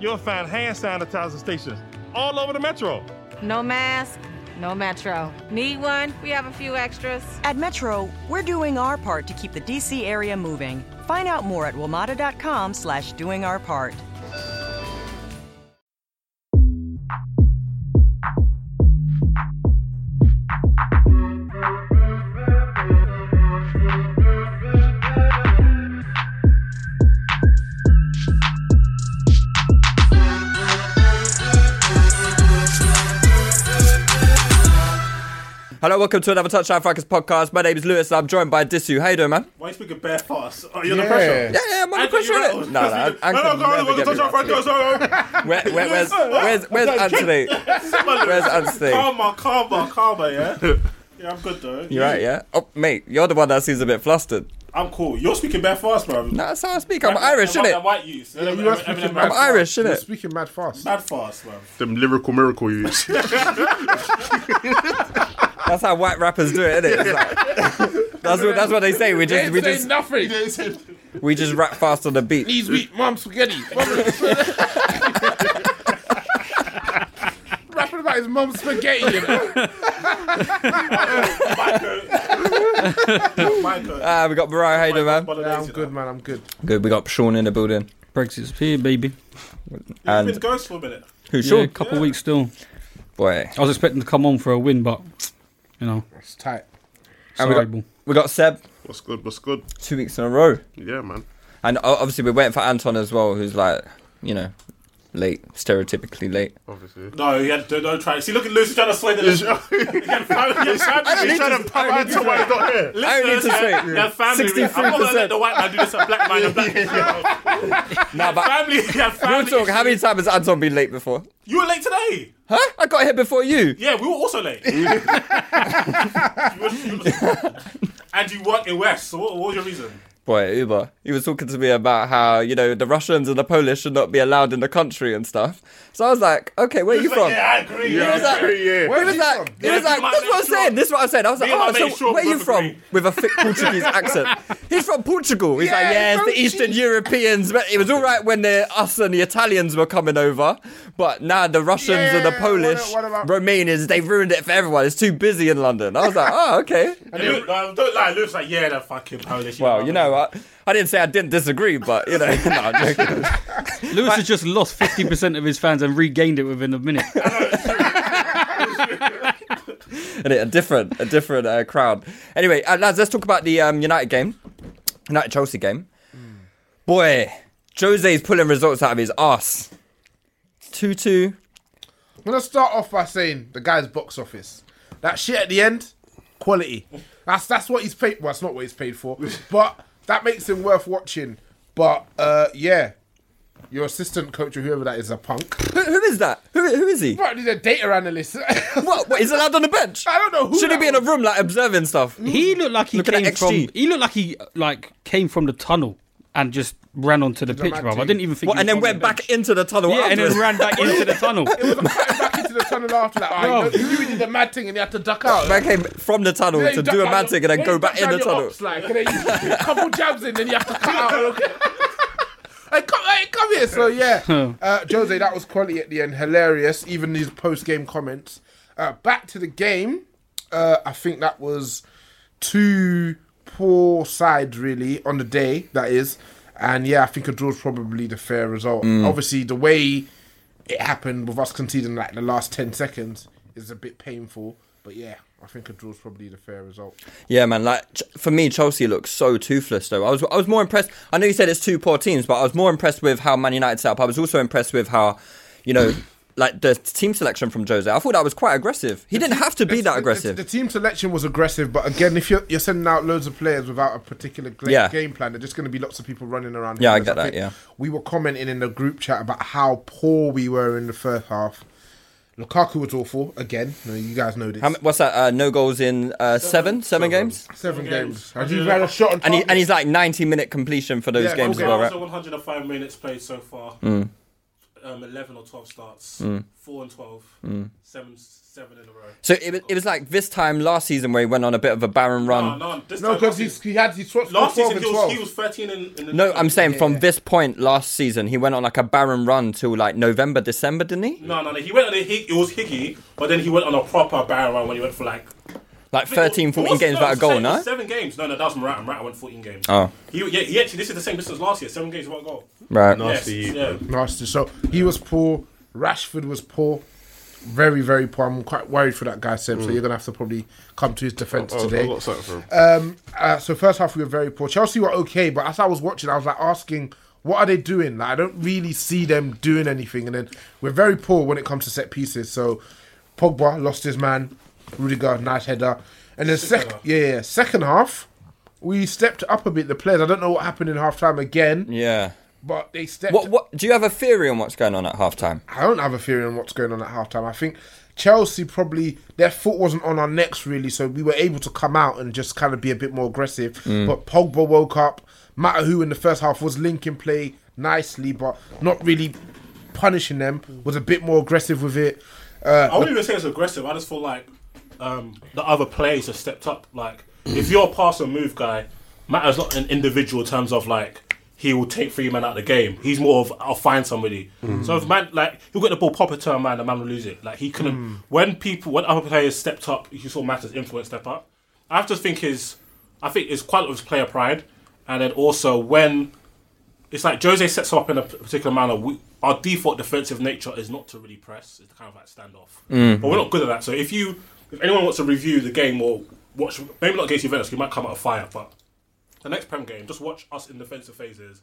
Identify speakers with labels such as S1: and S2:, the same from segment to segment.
S1: You'll find hand sanitizer stations all over the metro.
S2: No mask, no metro. Need one? We have a few extras.
S3: At Metro, we're doing our part to keep the DC area moving. Find out more at WMATA.com slash doing our part.
S4: Hello, welcome to another Touchdown Fuckers podcast. My name is Lewis and I'm joined by Disu. How you doing, man?
S1: Why you speaking bare fast? Are you under pressure?
S4: Yeah, yeah, I'm under pressure, innit?
S1: No,
S4: No, no,
S1: no,
S4: I- I
S1: no,
S4: can
S1: go on,
S4: never
S1: go on,
S4: get
S1: touch
S4: rid
S1: our
S4: of
S1: front door, sorry.
S4: Where, where, where's where's, where's
S1: Okay,
S4: Anthony? Where's Anthony?
S1: Calmer, calmer, calmer, yeah? Yeah, I'm good though.
S4: You right, yeah? Oh, mate, you're the one that seems a bit flustered.
S1: I'm cool. You're speaking bare fast, bro.
S4: No, that's how I speak. I'm Irish,
S1: That white- that white
S4: innit?
S1: youth. That- that-
S5: you are
S1: that-
S5: speaking
S1: that-
S5: mad
S4: I'm Irish, innit?
S5: Speaking mad fast.
S1: Mad fast, bro.
S5: Them lyrical miracle you.
S4: That's how white rappers do it, innit? It's like- that's, what, that's what they say. We just, we just,
S6: nothing.
S4: we just rap fast on the beat.
S6: He's weak, mum spaghetti. Rapping about his mum's spaghetti, you know.
S1: Michael.
S4: Ah, we got Mariah. How you doing, man?
S5: yeah, I'm good, man. I'm good.
S4: Good, we got Sean in the building.
S7: Brexit's here, baby.
S1: You've
S4: And
S1: been ghost for a minute.
S4: who's
S7: Yeah, a
S4: Sean?
S7: couple weeks still.
S4: Boy.
S7: I was expecting to come on for a win, but you know,
S5: It's tight.
S7: it's
S4: And we
S7: horrible.
S4: got, we got Seb
S5: What's good? What's good?
S4: two weeks in a row.
S5: Yeah, man.
S4: And o- obviously, we're waiting for Anton as well, who's like, you know, late, stereotypically late.
S1: Oh.
S5: Obviously.
S1: No, he had don't, don't try. See, look at Lucy trying to sway the. He had family. He's
S5: He's
S1: trying
S5: trying to power into why he's not here.
S4: I don't need to say.
S1: That family. I'm not gonna let the white man do this to black man. and Black
S4: Nah, but
S1: family. That
S4: real
S1: family.
S4: talk, how many times has Anton been late before?
S1: You were late today.
S4: Huh? I got here before you.
S1: Yeah, we were also late. You were- you were- and you work in West, so what, what was your reason?
S4: Boy, Uber. He was talking to me about how, you know, the Russians and the Polish should not be allowed in the country and stuff. So I was like, okay, where are you
S1: He's like,
S4: from?
S1: Yeah, I agree.
S4: He was like,
S5: Yeah.
S4: he was like, he was
S1: Yeah,
S4: like,
S1: my
S4: that's what I'm
S1: mate's
S4: saying.
S1: from-
S4: This is what I said. I was like,
S1: Me and my
S4: oh,
S1: mate
S4: so
S1: Sean
S4: where are you
S1: both
S4: from?
S1: agree.
S4: With a thick Portuguese accent. He's from Portugal. He's like,
S5: Yeah,
S4: yeah, it's
S5: bro,
S4: the Eastern
S5: she-
S4: Europeans. But it was all right when the us and the Italians were coming over, but now the Russians and the
S5: Yeah,
S4: Polish,
S5: what a- what a-
S4: Romanians, they ruined it for everyone. It's too busy in London. I was like, oh, okay.
S1: And Luke, no, don't lie. Luke's like, yeah, they're fucking Polish.
S4: Well, you know, I, I didn't say I didn't disagree, but you know, no, I'm joking.
S7: Lewis has just lost fifty percent of his fans and regained it within a minute.
S4: And it- a different, a different uh, crowd. Anyway, uh, lads, let's talk about the um, United game, United Chelsea game.
S5: Hmm.
S4: Boy, Jose's pulling results out of his ass. Two two.
S5: I'm gonna start off by saying the guy's box office. That shit at the end, quality. That's that's what he's paid. Well, it's not what he's paid for, but that makes him worth watching. But uh, yeah, your assistant coach or whoever that is a punk.
S4: Who, who is that? Who, who is he?
S5: Right, he's a data analyst.
S4: What? What? He's allowed on the bench.
S5: I don't know who
S4: Should he
S5: that
S4: be in a
S5: was.
S4: room like observing stuff?
S7: He looked like he
S4: Looking at
S7: came from.
S4: XG.
S7: He looked like he like came from the tunnel and just ran onto the pitch,
S5: mad
S7: bro. I
S5: team.
S7: didn't even think.
S4: What,
S7: he was
S4: and then
S7: on the
S4: went
S7: bench.
S4: back into the tunnel.
S7: Yeah, and then
S4: afterwards?
S7: ran back into the tunnel.
S5: back into the tunnel after that. I
S7: Bro.
S5: you knew he did the mad thing and he had to duck out.
S4: Man came from the tunnel
S5: Yeah,
S4: to
S5: you duck
S4: do a
S5: down
S4: mad thing and then
S5: your-
S4: go
S5: you
S4: back
S5: duck
S4: in
S5: down
S4: the
S5: your
S4: tunnel.
S5: Ops, like, and then you, couple jabs in, then you have to cut out. Okay. Hey, come, hey, come here. So yeah, uh, Jose, that was quality at the end. Hilarious. Even these post-game comments. Uh, back to the game. Uh, I think that was two poor sides really on the day. That is, and yeah, I think a draw's probably the fair result. Obviously, the way it happened with us conceding like the last 10 seconds is a bit painful. But yeah, I think a draw's probably the fair result.
S4: Yeah, man. Like Ch- for me, Chelsea looks so toothless. Though I was, I was more impressed. I know you said it's two poor teams, but I was more impressed with how Man United set up. I was also impressed with how, you know, like the team selection from Jose. I thought that was quite aggressive. He didn't have to be that aggressive.
S5: The team selection was aggressive, but again, if you're, you're sending out loads of players without a particular gla-
S4: Yeah.
S5: game plan, there's just going to be lots of people running around.
S4: Yeah, I
S5: headless.
S4: get that,
S5: think
S4: yeah.
S5: we were commenting in the group chat about how poor we were in the first half. Lukaku was awful again. No, you guys know this.
S4: How, m- what's that? Uh, no goals in uh, seven, seven games.
S5: Seven
S1: games.
S5: games. And he's had a shot on
S4: And, he,
S5: target.
S4: and he's like 90 minute completion for those
S5: Yeah,
S4: games
S5: okay.
S4: as well,
S1: So
S4: right?
S1: 105 minutes played so far.
S4: Hmm.
S1: Um, 11 or 12 starts. 4 and 12. 7 seven in a row.
S4: Mm. So it, was- it was like this time last season where he went on a bit of a barren
S1: No,
S4: run. No,
S1: no, this
S5: no,
S1: time
S5: because
S1: last
S5: he's
S1: season-
S5: he had he swapped
S1: Last
S5: twelve
S1: season
S5: and
S1: he was,
S5: twelve.
S1: he was 13 in, in the
S4: I'm saying from this point last season, he went on like a barren run till like November, December, didn't he?
S1: No, no, no. He went on a hick. It was hickey, but then he went on a proper barren run when he went for like
S4: Like 13,
S1: It was-
S4: 14 games
S1: no,
S4: without
S1: it
S4: a
S1: was
S4: goal,
S1: the same- it
S4: no?
S1: was Seven games. No, no, that was Morata. Morata went 14 games.
S4: Oh.
S1: He, yeah, he actually, this is the same distance last year. Seven games without a goal.
S4: Right.
S1: Yes, yeah.
S5: Nasty. So he was poor. Rashford was poor. Very, very poor. I'm quite worried for that guy, Seb.
S1: Mm.
S5: So you're going to have to probably come to his
S1: Oh,
S5: defence today. Um, uh, so first half we were very poor. Chelsea were okay, but as I was watching, I was like asking, what are they doing? Like, I don't really see them doing anything. And then we're very poor when it comes to set pieces. So Pogba lost his man. Rudiger, nice header. And then second, yeah, yeah, second half we stepped up a bit. The players. I don't know what happened in half time again,
S4: Yeah.
S5: but they stepped.
S4: What, what, do you have a theory on what's going on at halftime?
S5: I don't have a theory on what's going on at halftime. I think Chelsea probably their foot wasn't on our necks really, so we were able to come out and just kind of be a bit more aggressive. But Pogba woke up. Matter who in the first half was linking play nicely, but not really punishing them. Was a bit more aggressive with it.
S1: I wouldn't even say it's aggressive. I just feel like um, the other players have stepped up. Like, if you're a pass and move guy, matters not in individual terms of like he will take three men out of the game. He's more of I'll find somebody. So if man like he'll get the ball proper to a man, the man will lose it. Like he couldn't. When people, when other players stepped up, you saw matters influence step up. I have to think is, I think it's quite a lot of his player pride, and then also when it's like Jose sets up in a p- particular manner. We, our default defensive nature is not to really press; it's kind of like standoff. But we're not good at that. So if you, if anyone wants to review the game or watch, maybe not against Juventus, you might come out of fire. But the next Prem game, just watch us in defensive phases.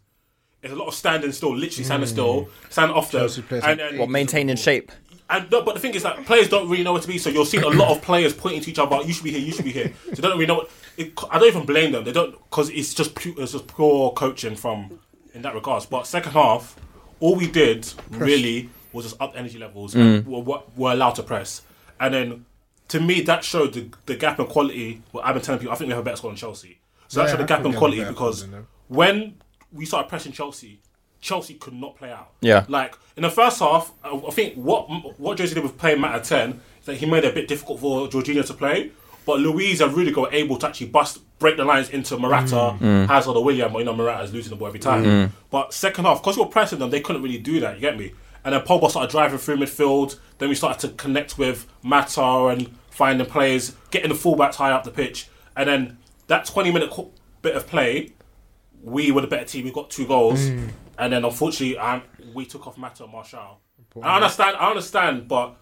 S1: It's a lot of standing still, literally standing still, standing off them,
S5: Chelsea players
S1: and
S5: have
S1: then
S4: What, maintaining shape?
S1: and no, but the thing is that players don't really know where to be. So you'll see a lot of players pointing to each other. You should be here. You should be here. So they don't really know. What, it, I don't even blame them. They don't because it's just pu- it's just poor coaching from in that regards. But second half, all we did really was just up energy levels. And were, were, were allowed to press, and then to me that showed the, the gap in quality. Well, I've been telling people I think we have a better score than Chelsea. So that
S5: Yeah,
S1: showed the
S5: I
S1: gap
S5: think
S1: in
S5: we have a
S1: quality
S5: better
S1: because
S5: score than them.
S1: when we started pressing Chelsea, Chelsea could not play out.
S4: Yeah.
S1: Like in the first half, I I think what what Jose did with playing Matt at ten is that he made it a bit difficult for Jorginho to play. But Louise and Rudiger were able to actually bust break the lines into Morata, Hazard or William, but you know Morata's losing the ball every time. But second half, because we were pressing them, they couldn't really do that, you get me? And then Pogba started driving through midfield, then we started to connect with Mata and finding players, getting the fullbacks high up the pitch. And then that 20 minute qu- bit of play, we were the better team. We got two goals, and then unfortunately, um, we took off Mata and Marshall. I understand. I understand, but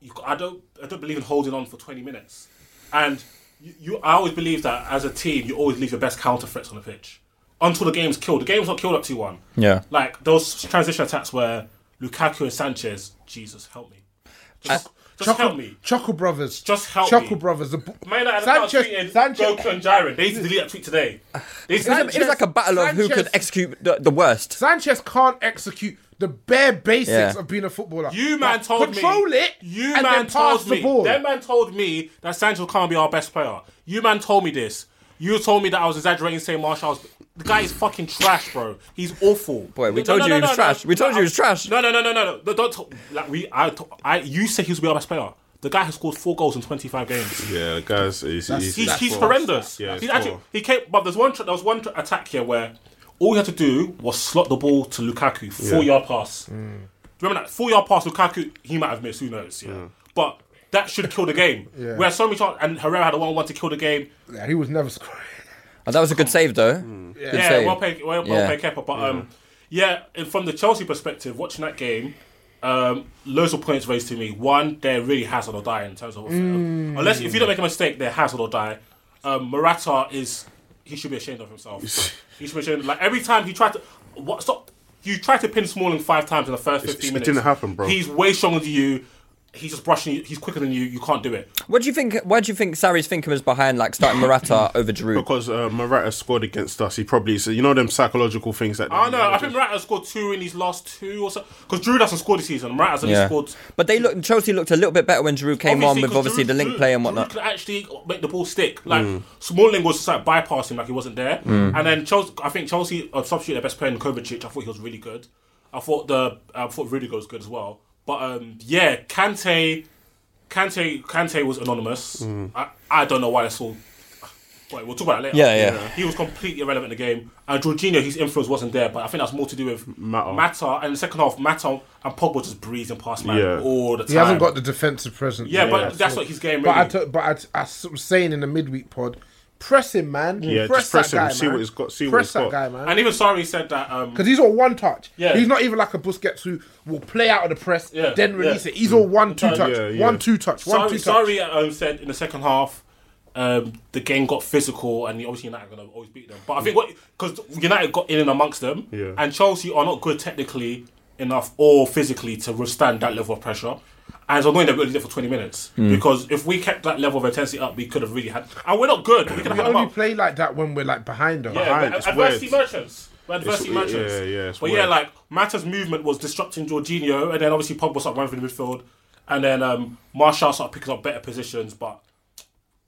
S1: you, I don't. I don't believe in holding on for twenty minutes. And you, you, I always believe that as a team, you always leave your best counter threats on the pitch until the game's killed. The game's not killed up two one.
S4: Yeah.
S1: Like those transition attacks where Lukaku and Sanchez. Jesus, help me. Just, just
S5: Chuckle,
S1: help me.
S5: Chuckle Brothers.
S1: Just help
S5: Chuckle
S1: me.
S5: Brothers. The b-
S1: Man, United are tweeting
S5: Sanchez. Sanchez.
S1: Goku and Jiren. They need to delete that tweet today. They need to
S4: It
S1: delete that
S4: was, it was like a battle of who could
S5: Sanchez-
S4: execute the, the worst.
S5: Sanchez can't execute the bare basics
S4: Yeah.
S5: of being a footballer.
S1: You man
S5: Like,
S1: told me.
S5: control it.
S1: You man
S5: and then pass
S1: told
S5: the
S1: me.
S5: ball.
S1: That man told me that Sancho can't be our best player. You man told me this. You told me that I was exaggerating saying Marshall's. The guy is fucking trash, bro. He's awful.
S4: Boy, we told you he was trash. We told you he was trash.
S1: No, no, no, no, no, no. no don't talk. Like we, I, to- I, you said he was be our best player. The guy has scored four goals in twenty-five games.
S8: Yeah, guys, he's, he's,
S1: He's, he's
S8: poor.
S1: horrendous.
S8: Yeah,
S1: he's
S8: he's
S1: actually
S8: poor.
S1: he came. But there's one tra- there was one tra- attack here where all he had to do was slot the ball to Lukaku, four yard pass. Do you remember that four yard pass? Lukaku he might have missed. Who knows? Yeah, but that should kill the game. yeah. We had so many chances, and Herrera had a one one to kill the game.
S5: Yeah, he was never scoring.
S4: Oh, that was a good save, though. Good
S1: yeah,
S4: save.
S1: well paid, well,
S4: Yeah.
S1: well paid keeper. But um, yeah, and from the Chelsea perspective, watching that game, Um, loads of points raised to me. One, they're really Hazard or die in terms of
S8: Mm.
S1: unless if you don't make a mistake, they're Hazard or die. Um, Morata is he should be ashamed of himself. he should be ashamed. Like every time you try to what stop you try to pin Smalling five times in the first
S8: It's-
S1: fifteen
S8: it
S1: minutes.
S8: didn't happen, bro.
S1: He's way stronger than you. He's just brushing you. He's quicker than you. You can't do it.
S4: What do you think? Why do you think Sarri's thinking was behind like starting Morata over Giroud?
S8: Because uh, Morata scored against us. He probably so you know them psychological things that.
S1: I don't know. I think Morata scored two in his last two or so. Because Drew doesn't score this season. Morata's only
S4: Yeah.
S1: scored.
S4: But they looked. Chelsea looked a little bit better when Giroud came on
S1: 'cause
S4: with obviously
S1: Giroud-
S4: the link
S1: Giroud-
S4: play and
S1: Giroud
S4: whatnot.
S1: could actually make the ball stick. Like
S4: Mm.
S1: Smalling was just like bypassing, like he wasn't there.
S4: Mm.
S1: And then Chelsea, I think Chelsea uh, substituted their best player in Kovacic. I thought he was really good. I thought the I thought Rudiger was good as well. But um, yeah, Kante, Kante, Kante was anonymous.
S8: Mm.
S1: I, I don't know why that's all. Wait, we'll talk about that later.
S8: Yeah, yeah.
S1: He was completely irrelevant in the game. And Jorginho, his influence wasn't there, but I think that's more to do with Mata. and the second half, Mata and Pogba just breezing past man
S8: Yeah.
S1: all the time.
S5: He hasn't got the defensive presence.
S1: Yeah, but
S5: Yeah,
S1: that's what his game. Really.
S5: But I, t- but I, t- I s- was saying in the midweek pod, press him, man.
S8: Yeah,
S5: press
S8: just press
S5: that
S8: him,
S5: Guy,
S8: see
S5: man.
S8: what he's got- see what
S5: press
S8: he's
S5: that
S8: got.
S5: guy, man.
S1: and even sorry said that um,
S5: Because he's all one touch.
S1: Yeah.
S5: He's not even like a Busquets who will play out of the press,
S1: Yeah,
S5: then
S1: yeah.
S5: release it. He's all one two
S1: Yeah,
S5: touch,
S1: yeah.
S5: one two touch, one
S1: sorry,
S5: two touch.
S1: sorry, um, said in the second half. Um, the game got physical, and obviously United are going to always beat them. But I think what because United got in and amongst them,
S8: Yeah.
S1: and Chelsea are not good technically enough or physically to withstand that level of pressure. And so knowing they're really there for twenty minutes
S8: Mm.
S1: because if we kept that level of intensity up, we could have really had. And we're not good. We could have
S5: We
S1: had them
S5: only
S1: up.
S5: play like that when we're like behind them.
S1: Yeah, but adversity merchants. We're Adversity
S5: It's-
S1: merchants.
S5: yeah, yeah, it's
S1: but yeah,
S5: weird.
S1: like Mata's movement was disrupting Jorginho, and then obviously Pogba started running through the midfield, and then um, Martial started picking up better positions. But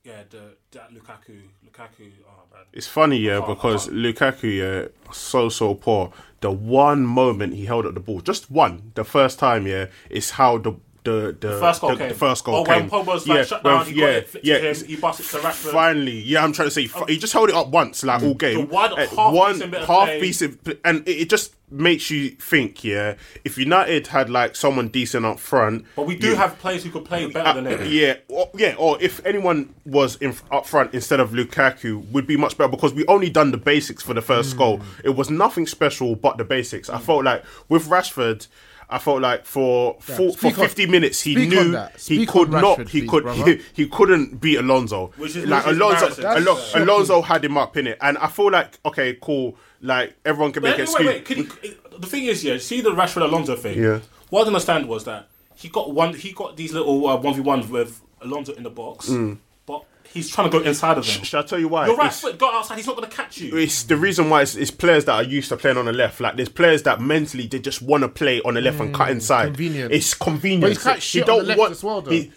S1: yeah, the, that Lukaku, Lukaku, oh man,
S8: It's funny, yeah, because Lukaku, yeah, so so poor. The one moment he held up the ball, just one, the first time, yeah, is how the the the,
S1: The first goal
S8: the,
S1: came.
S8: the first goal
S1: Or
S8: came.
S1: when Pogba's like
S8: Yeah,
S1: shut
S8: when-
S1: down, he
S8: yeah,
S1: got it, flicked
S8: yeah,
S1: to him, he busted to Rashford.
S8: Finally, yeah, I'm trying to say
S1: Oh.
S8: fi- he just held it up once, like all game.
S1: one
S8: Uh,
S1: Mm. half
S8: one
S1: decent bit of
S8: half
S1: play.
S8: decent pl- and it, it just makes you think, yeah. If United had like someone decent up front,
S1: But we do
S8: yeah,
S1: have players who could play better than him.
S8: yeah, or, yeah, or if anyone was in up front instead of Lukaku, would be much better because we only done the basics for the
S5: Hmm.
S8: first goal. It was nothing special but the basics. I felt like with Rashford, I felt like for for,
S5: Yeah,
S8: for
S5: speak on-
S8: fifty minutes he
S5: speak on
S8: knew
S5: that.
S8: he
S5: Speak
S8: could
S5: on
S8: not
S5: Rashford,
S8: he
S5: please,
S8: could
S5: brother.
S8: he, he couldn't beat Alonso.
S1: Which is-
S8: like
S1: which is
S8: Alonso,
S1: embarrassing.
S8: Alo-
S1: That's shocking.
S8: Alonso had him up in it, and I feel like okay, cool. Like everyone can
S1: But
S8: make an
S1: wait,
S8: excuse.
S1: wait, wait, could you- the thing is, yeah, see the Rashford Alonso thing.
S8: Yeah.
S1: What I didn't understand was that he got one, he got these little uh, one v ones with Alonso in the box,
S8: Mm.
S1: but he's trying to go inside of them.
S8: Shall I tell you why?
S1: Your right
S8: It's-
S1: foot got outside. He's not going to catch you.
S8: It's the reason why it's, it's players that are used to playing on the left. Like there's players that mentally they just want to play on the left and cut inside.
S5: Hmm, convenient.
S8: It's convenient.
S5: But he's quite shit on the left as well, though.
S8: He,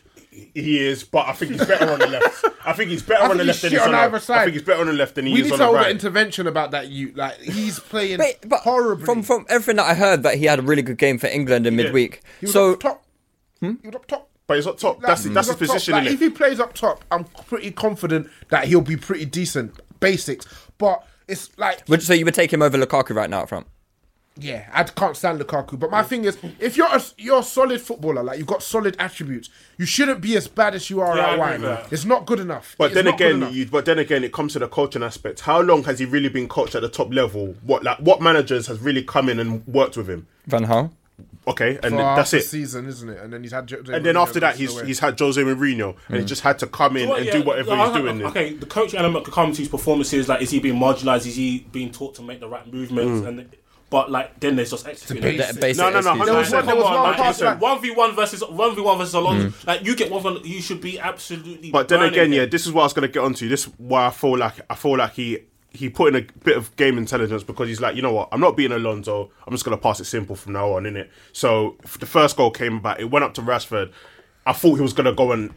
S8: he is, but I think he's better on the left. I think he's better
S5: I
S8: on
S5: think
S8: the
S5: he's
S8: left than
S5: shit
S8: he's on,
S5: on
S8: the
S5: either
S8: right. I
S5: side.
S8: think he's better on the left than he
S5: We
S8: is
S5: need
S8: on
S5: to
S8: the
S5: hold an
S8: right.
S5: intervention about that. You like he's playing
S4: But, but
S5: horribly.
S4: from from everything that I heard, that he had a really good game for England in
S5: He did.
S4: midweek.
S5: He was
S4: So
S5: up top. He was up top.
S8: But he's up top. That's
S1: Hmm.
S5: Like,
S8: that's his
S5: he's up top.
S8: position.
S5: Like,
S8: innit?
S5: if he plays up top, I'm pretty confident that he'll be pretty decent. Basics, but it's like
S4: would you say you would take him over Lukaku right now up front?
S5: Yeah, I can't stand Lukaku. But my thing is, if you're a, you're a solid footballer, like you've got solid attributes, you shouldn't be as bad as you are
S8: Yeah, I
S5: out
S8: agree with
S5: wide.
S8: that.
S5: It's not good enough.
S8: But
S5: It is
S8: then
S5: not good
S8: again,
S5: enough.
S8: you, but then again, it comes to the coaching aspect. How long has he really been coached at the top level? What like what managers has really come in and worked with him?
S4: Van Gaal.
S8: Okay, and
S5: For half
S8: that's
S5: the
S8: it.
S5: season, isn't it? And then he's had. Jose
S8: And then
S5: Mourinho
S8: after that,
S5: goes
S8: he's
S5: away.
S8: he's had Jose Mourinho, and he just had to come in
S1: Well,
S8: and
S1: yeah,
S8: do whatever
S1: I-
S8: he's
S1: I-
S8: doing. then.
S1: Okay, the coaching element could come to his performances. Like, is he being marginalised? Is he being taught to make the right movements?
S8: Mm.
S1: And but like, then there's just executing.
S8: basic- Basic No, no, no, excuse.
S1: There was
S8: 100%.
S1: one- there was
S8: Come on,
S1: one
S8: like,
S1: pass,
S8: listen.
S1: like, One v one versus one v one versus Alonso. Like, you get one. v one, You should be absolutely.
S8: But then
S1: burning
S8: again,
S1: him.
S8: yeah, this is what I was going to get onto. This is why I feel like I feel like he he put in a bit of game intelligence because he's like, you know what, I'm not beating Alonso. I'm just going to pass it simple from now on, innit? So if the first goal came about, it went up to Rashford. I thought he was going to go and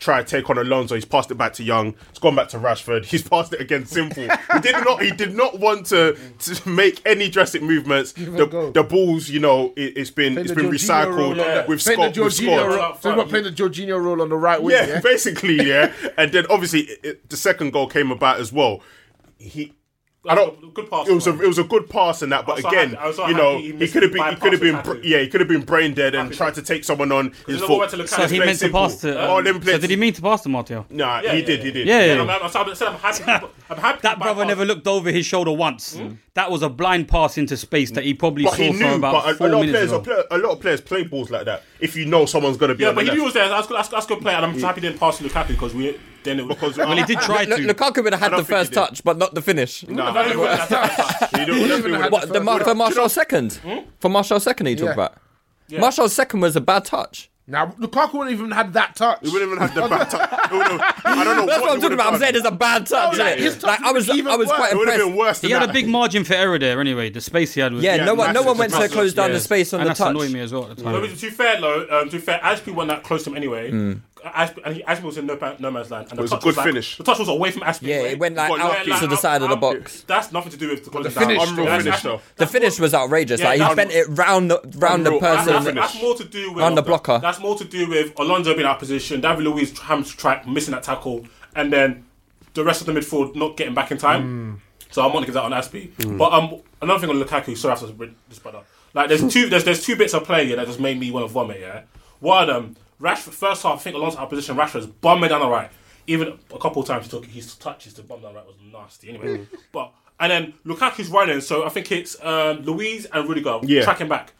S8: try to take on Alonso. He's passed it back to Young. It's gone back to Rashford. He's passed it again simple. he did not he did not want to, to make any drastic movements.
S5: a
S8: The,
S5: go.
S8: the balls, you know, it, it's been
S5: Playing
S8: it's
S5: the
S8: been
S5: Jorginho
S8: recycled.
S5: role on the-
S8: We've
S5: playing the
S8: scored. We've
S5: Jorginho
S8: scored.
S5: role- So he's not playing the Jorginho role on the right wing.
S8: Yeah,
S5: Yeah,
S8: basically, yeah. and then obviously it, it- the second goal came about as well. He I don't.
S1: Good pass.
S8: It was a it was a good pass in that, but
S1: I was so
S8: again,
S1: happy- I was so
S8: you know,
S1: happy he
S8: he,
S1: missed
S8: could have
S1: the
S8: been, he
S1: bypass
S8: could have been,
S1: exactly.
S8: bra- yeah, he could have been brain dead and tried to take someone on. His
S1: there's no
S8: foot.
S1: way to look
S7: So
S1: at
S7: he meant to pass to. um,
S8: Oh, let me play
S7: so did he mean to pass to Martial?
S8: Nah, he did, he did.
S7: Yeah, yeah,
S1: I'm,
S7: yeah.
S1: I'm, I'm, I'm happy. I'm happy.
S7: That brother never looked over his shoulder once.
S9: Hmm?
S7: That was a blind pass into space that he probably
S8: But
S7: saw
S8: he
S7: for
S8: knew.
S7: about
S8: But a,
S7: four
S8: a lot of
S7: minutes.
S8: players,
S7: ago.
S8: a, player, a lot of players play balls like that. If you know someone's going to be
S1: Yeah,
S8: on
S1: but
S8: the left.
S1: he knew it was there. That's good. That's, that's good play, and I'm happy they didn't pass to Lukaku because we then it because
S8: Well, he did try
S4: Lu-
S8: to.
S4: Lukaku would have
S8: I
S4: had
S8: don't
S4: the
S8: think he
S4: first
S8: did.
S4: touch, but not the finish.
S8: Nah.
S1: He
S8: knew- he knew it was-
S4: What the Mar- for Marshall's second? For Marshall's second, he talked
S5: Yeah.
S4: about. Marshall's second was a bad touch.
S5: Now Lukaku wouldn't even had that touch. He
S8: wouldn't even have the bad touch. It would've- I don't know.
S4: That's what I'm
S8: he
S4: talking
S8: would've
S4: about. I'm
S8: done.
S4: saying there's a bad touch.
S8: No,
S4: innit?
S8: his touch
S4: like, I was, I was quite
S8: It would have
S4: impressed.
S8: been worse. Than
S7: He had
S8: that.
S7: a big margin for error there anyway. The space he had was
S4: Yeah, no one- no one went to
S8: massive,
S4: close down the
S8: yeah.
S4: space on
S7: and
S4: the
S7: that's
S4: touch.
S7: annoying me as well at the time.
S1: But to be fair though, um, to be fair, Ashby went that close to him anyway.
S4: Hmm.
S1: Ashby, and he, Ashby was in no, pa- no man's land. And
S8: It was a
S1: touch
S8: good
S1: like-
S8: finish.
S1: The touch was away from Ashby.
S4: Yeah,
S1: anyway.
S4: it went like
S1: But
S4: out
S1: yeah,
S4: to
S1: like,
S4: the
S1: out-
S4: side of the
S1: out-
S4: box.
S1: That's nothing to do with the closing
S8: finish,
S1: down.
S8: though.
S1: That's-
S8: Finish,
S1: that's-
S8: though.
S4: The finish was outrageous.
S1: Yeah,
S4: like he
S1: that-
S4: bent it round the round the
S8: Unreal.
S1: That's,
S4: person.
S1: that's more to do with
S4: On the blocker.
S1: That's more to do with Alonso being out of position, David Luiz trying to try missing that tackle, and then the rest of the midfield not getting back in
S4: Hmm.
S1: time. So I'm gonna give that on Aspie. But um, another thing on Lukaku. Sorry, after this brother. Like there's two there's there's two bits of play here that just made me want to vomit. Yeah, one um, Rashford first half I think Alonso out of position. Rashford's bumming down the right. Even a couple of times he took his touches to bum down the right was nasty. Anyway,
S4: Hmm.
S1: but and then Lukaku's running. So I think it's um, Louise and Rudiger
S8: Yeah.
S1: tracking back.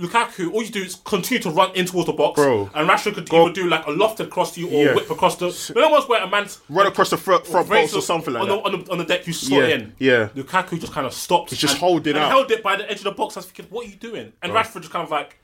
S1: Lukaku, all you do is continue to run in towards the box,
S8: Bro.
S1: and Rashford could either do like a lofted cross to you or
S8: Yeah.
S1: whip across the. You know, ones where a man's
S8: Run across the front, front
S1: Raised
S8: post or something like
S1: on
S8: that.
S1: The, on, the, on the deck, you slot
S8: Yeah,
S1: in.
S8: yeah.
S1: Lukaku just kind of stopped.
S8: He's just holding
S1: and
S8: out.
S1: held it by the edge of the box. I was thinking, what are you doing? And Rashford just kind of like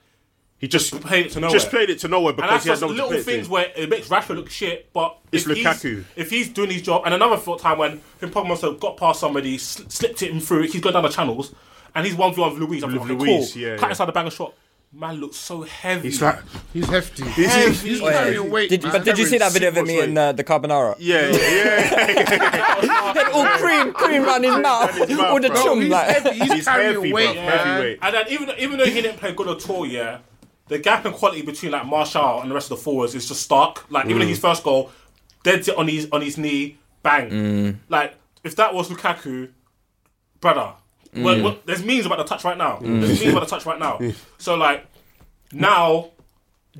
S8: He just
S1: played it to nowhere.
S8: just played it to nowhere
S1: and
S8: because
S1: that's
S8: he had
S1: just
S8: no
S1: little
S8: defense.
S1: things where it makes Rashford look shit, but
S8: It's
S1: if He's,
S8: Lukaku.
S1: if he's doing his job, and another thought time when I think Pogba must have got past somebody, sl- slipped it in through, he's going down the channels, and he's one v one with Louise. I'm like, okay,
S8: Luiz,
S1: cool.
S8: yeah,
S1: Cut
S8: yeah.
S1: inside the bang of shot. Man looks so heavy.
S8: He's like,
S5: He's hefty.
S8: he's,
S1: heavy.
S4: Oh, yeah.
S5: carrying weight,
S4: Did you,
S5: man.
S4: but did you see that video of
S8: Carrying
S4: me in uh, the carbonara?
S8: yeah, yeah, yeah.
S4: Had all cream, cream round his mouth,
S8: his mouth,
S4: all the
S8: bro.
S4: chum.
S5: He's
S4: Like,
S5: heavy. He's,
S8: He's
S5: carrying
S8: heavy,
S5: weight,
S8: bro.
S5: man.
S8: Heavyweight.
S1: And then even even though he didn't play good at all, yeah, the gap in quality between like Marshall and the rest of the forwards is just stark. Like
S5: Mm.
S1: even in his first goal, dead it on his on his knee, bang.
S5: Mm.
S1: Like if that was Lukaku, brother,
S5: Mm.
S1: well, well, there's memes about the touch right now. There's memes about the touch right now. So like now,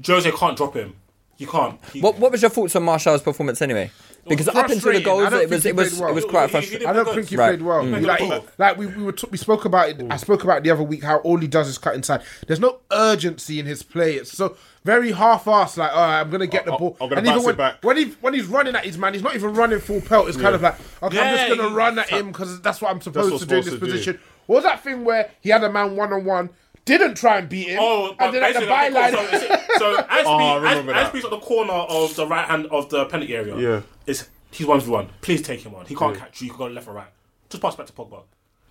S1: Jose can't drop him. You can't. He-
S4: what, what was your thoughts on Marshall's performance anyway? Because up until the
S5: frustrating. I
S4: goals,
S5: don't
S4: it was
S5: think
S4: it
S5: he
S4: was
S5: played well.
S4: it was
S5: He-
S4: quite
S1: he- he
S4: frustrating.
S1: didn't-
S5: I don't think he
S4: Right.
S5: played well.
S1: Mm.
S5: Like, like we, we were t- we spoke about it. I spoke about it the other week how all he does is cut inside. There's no urgency in his play. It's so very half-assed. Like, all right, I'm gonna get
S8: I-
S5: the ball.
S8: I'm gonna
S5: and even
S8: bounce it
S5: when
S8: back.
S5: when he when he's running at his man, he's not even running full pelt. It's kind of like, okay, I'm
S1: Yeah,
S5: just gonna
S1: he-
S5: run at him because that's what I'm supposed
S8: what's
S5: to do in this
S8: supposed to do.
S5: position. What was that thing where he had a man one-on-one, didn't try and beat him,
S1: Oh, but
S5: and then at the
S1: basically, okay,
S5: byline.
S1: cool. So, so Ashby,
S8: Oh, I remember
S1: Ash-
S8: that.
S1: Ashby's at the corner of the right hand of the penalty area.
S8: Yeah.
S1: it's he's one v one. Please take him on. He can't catch you. You can go left or right. Just pass it back to Pogba.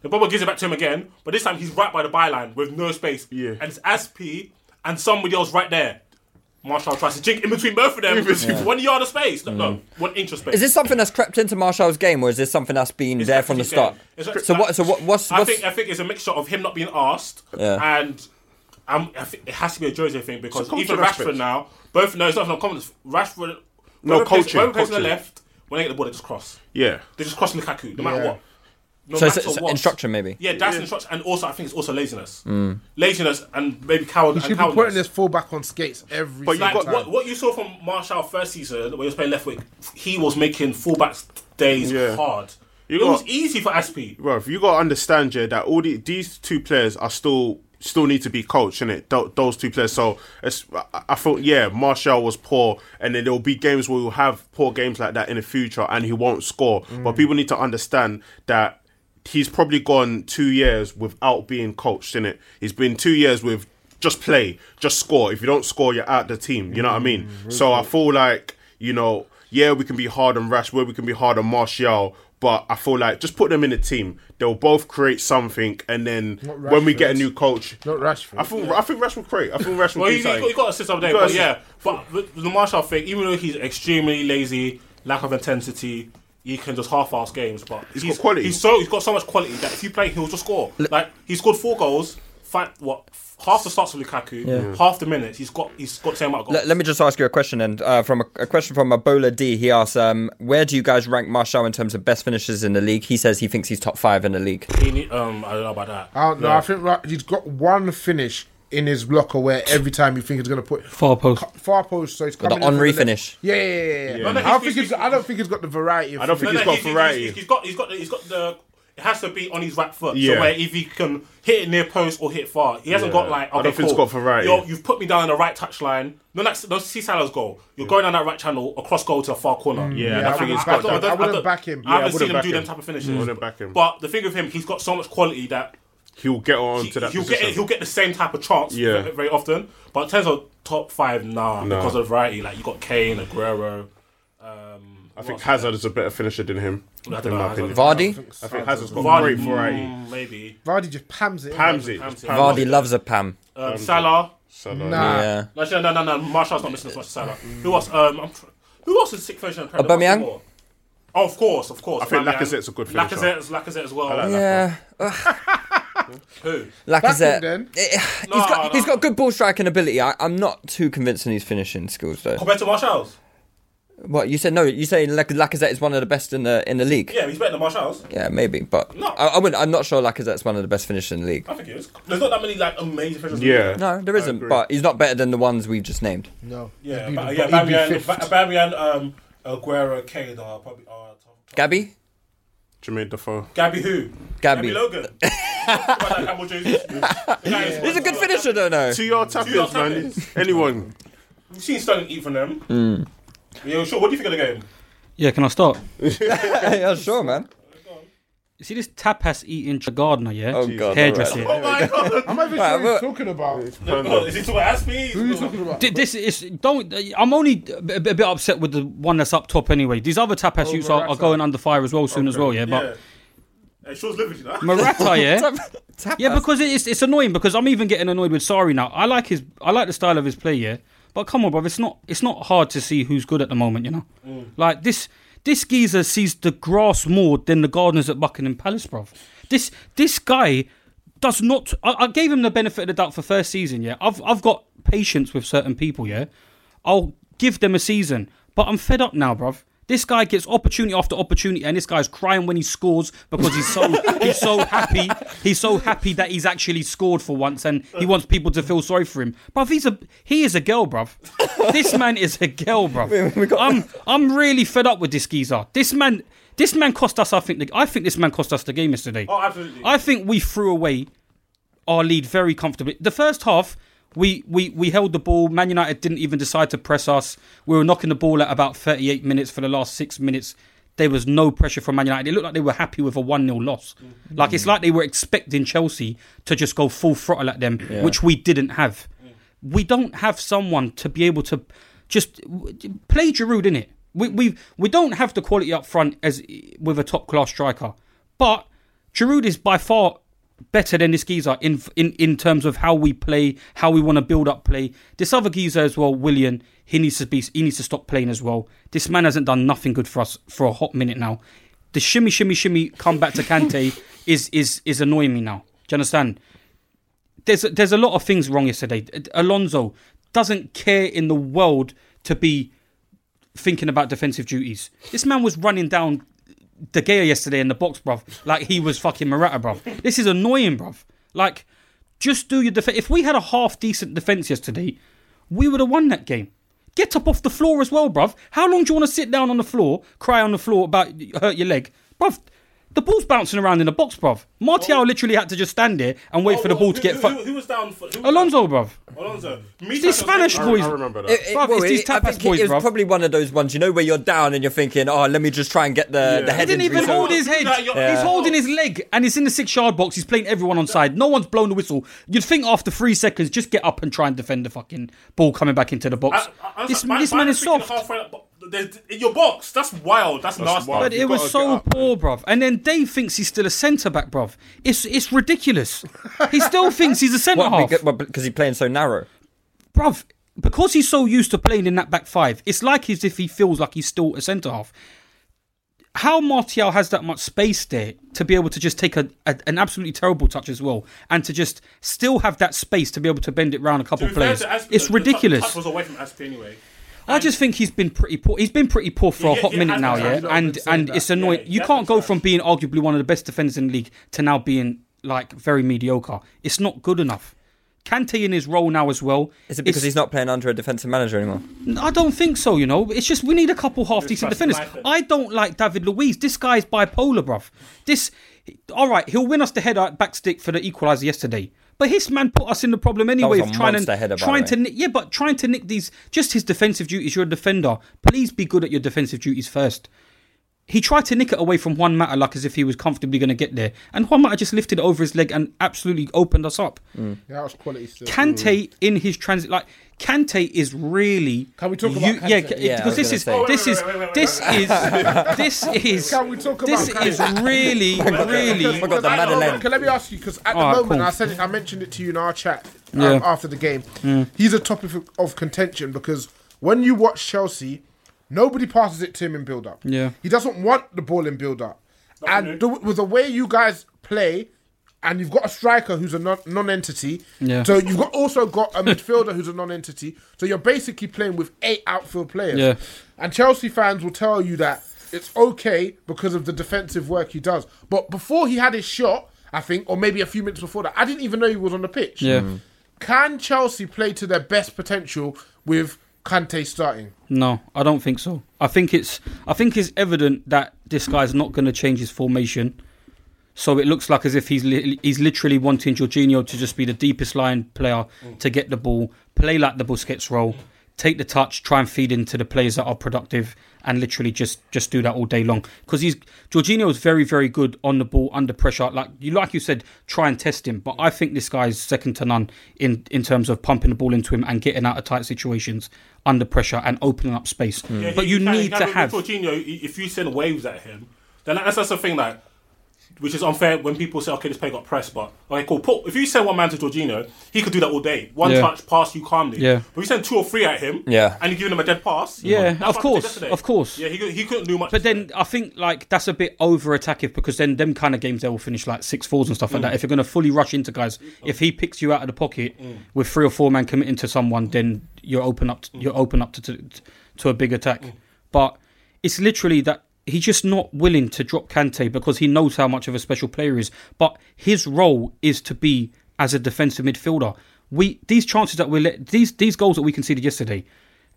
S1: The Pogba gives it back to him again, but this time he's right by the byline with no space.
S8: Yeah.
S1: and it's Aspie and somebody else right there. Marshall tries to jink in between both of them. One yard of space. No,
S8: Mm.
S1: no, one inch of space.
S4: Is this something that's crept into Marshall's game, or is this something that's been
S1: It's
S4: there from the
S1: actually there.
S4: start?
S1: It's actually-
S4: So what? So what? What's?
S1: I
S4: what's
S1: think I think it's a mixture of him not being asked
S4: Yeah.
S1: and um, I think it has to be a Jose thing because
S8: It's a cultural
S1: even Rashford
S8: aspect.
S1: now, both no, it's not from confidence. Rashford,
S8: No,
S1: whoever plays-
S8: coaching,
S1: whoever plays on the
S8: coaching.
S1: left when they get the ball, they just cross.
S8: yeah.
S1: They just cross Lukaku no matter
S5: Yeah.
S1: what. No
S4: so it's,
S1: matter
S4: it's
S1: what.
S4: instruction maybe. Mm.
S1: Yeah, that's instruction, and also I think it's also laziness, laziness, and maybe coward.
S5: He
S1: and
S5: should be putting
S1: cowardice.
S5: this fullback on skates every
S8: But you
S1: Like
S5: single
S8: got-
S5: time.
S1: what, what you saw from Marshall first season when he was playing left wing, he was making fullbacks days
S8: Yeah.
S1: hard.
S8: You
S1: it
S8: got-
S1: was easy for Aspi.
S8: Bro, you gotta understand, yeah, that all the, these two players are still still need to be coached, innit? Th- those two players. So it's, I, I thought, yeah, Martial was poor, and then there'll be games where we'll have poor games like that in the future, and he won't score.
S1: Mm.
S8: But people need to understand that he's probably gone two years without being coached, innit? He's been two years with just play, just score. If you don't score, you're out the team. You know what I mean? So I feel like you know, yeah, we can be hard on Rashford, we can be hard on Martial, but I feel like just put them in a team. They'll both create something, and then when we get a new coach,
S5: Not Rashford.
S8: I think I think Rash will create. I think Rash will
S1: Well,
S8: do
S1: he, he, got,
S8: something.
S1: he got assists other day,
S8: He got
S1: but
S8: assists.
S1: yeah. But the, the Marshall thing, even though he's extremely lazy, lack of intensity, he can just half-ass games. But he's,
S8: got quality.
S1: He's so he's got so much quality that if you play, he'll just score. Like he scored four goals. fi- what half the starts for Lukaku,
S4: Yeah.
S1: half the minutes he's got he's got the same amount of goals.
S4: Let, let me just ask you a question then. Uh, from a, a question from Abola D, he asks, um, "Where do you guys rank Martial in terms of best finishers in the league?" He says he thinks he's top five in the league.
S1: He need, um, I don't know about that.
S5: I don't know. I think right, he's got one finish in his blocker where every time you think he's going to put
S9: far post,
S5: far post, so it's
S4: With the
S5: coming in from
S4: Henri
S5: left.
S4: finish.
S5: Yeah, yeah, yeah. yeah.
S1: Yeah. No, no,
S5: I don't
S1: he's-
S5: think he's. I don't think he's got the variety. Of
S1: No, no, he's- he's- He's, he's got he's got the, he's got the. It has to be on his right foot.
S10: Yeah.
S1: So where if he can hit it near post or hit far, he hasn't
S10: Yeah.
S1: got like. Okay,
S10: I don't think he's
S1: cool.
S10: got variety.
S1: Yo, you've put me down on the right touch line. No, that's no. See Salah's goal. You're going down that right channel across goal to a far corner.
S10: Mm, yeah, Yeah, I I think wouldn't he's got back- that. I
S1: don't-
S10: wouldn't
S1: don't-
S10: back him. Yeah,
S1: I
S10: I
S1: haven't
S10: wouldn't
S1: seen him
S10: back
S1: do
S10: him. Mm.
S1: them type of finishes.
S10: I wouldn't back him.
S1: But the thing with him, he's got so much quality that
S10: He'll get on to that
S1: he'll
S10: position.
S1: get he'll get the same type of chance
S10: Yeah.
S1: ve- very often. But in terms of top five, nah,
S10: Nah.
S1: because of variety. Like you got Kane, Aguero. um,
S10: I think Hazard is a better finisher than him.
S1: I don't
S10: in
S1: know,
S10: my
S1: Hazard-
S10: opinion.
S4: Vardy?
S10: I think Hazard's got
S1: Vardy,
S10: great variety.
S1: mm, maybe.
S5: Vardy just pams it.
S10: Pams it. Pams it.
S4: Vardy loves a Pam.
S1: Um, Salah.
S10: Salah. Mm.
S5: Nah.
S4: Yeah.
S1: No, actually, no, no, no. Martial's not missing as much as Salah. Who else? Um, I'm tr- who else is sick version? of
S4: Aubameyang?
S1: Oh, of course, of course.
S10: I think
S1: Aubameyang.
S10: Lacazette's a good finisher.
S1: Lacazette's, Lacazette as well.
S4: Yeah,
S1: Who?
S4: Lacazette.
S5: then.
S4: he's got he's got good ball striking ability. I, I'm not too convinced in his finishing skills though.
S1: Compared to Martial's?
S4: What you said? No, you say Lac- Lacazette is one of the best in the in the league.
S1: Yeah, he's better than Martial's.
S4: Yeah, maybe, but
S1: No.
S4: I, I wouldn't, I'm not sure Lacazette's one of the best finishers in the league.
S1: I think he is. There's not that many like amazing finishers.
S10: Yeah.
S4: No, there isn't, but he's not better than the ones we've just named.
S5: No.
S1: Yeah,
S5: He'd be
S1: but,
S5: the-
S1: yeah.
S5: he'd be
S1: Aubameyang,
S5: fifth.
S1: Ba- Aubameyang, um, Aguero, Kane are probably uh, are top.
S4: Gabby,
S10: Jermaine Defoe.
S1: Gabby who?
S4: Gabby.
S1: Gabby Logan. What about that Gabriel Jesus? Yeah,
S4: he's a good finisher, though. No,
S10: Two yard
S1: Two yard
S10: tap-ins, man.
S1: tap-ins.
S10: Anyone.
S1: You've seen Sterling eat from them. Yeah, sure. What do you think of the game?
S9: Yeah, can I start?
S4: yeah, sure, man.
S9: You see this tapas eating Gardener, yeah?
S4: Oh, God,
S9: Hairdresser.
S1: Oh my god!
S5: I'm not even sure
S4: Right,
S5: what
S4: well-
S5: he's talking about.
S1: Oh, Is he talking about Aspie?
S5: Who are you talking about?
S9: Th- This is don't. I'm only a bit, a bit upset with the one that's up top anyway. These other tapas
S5: Oh,
S9: youths are, are
S5: Morata.
S9: going under fire as well soon as well.
S1: Yeah.
S9: Yeah, but
S1: Hey, Sean's living, you know.
S9: Morata, yeah,
S4: Tap-
S9: yeah, because it's it's annoying because I'm even getting annoyed with Sari now. I like his, I like the style of his play, yeah. But come on, bruv, it's not it's not hard to see who's good at the moment, you know. Like this this geezer sees the grass more than the gardeners at Buckingham Palace, bruv. This this guy does not. I, I gave him the benefit of the doubt for first season. Yeah, I've I've got patience with certain people. Yeah, I'll give them a season, but I'm fed up now, bruv. This guy gets opportunity after opportunity, and this guy's crying when he scores because he's so he's so happy. He's so happy that he's actually scored for once, and he wants people to feel sorry for him. Bruv, he's a he is a girl, bruv. This man is a girl, bruv. I'm I'm really fed up with this geezer. This man this man cost us. I think the, I think this man cost us the game yesterday.
S1: Oh, absolutely.
S9: I think we threw away our lead very comfortably. The first half, we, we, we held the ball. Man United didn't even decide to press us. We were knocking the ball at about 38 minutes for the last six minutes. There was no pressure from Man United. It looked like they were happy with a 1 0 loss. Like, it's like they were expecting Chelsea to just go full throttle at them, which we didn't have. We don't have someone to be able to just w- play Giroud in it. We, we, we don't have the quality up front as with a top class striker. But Giroud is by far better than this geezer in in in terms of how we play, how we want to build up play. This other geezer as well, William, he needs to be he needs to stop playing as well. This man hasn't done nothing good for us for a hot minute now. The shimmy shimmy shimmy comeback to Kante is is is annoying me now. Do you understand? There's there's a lot of things wrong yesterday. Alonso doesn't care in the world to be thinking about defensive duties. This man was running down De Gea yesterday in the box, bruv. Like he was fucking Morata, bruv. This is annoying, bruv. Like, just do your defense. If we had a half decent defense yesterday, we would have won that game. Get up off the floor as well, bruv. How long do you want to sit down on the floor, cry on the floor about you hurt your leg, bruv? The ball's bouncing around in the box, bruv. Martial literally had to just stand there and wait for the
S1: Oh,
S9: ball
S1: who-
S9: to get
S1: who,
S9: fu-
S1: who, who was down for? Who was
S9: Alonso, bruv.
S1: Alonso.
S9: These Spanish
S10: I,
S9: boys.
S10: I remember that.
S4: It, it,
S9: Bruv,
S4: well,
S9: it's these
S4: it- I
S9: tapas
S4: think
S9: boys,
S4: it, it was
S9: bruv.
S4: probably one of those ones, you know, where you're down and you're thinking, oh, let me just try and get the, the
S9: He
S4: head
S9: didn't
S4: injury.
S9: even
S4: so-
S9: hold his head.
S1: Yeah.
S9: He's holding his leg, and it's in the six-yard box. He's playing everyone on side. No one's blown the whistle. You'd think after three seconds, just get up and try and defend the fucking ball coming back into the box. this this man is soft.
S1: In your box, that's wild. That's, nasty.
S10: wild.
S9: But
S10: You've
S9: it
S10: gotta
S9: was so
S10: get up,
S9: poor, bruv. And then Dave thinks he's still a centre back, bruv. It's it's ridiculous. he still thinks he's a centre
S4: What,
S9: half,
S4: because, well, because he's playing so narrow.
S9: bruv. Because he's so used to playing in that back five, it's like as if he feels like he's still a centre half. How Martial has that much space there to be able to just take a, a- an absolutely terrible touch as well, and to just still have that space to be able to bend it round a couple of players.
S1: The
S9: It's
S1: touch
S9: ridiculous.
S1: was away from Aspi anyway.
S9: I just think he's been pretty poor. He's been pretty poor for
S1: Yeah,
S9: a
S1: yeah,
S9: hot
S1: yeah,
S9: minute
S1: I've
S9: now,
S1: been
S9: yeah,
S1: saying that.
S9: and
S1: I've been
S9: and
S1: saying
S9: it's
S1: that.
S9: annoying.
S1: Yeah,
S9: you
S1: yeah,
S9: can't go from being arguably one of the best defenders in the league to now being like very mediocre. It's not good enough. Kante in his role now as well.
S4: Is it because
S9: it's-
S4: he's not playing under a defensive manager anymore?
S9: I don't think so, you know. It's just we need a couple half decent
S4: trust
S9: defenders.
S4: Leipzig.
S9: I don't like David Luiz. This guy's bipolar, bruv. This, all right, he'll win us the header at back stick for the equaliser yesterday. But his man put us in the problem anyway.
S4: was
S9: of
S4: a
S9: trying
S4: monster
S9: to,
S4: header, by the
S9: trying
S4: way.
S9: to, nick, yeah, but trying to nick these just his defensive duties. You're a defender. Please be good at your defensive duties first. He tried to nick it away from Juan Mata like as if he was comfortably going to get there, and Juan Mata just lifted it over his leg and absolutely opened us up.
S4: Mm.
S5: Yeah, that was quality still.
S9: Kante
S5: Mm.
S9: in his transit, like Kante is really. Can we
S5: talk about
S9: Yeah,
S5: Kante?
S9: ca-
S5: Yeah, I
S9: because
S5: was
S9: this
S5: gonna say.
S9: is this is this is this is.
S5: Can we talk about
S9: this is
S5: Kante?
S9: really really.
S5: Can let me ask you because at the
S9: Alright,
S5: moment
S9: cool.
S5: I said it, I mentioned it to you in our chat um,
S9: Yeah. Mm.
S5: after the game. He's a topic of, of contention because when you watch Chelsea, nobody passes it to him in build up.
S9: Yeah.
S5: he doesn't want the ball in build up, and the, with the way you guys play. And you've got a striker who's a non- non-entity.
S9: Yeah.
S5: So you've got also got a midfielder who's a non-entity. So you're basically playing with eight outfield players.
S9: Yeah.
S5: And Chelsea fans will tell you that it's okay because of the defensive work he does. But before he had his shot, I think, or maybe a few minutes before that, I didn't even know he was on the pitch.
S9: Yeah. Mm.
S5: Can Chelsea play to their best potential with Kante starting?
S9: No, I don't think so. I think it's I think it's evident that this guy's not going to change his formation. So it looks like as if he's li- he's literally wanting Jorginho to just be the deepest line player
S1: Mm.
S9: to get the ball, play like the Busquets role, take the touch, try and feed into the players that are productive, and literally just just do that all day long. Because he's Jorginho is very very good on the ball under pressure. Like you like you said, try and test him. But I think this guy's second to none in in terms of pumping the ball into him and getting out of tight situations under pressure and opening up space.
S1: Yeah,
S9: But
S1: he-
S9: you
S1: he can- he
S9: need
S1: can
S9: to
S1: with
S9: have
S1: Jorginho, i- if you send waves at him, then that's, that's the thing that, which is unfair when people say, okay, this player got pressed, but okay, cool. Put, if you send one man to Jorginho, he could do that all day. One
S9: Yeah.
S1: touch, pass you calmly.
S9: Yeah.
S1: But you send two or three at him,
S9: Yeah.
S1: and you give him a dead pass. That's
S9: Yeah, of
S1: what happened
S9: course,
S1: yesterday.
S9: of course.
S1: Yeah, he, could- he couldn't do much.
S9: But then I think like that's a bit over attackive because then them kind of games they will finish like six fours and stuff like
S1: Mm.
S9: that. If you're going to fully rush into guys, if he picks you out of the pocket
S1: Mm.
S9: with three or four man committing to someone, then you're open up.
S1: Mm.
S9: You're open up to to, to a big attack. But it's literally that he's just not willing to drop Kante because he knows how much of a special player he is. But his role is to be as a defensive midfielder. We these chances that we let these these goals that we conceded yesterday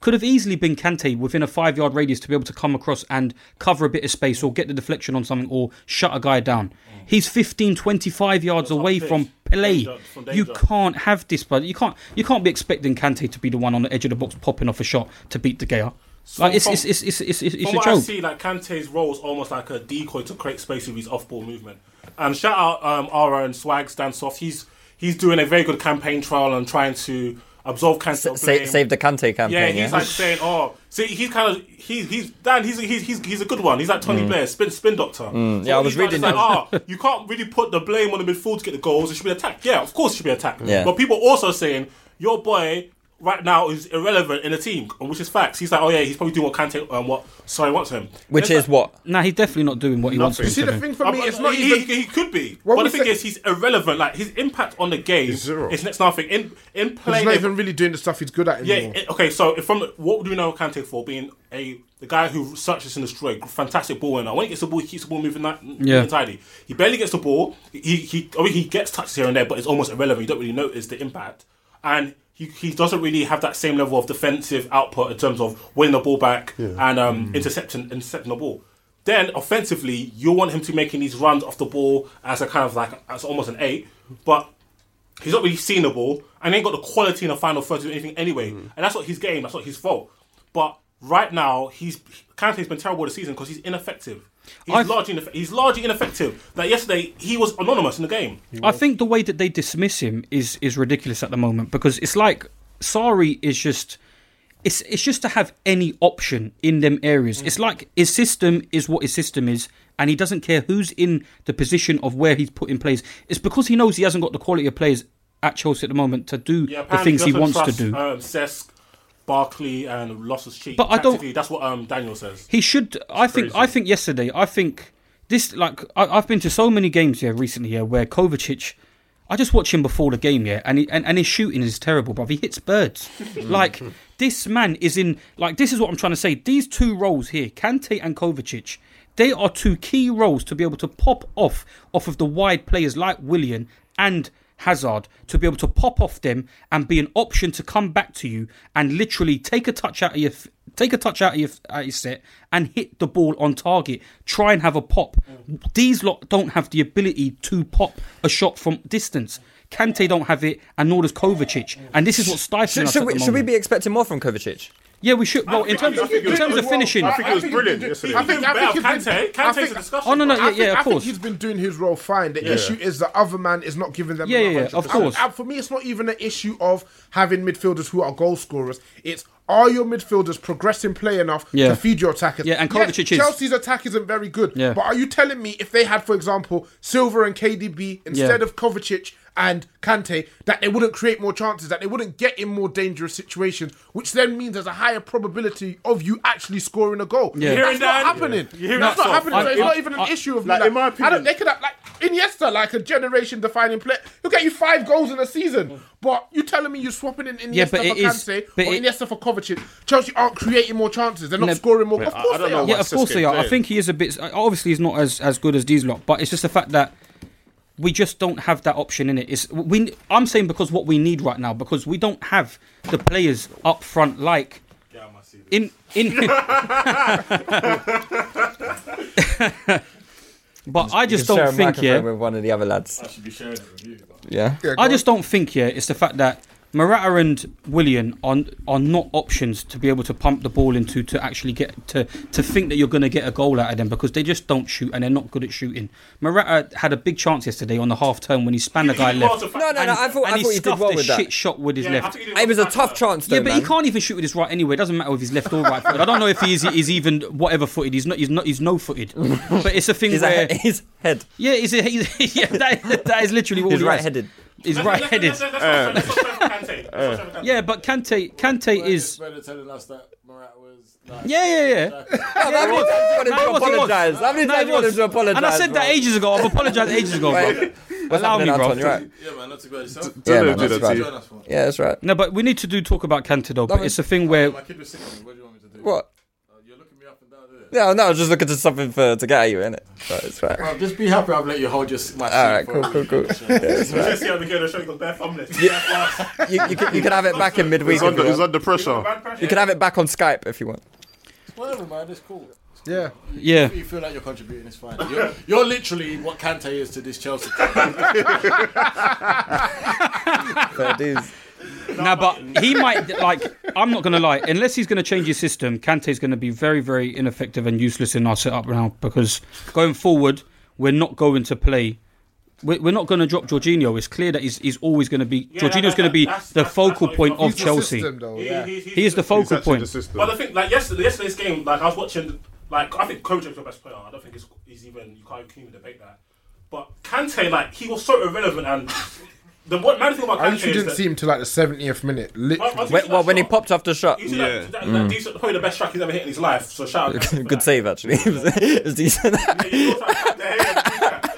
S9: could have easily been Kante within a five yard radius to be able to come across and cover a bit of space or get the deflection on something or shut a guy down. He's 15, 25 yards away from play. You can't have this, but you can't you can't be expecting Kante to be the one on the edge of the box popping off a shot to beat the Gea. Like it's
S1: from-
S9: it's it's it's it's, it's,
S1: from
S9: a
S1: what I
S9: joke.
S1: see, like Kante's role is almost like a decoy to create space with his off-ball movement. And shout out um, Ara and Swag Stansoft. He's he's doing a very good campaign trial and trying to absolve Kante. of blame.
S4: Save, save the Kante campaign.
S1: Yeah, he's like saying, "Oh, see, he's kind of he's he's Dan. He's he's he's, he's a good one. He's like Tony
S4: Mm.
S1: Blair, spin spin doctor.
S4: Mm,
S1: So
S4: yeah, I
S1: what
S4: was
S1: he's like,
S4: reading
S1: he's
S4: that.
S1: Like, oh, you can't really put the blame on the midfield to get the goals. It should be attacked. Yeah, of course it should be attacked.
S4: Yeah.
S1: But people also saying your boy right now is irrelevant in the team, which is facts. He's like, oh yeah, he's probably doing what Kante um, what sorry wants him,
S9: Which
S1: is
S4: what?
S9: Nah, he's definitely not doing what he wants him
S1: Nothing.
S9: to do.
S5: for me, it's not
S1: Uh, he,
S5: even-
S1: he, he could be.
S5: What
S1: but
S5: we
S1: the thing
S5: say-
S1: is, he's irrelevant. Like his impact on the game is next to nothing. In in
S5: He's
S1: playing,
S5: not even really doing the stuff he's good at
S1: yeah.
S5: anymore.
S1: it- okay. So if from what do we know Kante for being a the guy who searches and destroys, fantastic ball winner. When he gets the ball, he keeps the ball moving that
S9: Yeah.
S1: entirely. He barely gets the ball. He he. I mean, he gets touches here and there, but it's almost irrelevant. You don't really notice the impact, and he, he doesn't really have that same level of defensive output in terms of winning the ball back and um,
S9: Mm.
S1: intercepting intercepting the ball. Then offensively, you want him to making these runs off the ball as a kind of like as almost an eight, but He's not really seen the ball, and he ain't got the quality in the final third to do anything anyway.
S9: Mm.
S1: And that's not his game. That's not his fault. But right now, he's Kante's been terrible this season because he's ineffective. He's largely ineff- he's largely ineffective. Like yesterday, he was anonymous in the game.
S9: I think the way that they dismiss him is is ridiculous at the moment because it's like sorry is just it's it's just to have any option in them areas. It's like his system is what his system is, and he doesn't care who's in the position of where he's put in plays. It's because he knows he hasn't got the quality of players at Chelsea at the moment to do the
S1: apparently
S9: things he
S1: doesn't
S9: wants to
S1: trust, uh,
S9: do.
S1: Um, Cesc, Barkley and lost his cheek.
S9: But I don't-
S1: Tactically, That's what um, Daniel says.
S9: He should. I think. I think yesterday. I think this. Like I, I've been to so many games here recently here where Kovacic. I just watch him before the game here, and he, and, and his shooting is terrible, bruv. He hits birds. like this man is in. Like this is what I'm trying to say. These two roles here, Kante and Kovacic. They are two key roles to be able to pop off off of the wide players like Willian and Hazard to be able to pop off them and be an option to come back to you and literally take a touch out of your f- take a touch out of your, f- out of your set and hit the ball on target. Try and have a pop. These lot don't have the ability to pop a shot from distance. Kante don't have it, and nor does Kovacic. And this is what's stifling
S4: Should,
S9: us
S4: should
S9: at the
S4: we, should we
S9: moment.
S4: be expecting more from Kovacic?
S9: Yeah, we should. Well, in terms, in terms of finishing,
S1: I think- I think he's been- Kante's a discussion.
S9: Oh, no, no,
S5: I
S9: yeah,
S5: think-
S9: yeah, of
S5: I think
S9: course.
S5: he's been doing his role fine. The
S9: Yeah.
S5: issue is the other man is not giving them.
S9: Yeah, yeah, yeah, of
S5: 100%.
S9: course.
S5: And for me, it's not even an issue of having midfielders who are goal scorers. It's are your midfielders progressing play enough
S9: Yeah.
S5: to feed your attackers?
S9: Yeah, and
S5: Yes,
S9: Kovacic is-
S5: Chelsea's attack isn't very good.
S9: Yeah.
S5: But are you telling me if they had, for example, Silver and KDB instead
S9: Yeah.
S5: of Kovacic and Kante, that they wouldn't create more chances, that they wouldn't get in more dangerous situations, which then means there's a higher probability of you actually scoring a goal.
S9: Yeah. Hearing
S5: That's not
S9: that?
S5: happening.
S9: Yeah. You hearing
S5: That's not
S9: that song?
S5: happening. so
S9: I-
S5: it's
S9: I-
S5: not even an
S9: I-
S5: issue of
S11: like,
S5: me.
S11: in my
S5: I don't,
S11: opinion-
S5: they could have like Iniesta, like a generation defining player. He'll get you five goals in a season. But you telling me you're swapping in Iniesta
S9: Yeah,
S5: for
S9: but it is-
S5: Kante
S9: but
S5: or
S9: it-
S5: Iniesta for Kovacic? Chelsea aren't creating more chances. They're not
S9: No.
S5: scoring more. Of course they are.
S9: Yeah, of course they are. I think he is a bit. Obviously, he's not as, as good as these lot, but it's just the fact that we just don't have that option in it. It's we. I'm saying because what we need right now because we don't have the players up front like in in. but I just
S4: You can share a
S9: don't think
S4: microphone
S9: yeah.
S4: With one of the other lads.
S1: I should be sharing it with you.
S4: Yeah.
S9: I just don't think yeah. It's the fact that Morata and Willian are are not options to be able to pump the ball into to actually get to to think that you're going to get a goal out of them because they just don't shoot and they're not good at shooting. Morata had a big chance yesterday on the half turn when he spanned the guy left.
S4: No, no, no.
S9: And-
S4: I thought,
S9: and
S4: I thought he did
S9: scuffed
S4: well
S9: a
S4: with that.
S9: shit shot with his left.
S4: It was a tough chance, though.
S9: yeah, but
S4: man.
S9: he can't even shoot with his right anyway. It doesn't matter if he's left or right footed. I don't know if he is, is even whatever footed. He's not. He's not. He's no footed. But it's a thing
S4: His
S9: where
S4: he- his head.
S9: Yeah, he's, a, he's yeah. That, that is literally what
S4: He's
S9: he has.
S4: right-headed.
S9: He's right headed. Yeah, but Kante. Kante is.
S12: Better telling us that Morata was. Like,
S9: Yeah, yeah, yeah.
S4: How many times do you want him to
S9: No, it was, it was.
S4: apologise? How many
S9: No,
S4: times
S9: it
S4: do you want him
S9: was.
S4: to apologise?
S9: And I said that
S4: bro?
S9: ages ago. I've apologised ages ago, bro.
S4: Wait, what's
S9: Allow me,
S4: happening,
S9: bro.
S4: Anton? You're right.
S12: Yeah, man, not to go yourself.
S4: Yeah,
S11: Don't
S4: man,
S11: do
S4: that's
S11: that to
S4: right.
S12: you.
S4: Yeah, that's right.
S9: No, but we need to do talk about Kante though. But it's a thing where
S12: My kid was sick of me. What do you want me to do?
S4: What?
S12: Uh, you're looking me up and down there.
S4: No, no, I was just looking for something for to get at you, innit? Right, that's right.
S12: Bro, just be happy I've let you hold your s- my seat.
S4: All right,
S12: for
S4: cool,
S12: a
S4: cool,
S12: week.
S4: cool. Yeah, that's
S1: You should
S4: right.
S1: see how the girl is showing got bare thumbnails. Yeah.
S4: You, you, can, you can have it back in midweek.
S11: He's under,
S4: if you
S11: he's
S4: want.
S11: under pressure.
S4: You can have it back on Skype if you want.
S12: Whatever, man. It's cool.
S5: Yeah.
S9: yeah.
S12: If you feel like you're contributing, it's fine. You're, you're literally what Kante is to this Chelsea team.
S4: Fair dues.
S9: Nah, but he might like. I'm not gonna lie. Unless he's gonna change his system, Kante's gonna be very, very ineffective and useless in our setup now because going forward, we're not going to play. We're we're not going to drop Jorginho. It's clear that he's, he's always going to be
S1: Yeah,
S9: Jorginho's
S1: that-
S9: going to be
S1: that's-
S9: the
S1: that's-
S9: focal
S1: that's what
S9: point
S1: he's-
S9: of
S1: he's the
S9: Chelsea.
S5: System, though,
S1: He-
S5: yeah.
S1: he's- he's-
S9: He is the focal
S11: He's actually the
S9: point.
S11: system.
S1: But I think like yesterday, yesterday's game, like I was watching, like I think Kovacic was the best player. I don't think it's, he's even you can't even debate that. But Kante, like he was so irrelevant, and the what mad thing about
S5: I
S1: Kante
S5: literally
S1: is
S5: didn't
S1: that,
S5: see him till like the 70th minute. Literally.
S1: Well,
S4: Well, when he popped off the shot.
S1: He's yeah. that, that, that decent, probably the best track he's ever hit in his life. So shout out. to Kante for
S4: Mm. Good
S1: that.
S4: save, actually. It was, it was decent.
S1: He was like, "What the hell?"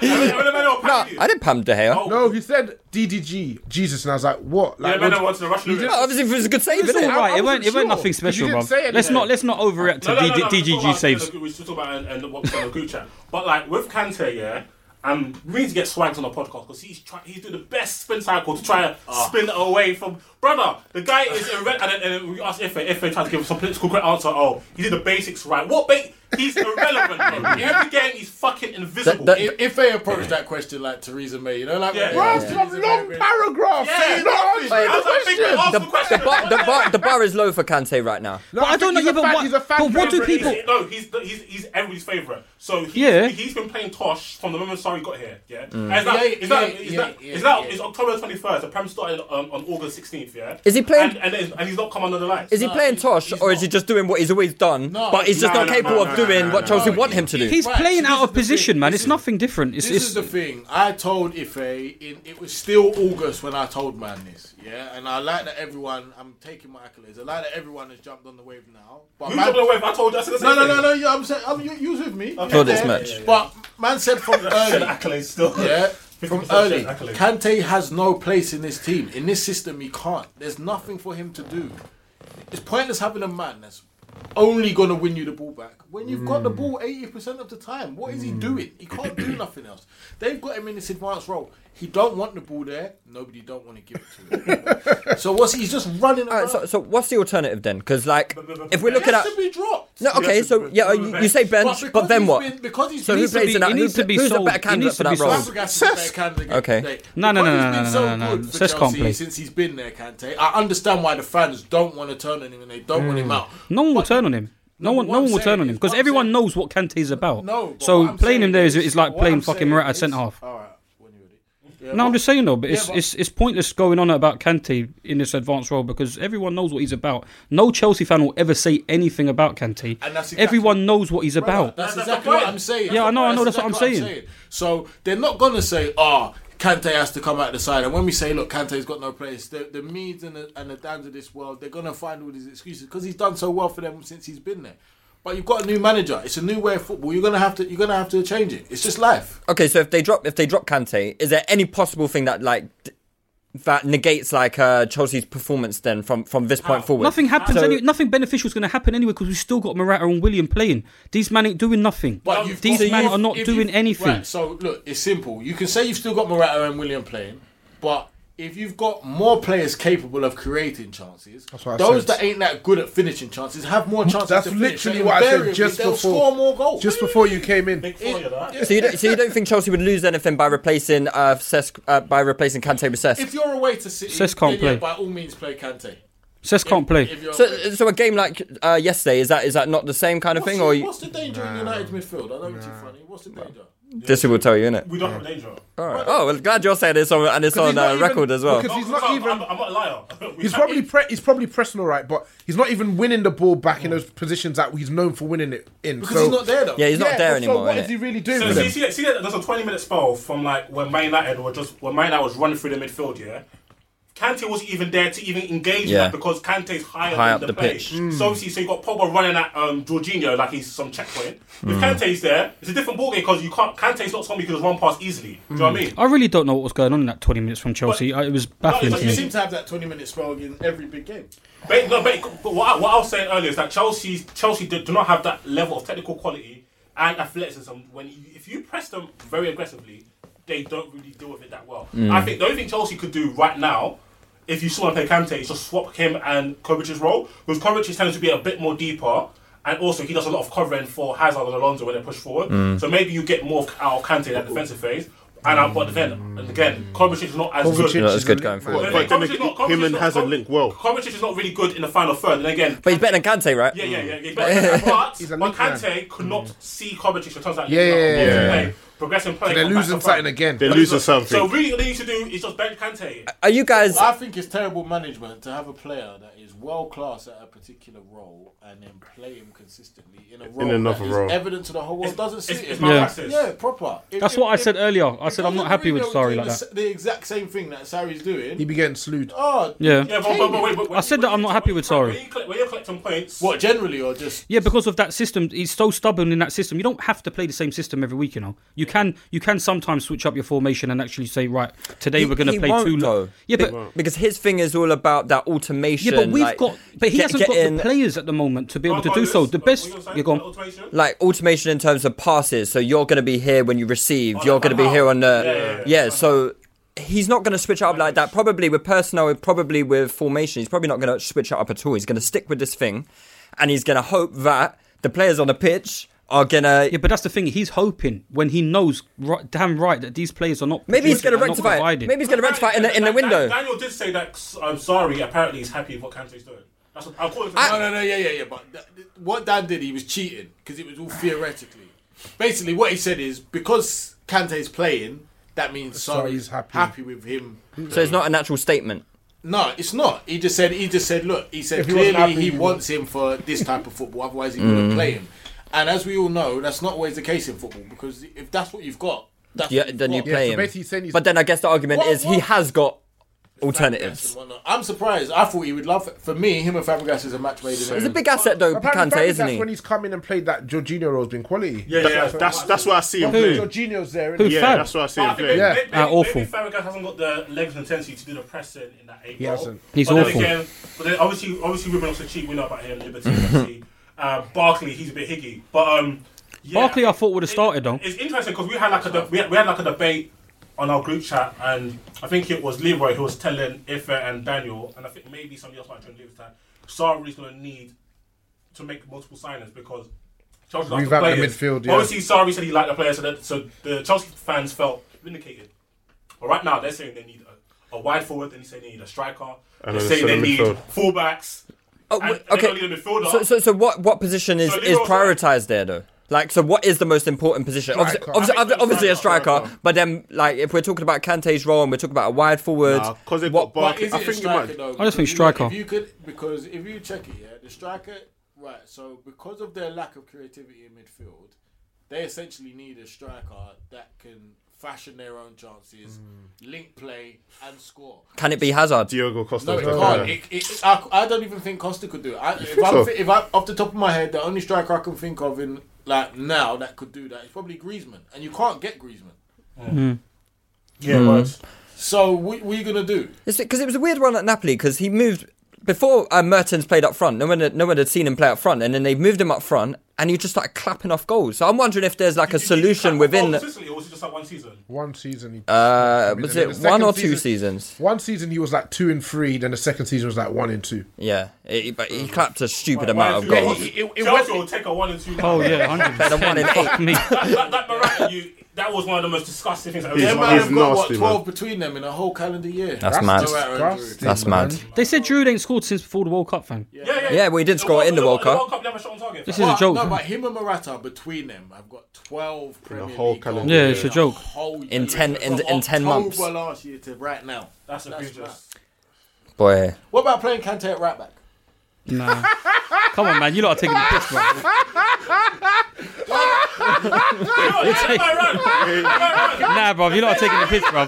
S1: And then- and then Manuel
S4: No,
S1: packed you. Oh,
S4: I didn't pump De Gea.
S5: No, he said DDG, Jesus, and I was like, what?
S1: Yeah,
S5: Like,
S1: Manuel
S5: what-
S1: wants to rush
S5: He
S1: Lewis.
S5: didn't-
S4: Obviously, if it was a good save,
S5: It's
S4: innit?
S5: all
S9: All right,
S5: I
S9: it
S5: wasn't
S9: weren't it weren't
S5: sure,
S9: nothing
S5: 'cause you
S9: special,
S5: didn't
S9: bro.
S5: say
S9: Let's
S5: anything.
S9: not let's not overreact to
S1: No, no, no, no, we'll
S9: DG
S1: talk about
S9: DGG
S1: it
S9: saves.
S1: in the- We should talk about it and what's on the group chat. But like with Kante, yeah, and we need to get swagged on the podcast because he's try- he's doing the best spin cycle to try and
S5: Ah.
S1: spin away from brother. The guy is in red, and then, and then we asked Ife. Ife tried to give us a political correct answer. Oh, he did the basics right. What? Ba- he's irrelevant. bro. Every game he's fucking invisible.
S4: That-
S12: if, if they approach that question like Theresa May, you know, like
S1: Yeah.
S12: when-
S1: Bro,
S12: Theresa
S5: Some
S12: May-
S5: long paragraph.
S1: yeah,
S5: Not
S1: nothing.
S5: answering
S1: I was like, big man, ask
S4: The,
S1: the question.
S4: the, bar, the, bar, the bar is low for Kante right now.
S5: No,
S9: But I
S5: think
S9: don't know.
S5: he's
S9: Yeah,
S5: a
S9: but
S5: fan- he's a
S9: what?
S5: fan
S9: But what do
S5: favourite.
S9: people?
S1: He's- no, he's, the- he's he's everybody's favorite. So he's,
S9: Yeah.
S1: he's been playing Tosh from the moment Sari got here. Yeah, And it's
S12: Yeah,
S1: now
S12: yeah,
S1: it's now
S12: yeah,
S1: it's
S12: yeah,
S1: now-
S12: yeah,
S1: it's now-
S12: yeah.
S1: it's October twenty first. The prem started um, on August 16th
S9: 18th, yeah?
S4: Is he playing-
S9: And, and, it's- and he's not come under the lights.
S4: Is he playing Tosh or is he just doing what he's always done?
S9: No.
S4: but he's just
S9: No,
S4: not
S9: no,
S4: capable
S9: no,
S4: of
S9: no,
S4: doing
S9: no,
S4: what
S9: no,
S4: Chelsea
S9: no.
S4: want him to do.
S1: He's
S5: Right,
S1: playing
S5: this
S1: out
S5: is
S1: of
S5: the
S1: position,
S5: thing.
S1: man.
S5: This
S1: It's nothing different. It's,
S5: this
S1: it's
S5: is the thing. I told Ife in it was still August when I told man this. Yeah, and I like that everyone. I'm taking my accolades. I like that everyone has jumped on the wave now.
S9: Who's
S5: man-
S9: jumped on the wave? I told you, I said the
S5: no, no,
S9: same
S5: no,
S9: thing.
S5: no. You, I'm saying, I'm, you, you was with me.
S9: Okay. Told this
S5: Yeah.
S9: much. Yeah, yeah,
S5: But man said from early
S9: accolades still.
S5: Yeah. From
S9: 50%
S5: early,
S9: accolades.
S5: Kante has no place in this team. In this system, he can't. There's nothing for him to do. It's pointless having a man that's only going to win you the ball back when you've got the ball 80% of the time. What is he doing? He can't do nothing else. They've got him in this advanced role. He don't want the ball there. Nobody don't want to give it to him. so what's he's just running
S4: around? so, so what's the alternative then? Because like, if we're looking
S5: he
S4: at
S5: has to be dropped.
S4: no, okay, so yeah, you, you say bench, but,
S5: because
S4: then
S5: he's
S4: what?
S5: been- because he's
S4: so
S5: been-
S4: who plays in that? Who, who's a better candidate for that role?
S5: Fabregas is a better candidate.
S4: Okay.
S1: No, no, no, no,
S5: Because he's
S1: no,
S5: been
S1: no, no,
S5: so
S1: no.
S5: good for
S1: Cesc can't
S5: Chelsea
S1: play.
S5: since he's been there, Kante. I understand why the fans don't want to turn on him and they don't want him out.
S1: Mm. No one will turn on him. No one, no one will turn on him because everyone knows what Kante is about. No, so playing him there is, is like playing fucking Morata centre half. no, I'm just saying though, but, it's, it's it's pointless going on about Kante in this advanced role because everyone knows what he's about. No Chelsea fan will ever say anything about Kante.
S5: And that's exactly-
S1: everyone knows what he's about.
S5: That's exactly what I'm saying.
S1: Yeah, I know, I know, Oh, that's what I'm
S5: exactly
S1: saying.
S5: So they're not going to say, oh, Kante has to come out the side. And when we say, look, Kante's got no place, the, the Meads and the, and the Dans of this world, they're going to find all these excuses because he's done so well for them since he's been there. But you've got a new manager. It's a new way of football. You're gonna have to. You're gonna have to change it. It's just life.
S4: Okay, so if they drop if they drop Kante, is there any possible thing that like d- that negates like uh, Chelsea's performance then from from this point forward?
S1: Nothing happens.
S4: So-
S1: Any, nothing beneficial is going to happen anyway because we still got Morata and William playing. These men ain't doing nothing.
S5: you've
S1: These
S5: got-
S1: men
S5: if-
S1: are not
S5: if
S1: doing
S5: you've-
S1: anything.
S5: Right, so look, it's simple. You can say you've still got Morata and William playing, but if you've got more players capable of creating chances,
S13: what I
S5: those
S13: said.
S5: that ain't that good at finishing chances have more chances.
S13: That's
S5: to finish.
S13: literally
S5: So
S13: what I
S5: invariably,
S13: said just
S5: they'll
S13: before.
S5: Score more goals.
S13: Just before you came in.
S4: So you, don't, so you don't think Chelsea would lose anything by replacing uh, Cesc, uh by replacing Kante with Cesc?
S5: If you're away to City,
S4: Cesc can't
S5: then yeah,
S4: play.
S5: by all means play Kante.
S1: Cesc can't play.
S5: If you're
S4: So, so a game like uh, yesterday is that is that not the same kind of
S5: what's,
S4: thing?
S5: the,
S4: Or you-
S5: what's the danger in United midfield? I know it's too funny. What's the danger?
S4: this will tell you, innit?
S9: We don't have a danger.
S4: All right. Oh, well, glad you're saying this on, and it's
S13: Because he's
S4: on
S13: not
S4: uh,
S13: even-
S4: record as well.
S13: because he's
S9: not even. I'm, I'm not a liar.
S13: He's probably pre- he's probably pressing all right, but he's not even winning the ball back in those positions that he's known for winning it in.
S9: Because
S13: so-
S9: he's not there, though. Yeah, he's not there
S13: so
S9: anymore,
S13: what
S9: innit?
S13: is he really doing?
S9: So
S13: with
S9: see,
S13: them?
S9: see, that- see that there's a 20 minute spell from like when Man United were just when Man United was running through the midfield, yeah. Kante wasn't even there to even engage in
S4: Yeah.
S9: that because Kante's higher
S4: High
S9: in
S4: up
S9: the,
S4: the
S9: play.
S4: pitch. Mm.
S9: So obviously, so you got Pogba running at um, Jorginho like he's some checkpoint.
S4: Mm.
S9: If Kante's there, it's a different ballgame because you can't. Kante's not somebody who can just run past easily. Do you know what
S4: Mm.
S9: I mean?
S1: really don't know what was going on in that 20 minutes from Chelsea. I- it was baffling
S5: But
S1: to
S5: you
S1: me.
S5: seem to have that 20 minute spell in every big game.
S9: But, no, but, but what, I, what I was saying earlier is that Chelsea Chelsea do, do not have that level of technical quality and athleticism. When you, if you press them very aggressively, they don't really deal with it that well.
S14: Mm.
S9: I think the only thing Chelsea could do right now, if you still want to play Kante, is just swap him and Kovacic's role because Kovacic tends to be a bit more deeper. And also, he does a lot of covering for Hazard and Alonso when they push forward.
S14: Mm.
S9: So maybe you get more out of Kante in that defensive phase. And out, but then and again, Kovacic is not as
S4: Kovacic
S9: good.
S4: Not as good going forward.
S14: But then
S9: Kovacic is not- Kovacic
S14: him
S9: is
S14: and
S9: not-
S14: Hazard link well.
S9: Kovacic is not really good in the final third, and again,
S4: But he's better than Kante, right?
S9: yeah, yeah, yeah. yeah. But, but, but Kante could not see Kovacic returns that
S4: Yeah,
S9: link up,
S4: yeah,
S9: progress
S4: yeah,
S9: in
S4: yeah.
S9: play, progress in play.
S13: So they're
S9: come back
S13: losing
S9: to front.
S13: something again.
S14: They're losing something.
S9: So really, what they need to do is just bench Kante.
S4: Are you guys?
S5: I think it's terrible management to have a player that is world class at a particular role and then play him consistently in a role
S14: another
S5: that is
S14: role.
S5: evident to the whole world. Doesn't suit
S9: it's
S5: him.
S1: malpractice.
S5: yeah, proper. If-
S1: That's
S5: if-
S1: what I
S5: if
S1: said earlier. I said I'm not happy with
S5: Mourinho's
S1: Sarri
S5: doing
S1: like
S5: the
S1: that.
S5: s- The exact same thing that Sarri's doing.
S13: He be getting slewed.
S5: Oh,
S1: Yeah.
S5: but- but- but wait,
S1: I said that I'm not happy with Sorry.
S9: When you're collecting points,
S5: What generally or just
S1: Yeah, because of that system, he's so stubborn in that system. You don't have to play the same system every week, you know. You can you can sometimes switch up your formation and actually say, right, today
S4: He-
S1: we're going
S4: he
S1: to play
S4: won't,
S1: two
S4: though.
S1: low. Yeah,
S4: Be-
S1: but
S4: because his thing is all about that automation.
S1: yeah, but we've
S4: like,
S1: got, but he
S4: get-
S1: hasn't got
S4: getting-
S1: the players at the moment to be able to do so. The best, you're gone.
S4: like automation in terms of passes. So you're going to be here when you receive. you're going to be here on the yeah. so he's not going to switch up like that. Probably with personnel. Probably with formation. He's probably not going to switch it up at all. He's going to stick with this thing, and he's going to hope that the players on the pitch are going to.
S1: Yeah, but that's the thing. He's hoping when he knows right, damn right that these players are not.
S4: Maybe he's
S1: producing
S4: going to
S1: and not
S4: rectify it.
S1: providing.
S4: Maybe he's going to rectify it in the in the window.
S9: Daniel did say that. I'm sorry. Apparently, he's happy with what Kante's doing. That's what I'll call it.
S4: Ah,
S5: no, no, no, yeah, yeah, yeah. But th- th- what Dan did, he was cheating because it was all theoretically. Basically, what he said is because Kante's playing, that means
S4: So
S5: sorry,
S4: he's happy.
S5: happy with him.
S4: So it's not an actual statement.
S1: No, it's not. He just said. He just said. Look, he said
S5: If he wasn't
S1: clearly
S5: happy,
S1: he
S5: he
S1: wants him for this type of football. Otherwise, he wouldn't
S4: Mm.
S1: play him. And as we all know, that's not always the case in football because if that's what you've got, that's
S4: yeah,
S1: what you've
S4: then you
S1: got.
S4: play him. But then I guess the argument
S1: What-
S4: is he
S1: what-
S4: has got alternatives.
S1: and whatnot. uh, I'm surprised. I thought he would love. For me, him and Fabregas is a match made in
S4: It's
S1: heaven.
S4: a big asset though,
S5: Apparently,
S4: Kante, isn't
S5: that's
S4: he?
S5: when he's come in and played that Jorginho role's been quality.
S15: Yeah, yeah, that's- that's- that's where I see him
S5: Who?
S15: play.
S5: Jorginho's there.
S15: Who, Yeah, Fab? that's where I see him
S9: I think
S15: play.
S9: maybe,
S15: Yeah.
S9: maybe,
S15: Ah,
S9: maybe
S15: awful.
S9: Fabregas hasn't got the legs and intensity to do the pressing in that eight.
S15: He
S9: role.
S15: hasn't.
S9: But
S7: He's
S9: then
S7: awful.
S9: Again, but then obviously, obviously, Ruben also cheap. We know about him. Liberty, obviously. uh, Barkley, he's a bit higgy. But um,
S7: Barkley, I thought would have started though.
S9: it's interesting because we had like a de- we had, we had like a debate on our group chat, and I think it was Leroy who was telling Ife and Daniel, and I think maybe somebody else might join Leroy's time. Sarri's going to need to make multiple signings because Chelsea like
S5: Revamp the
S9: players.
S5: midfield, yeah.
S9: Obviously, Sarri said he liked the players, so, that, so the Chelsea fans felt vindicated. But right now, they're saying they need a, a wide forward, then they say they need a striker,
S15: And
S9: they're
S15: then
S9: saying
S15: a
S9: they
S15: centre
S9: need
S15: midfield.
S9: fullbacks.
S4: Oh,
S9: and, and
S4: okay.
S9: they need a midfielder.
S4: So, so, so what, what position is,
S9: So
S4: is
S9: Leroy's
S4: prioritized there though? Like, so what is the most important position? Obviously,
S15: Striker.
S4: obviously,
S15: I think
S4: obvi- obviously a striker, but then, like, if we're talking about Kante's role and we're talking about a wide forward,
S15: Nah, Uh, 'cause they've got
S4: what-
S15: Barkley. I think you might-
S1: though,
S7: I just think
S1: because you-
S7: striker.
S1: If you could, because if you check it, yeah, the striker, right? So because of their lack of creativity in midfield, they essentially need a striker that can fashion their own chances, link play, and score.
S4: Can it be Hazard?
S15: Diogo Costa.
S1: No, it can't. It, it, ah, it- I, I don't even think Costa could do it. I, if,
S15: think
S1: I'm,
S15: so?
S1: thi- if I, off the top of my head, the only striker I can think of in like now that could do that is probably Griezmann, and you can't get Griezmann.
S7: Mm.
S9: Yeah,
S4: Mm.
S1: So what, what are you gonna do?
S4: Because it was a weird one at Napoli because he moved before uh, Mertens played up front. No one, had, no one had seen him play up front, and then they moved him up front, and he just started clapping off goals. So I'm wondering if there's like a solution within.
S9: Oh, consistently, or was it just like one season?
S5: One season. He,
S4: Uh, was
S5: then
S4: it
S5: the
S4: one
S5: second
S4: or two
S5: season-
S4: seasons?
S5: One season he was like two and three, then the second season was like one and two.
S4: Yeah, he, but he clapped a stupid
S9: One
S4: amount
S9: and
S4: of
S9: two.
S4: goals.
S9: Chelsea will take a one and two.
S4: Oh, yeah, 100%. Better one and eight.
S9: That, that, that Morata, you, that was one of the most disgusting things I've
S1: Them
S9: ever
S1: man
S9: seen.
S1: have got what twelve between them in a whole calendar year.
S4: That's, mad.
S1: Morata and Giroud.
S4: That's mad.
S7: They said Drew ain't scored since before the World Cup, fam.
S4: Yeah, well, he did score in the World Cup.
S7: This is a
S1: Well,
S7: joke.
S1: No,
S7: fam.
S1: but him and Morata between them, I've got twelve Premier
S4: whole
S1: League
S4: calendar
S1: goals
S4: Yeah, it's
S1: in
S4: a joke.
S1: whole
S4: In
S1: year.
S4: ten- in-
S1: From
S4: in 10 months.
S1: October last year to right now. That's a outrageous.
S4: Boy,
S1: What about playing Kante at right back?
S7: Nah. Come on, man. You lot are taking the piss, man. Nah, bro, you're not taking the piss, bro.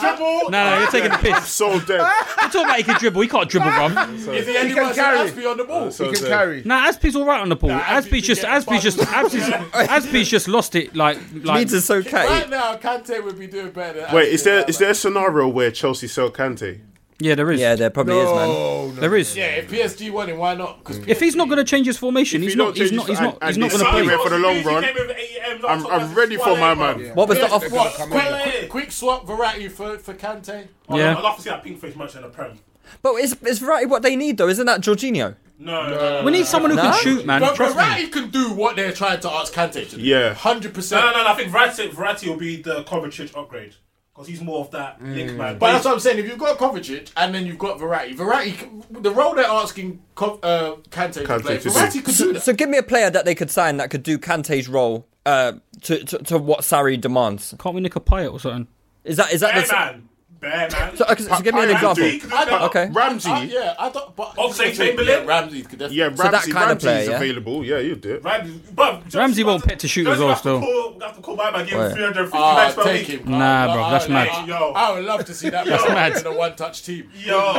S1: Dribble.
S7: Nah, nah, you're taking the piss. I'm
S15: so dead. You're
S7: talking about he can dribble. He can't dribble, bro.
S1: Is he anyone else be on
S9: Oh,
S1: the ball?
S15: so
S5: he can carry.
S7: Nah, Aspie's all right on the ball. Aspie's just, Aspie's just, Aspie's, Aspie's just lost it. Like, like
S1: Right now, Kante would be doing better. than
S15: Wait,
S1: Aspi
S15: is
S1: at
S15: there
S1: right
S15: is there a scenario where Chelsea sell Kante?
S7: Yeah, there is.
S4: Yeah, there probably
S15: is, man.
S7: There is.
S1: Yeah, if PSG won it, why not? Because
S7: Mm. If he's not going to change his formation, he's
S15: don't
S7: not. He's
S15: change
S7: not.
S15: his-
S7: He's not.
S15: and-
S7: He's
S15: and
S7: not going to
S15: decide
S7: play.
S15: for the long run. I'm, I'm ready for my man.
S4: What was the off-
S1: What? Quick, quick, quick swap variety for, for Kante.
S4: Oh, Yeah.
S9: I'd love to see that pink face match in a prem.
S4: But it's it's right what they need though, isn't that Jorginho?
S9: No,
S4: We need someone who can No? shoot, man,
S1: But
S4: trust me.
S1: Verratti can do what they're trying to ask Kante to do.
S15: Yeah.
S1: hundred percent.
S9: No, no, no. I think Verratti, Verratti will be the Kovacic upgrade because he's more of that link man.
S1: But that's what I'm saying. If you've got Kovacic and then you've got Verratti, Verratti, the role they're asking Kov- uh, Kante, to
S4: Kante
S1: play,
S4: to do.
S1: Verratti could do
S4: So,
S1: that.
S4: so give me a player that they could sign that could do Kante's role uh, to, to to what Sarri demands.
S7: Can't we nick a pie or something?
S4: Is that is that
S9: Bear
S4: the
S9: man. Bear man.
S4: So, okay, so give me an example. Okay.
S15: Ramsey.
S1: I, yeah, I don't. But
S9: Oxlade Chamberlain.
S1: Ramsey could definitely.
S15: Yeah, Ramsey,
S4: So that kind of
S15: Ramsey's
S4: player, yeah?
S15: available. Yeah, you do it.
S9: Ramsey, but
S7: Ramsey won't pet to shoot as well. Still,
S9: Cool, we have to call back by
S7: Wait.
S9: giving 350
S1: Ah,
S9: bags per
S1: take
S9: week.
S1: him.
S7: nah, bro, that's
S1: I-
S7: mad.
S1: I- I would love to see that.
S7: That's
S1: man
S7: mad.
S1: in a one-touch team.
S9: Yo.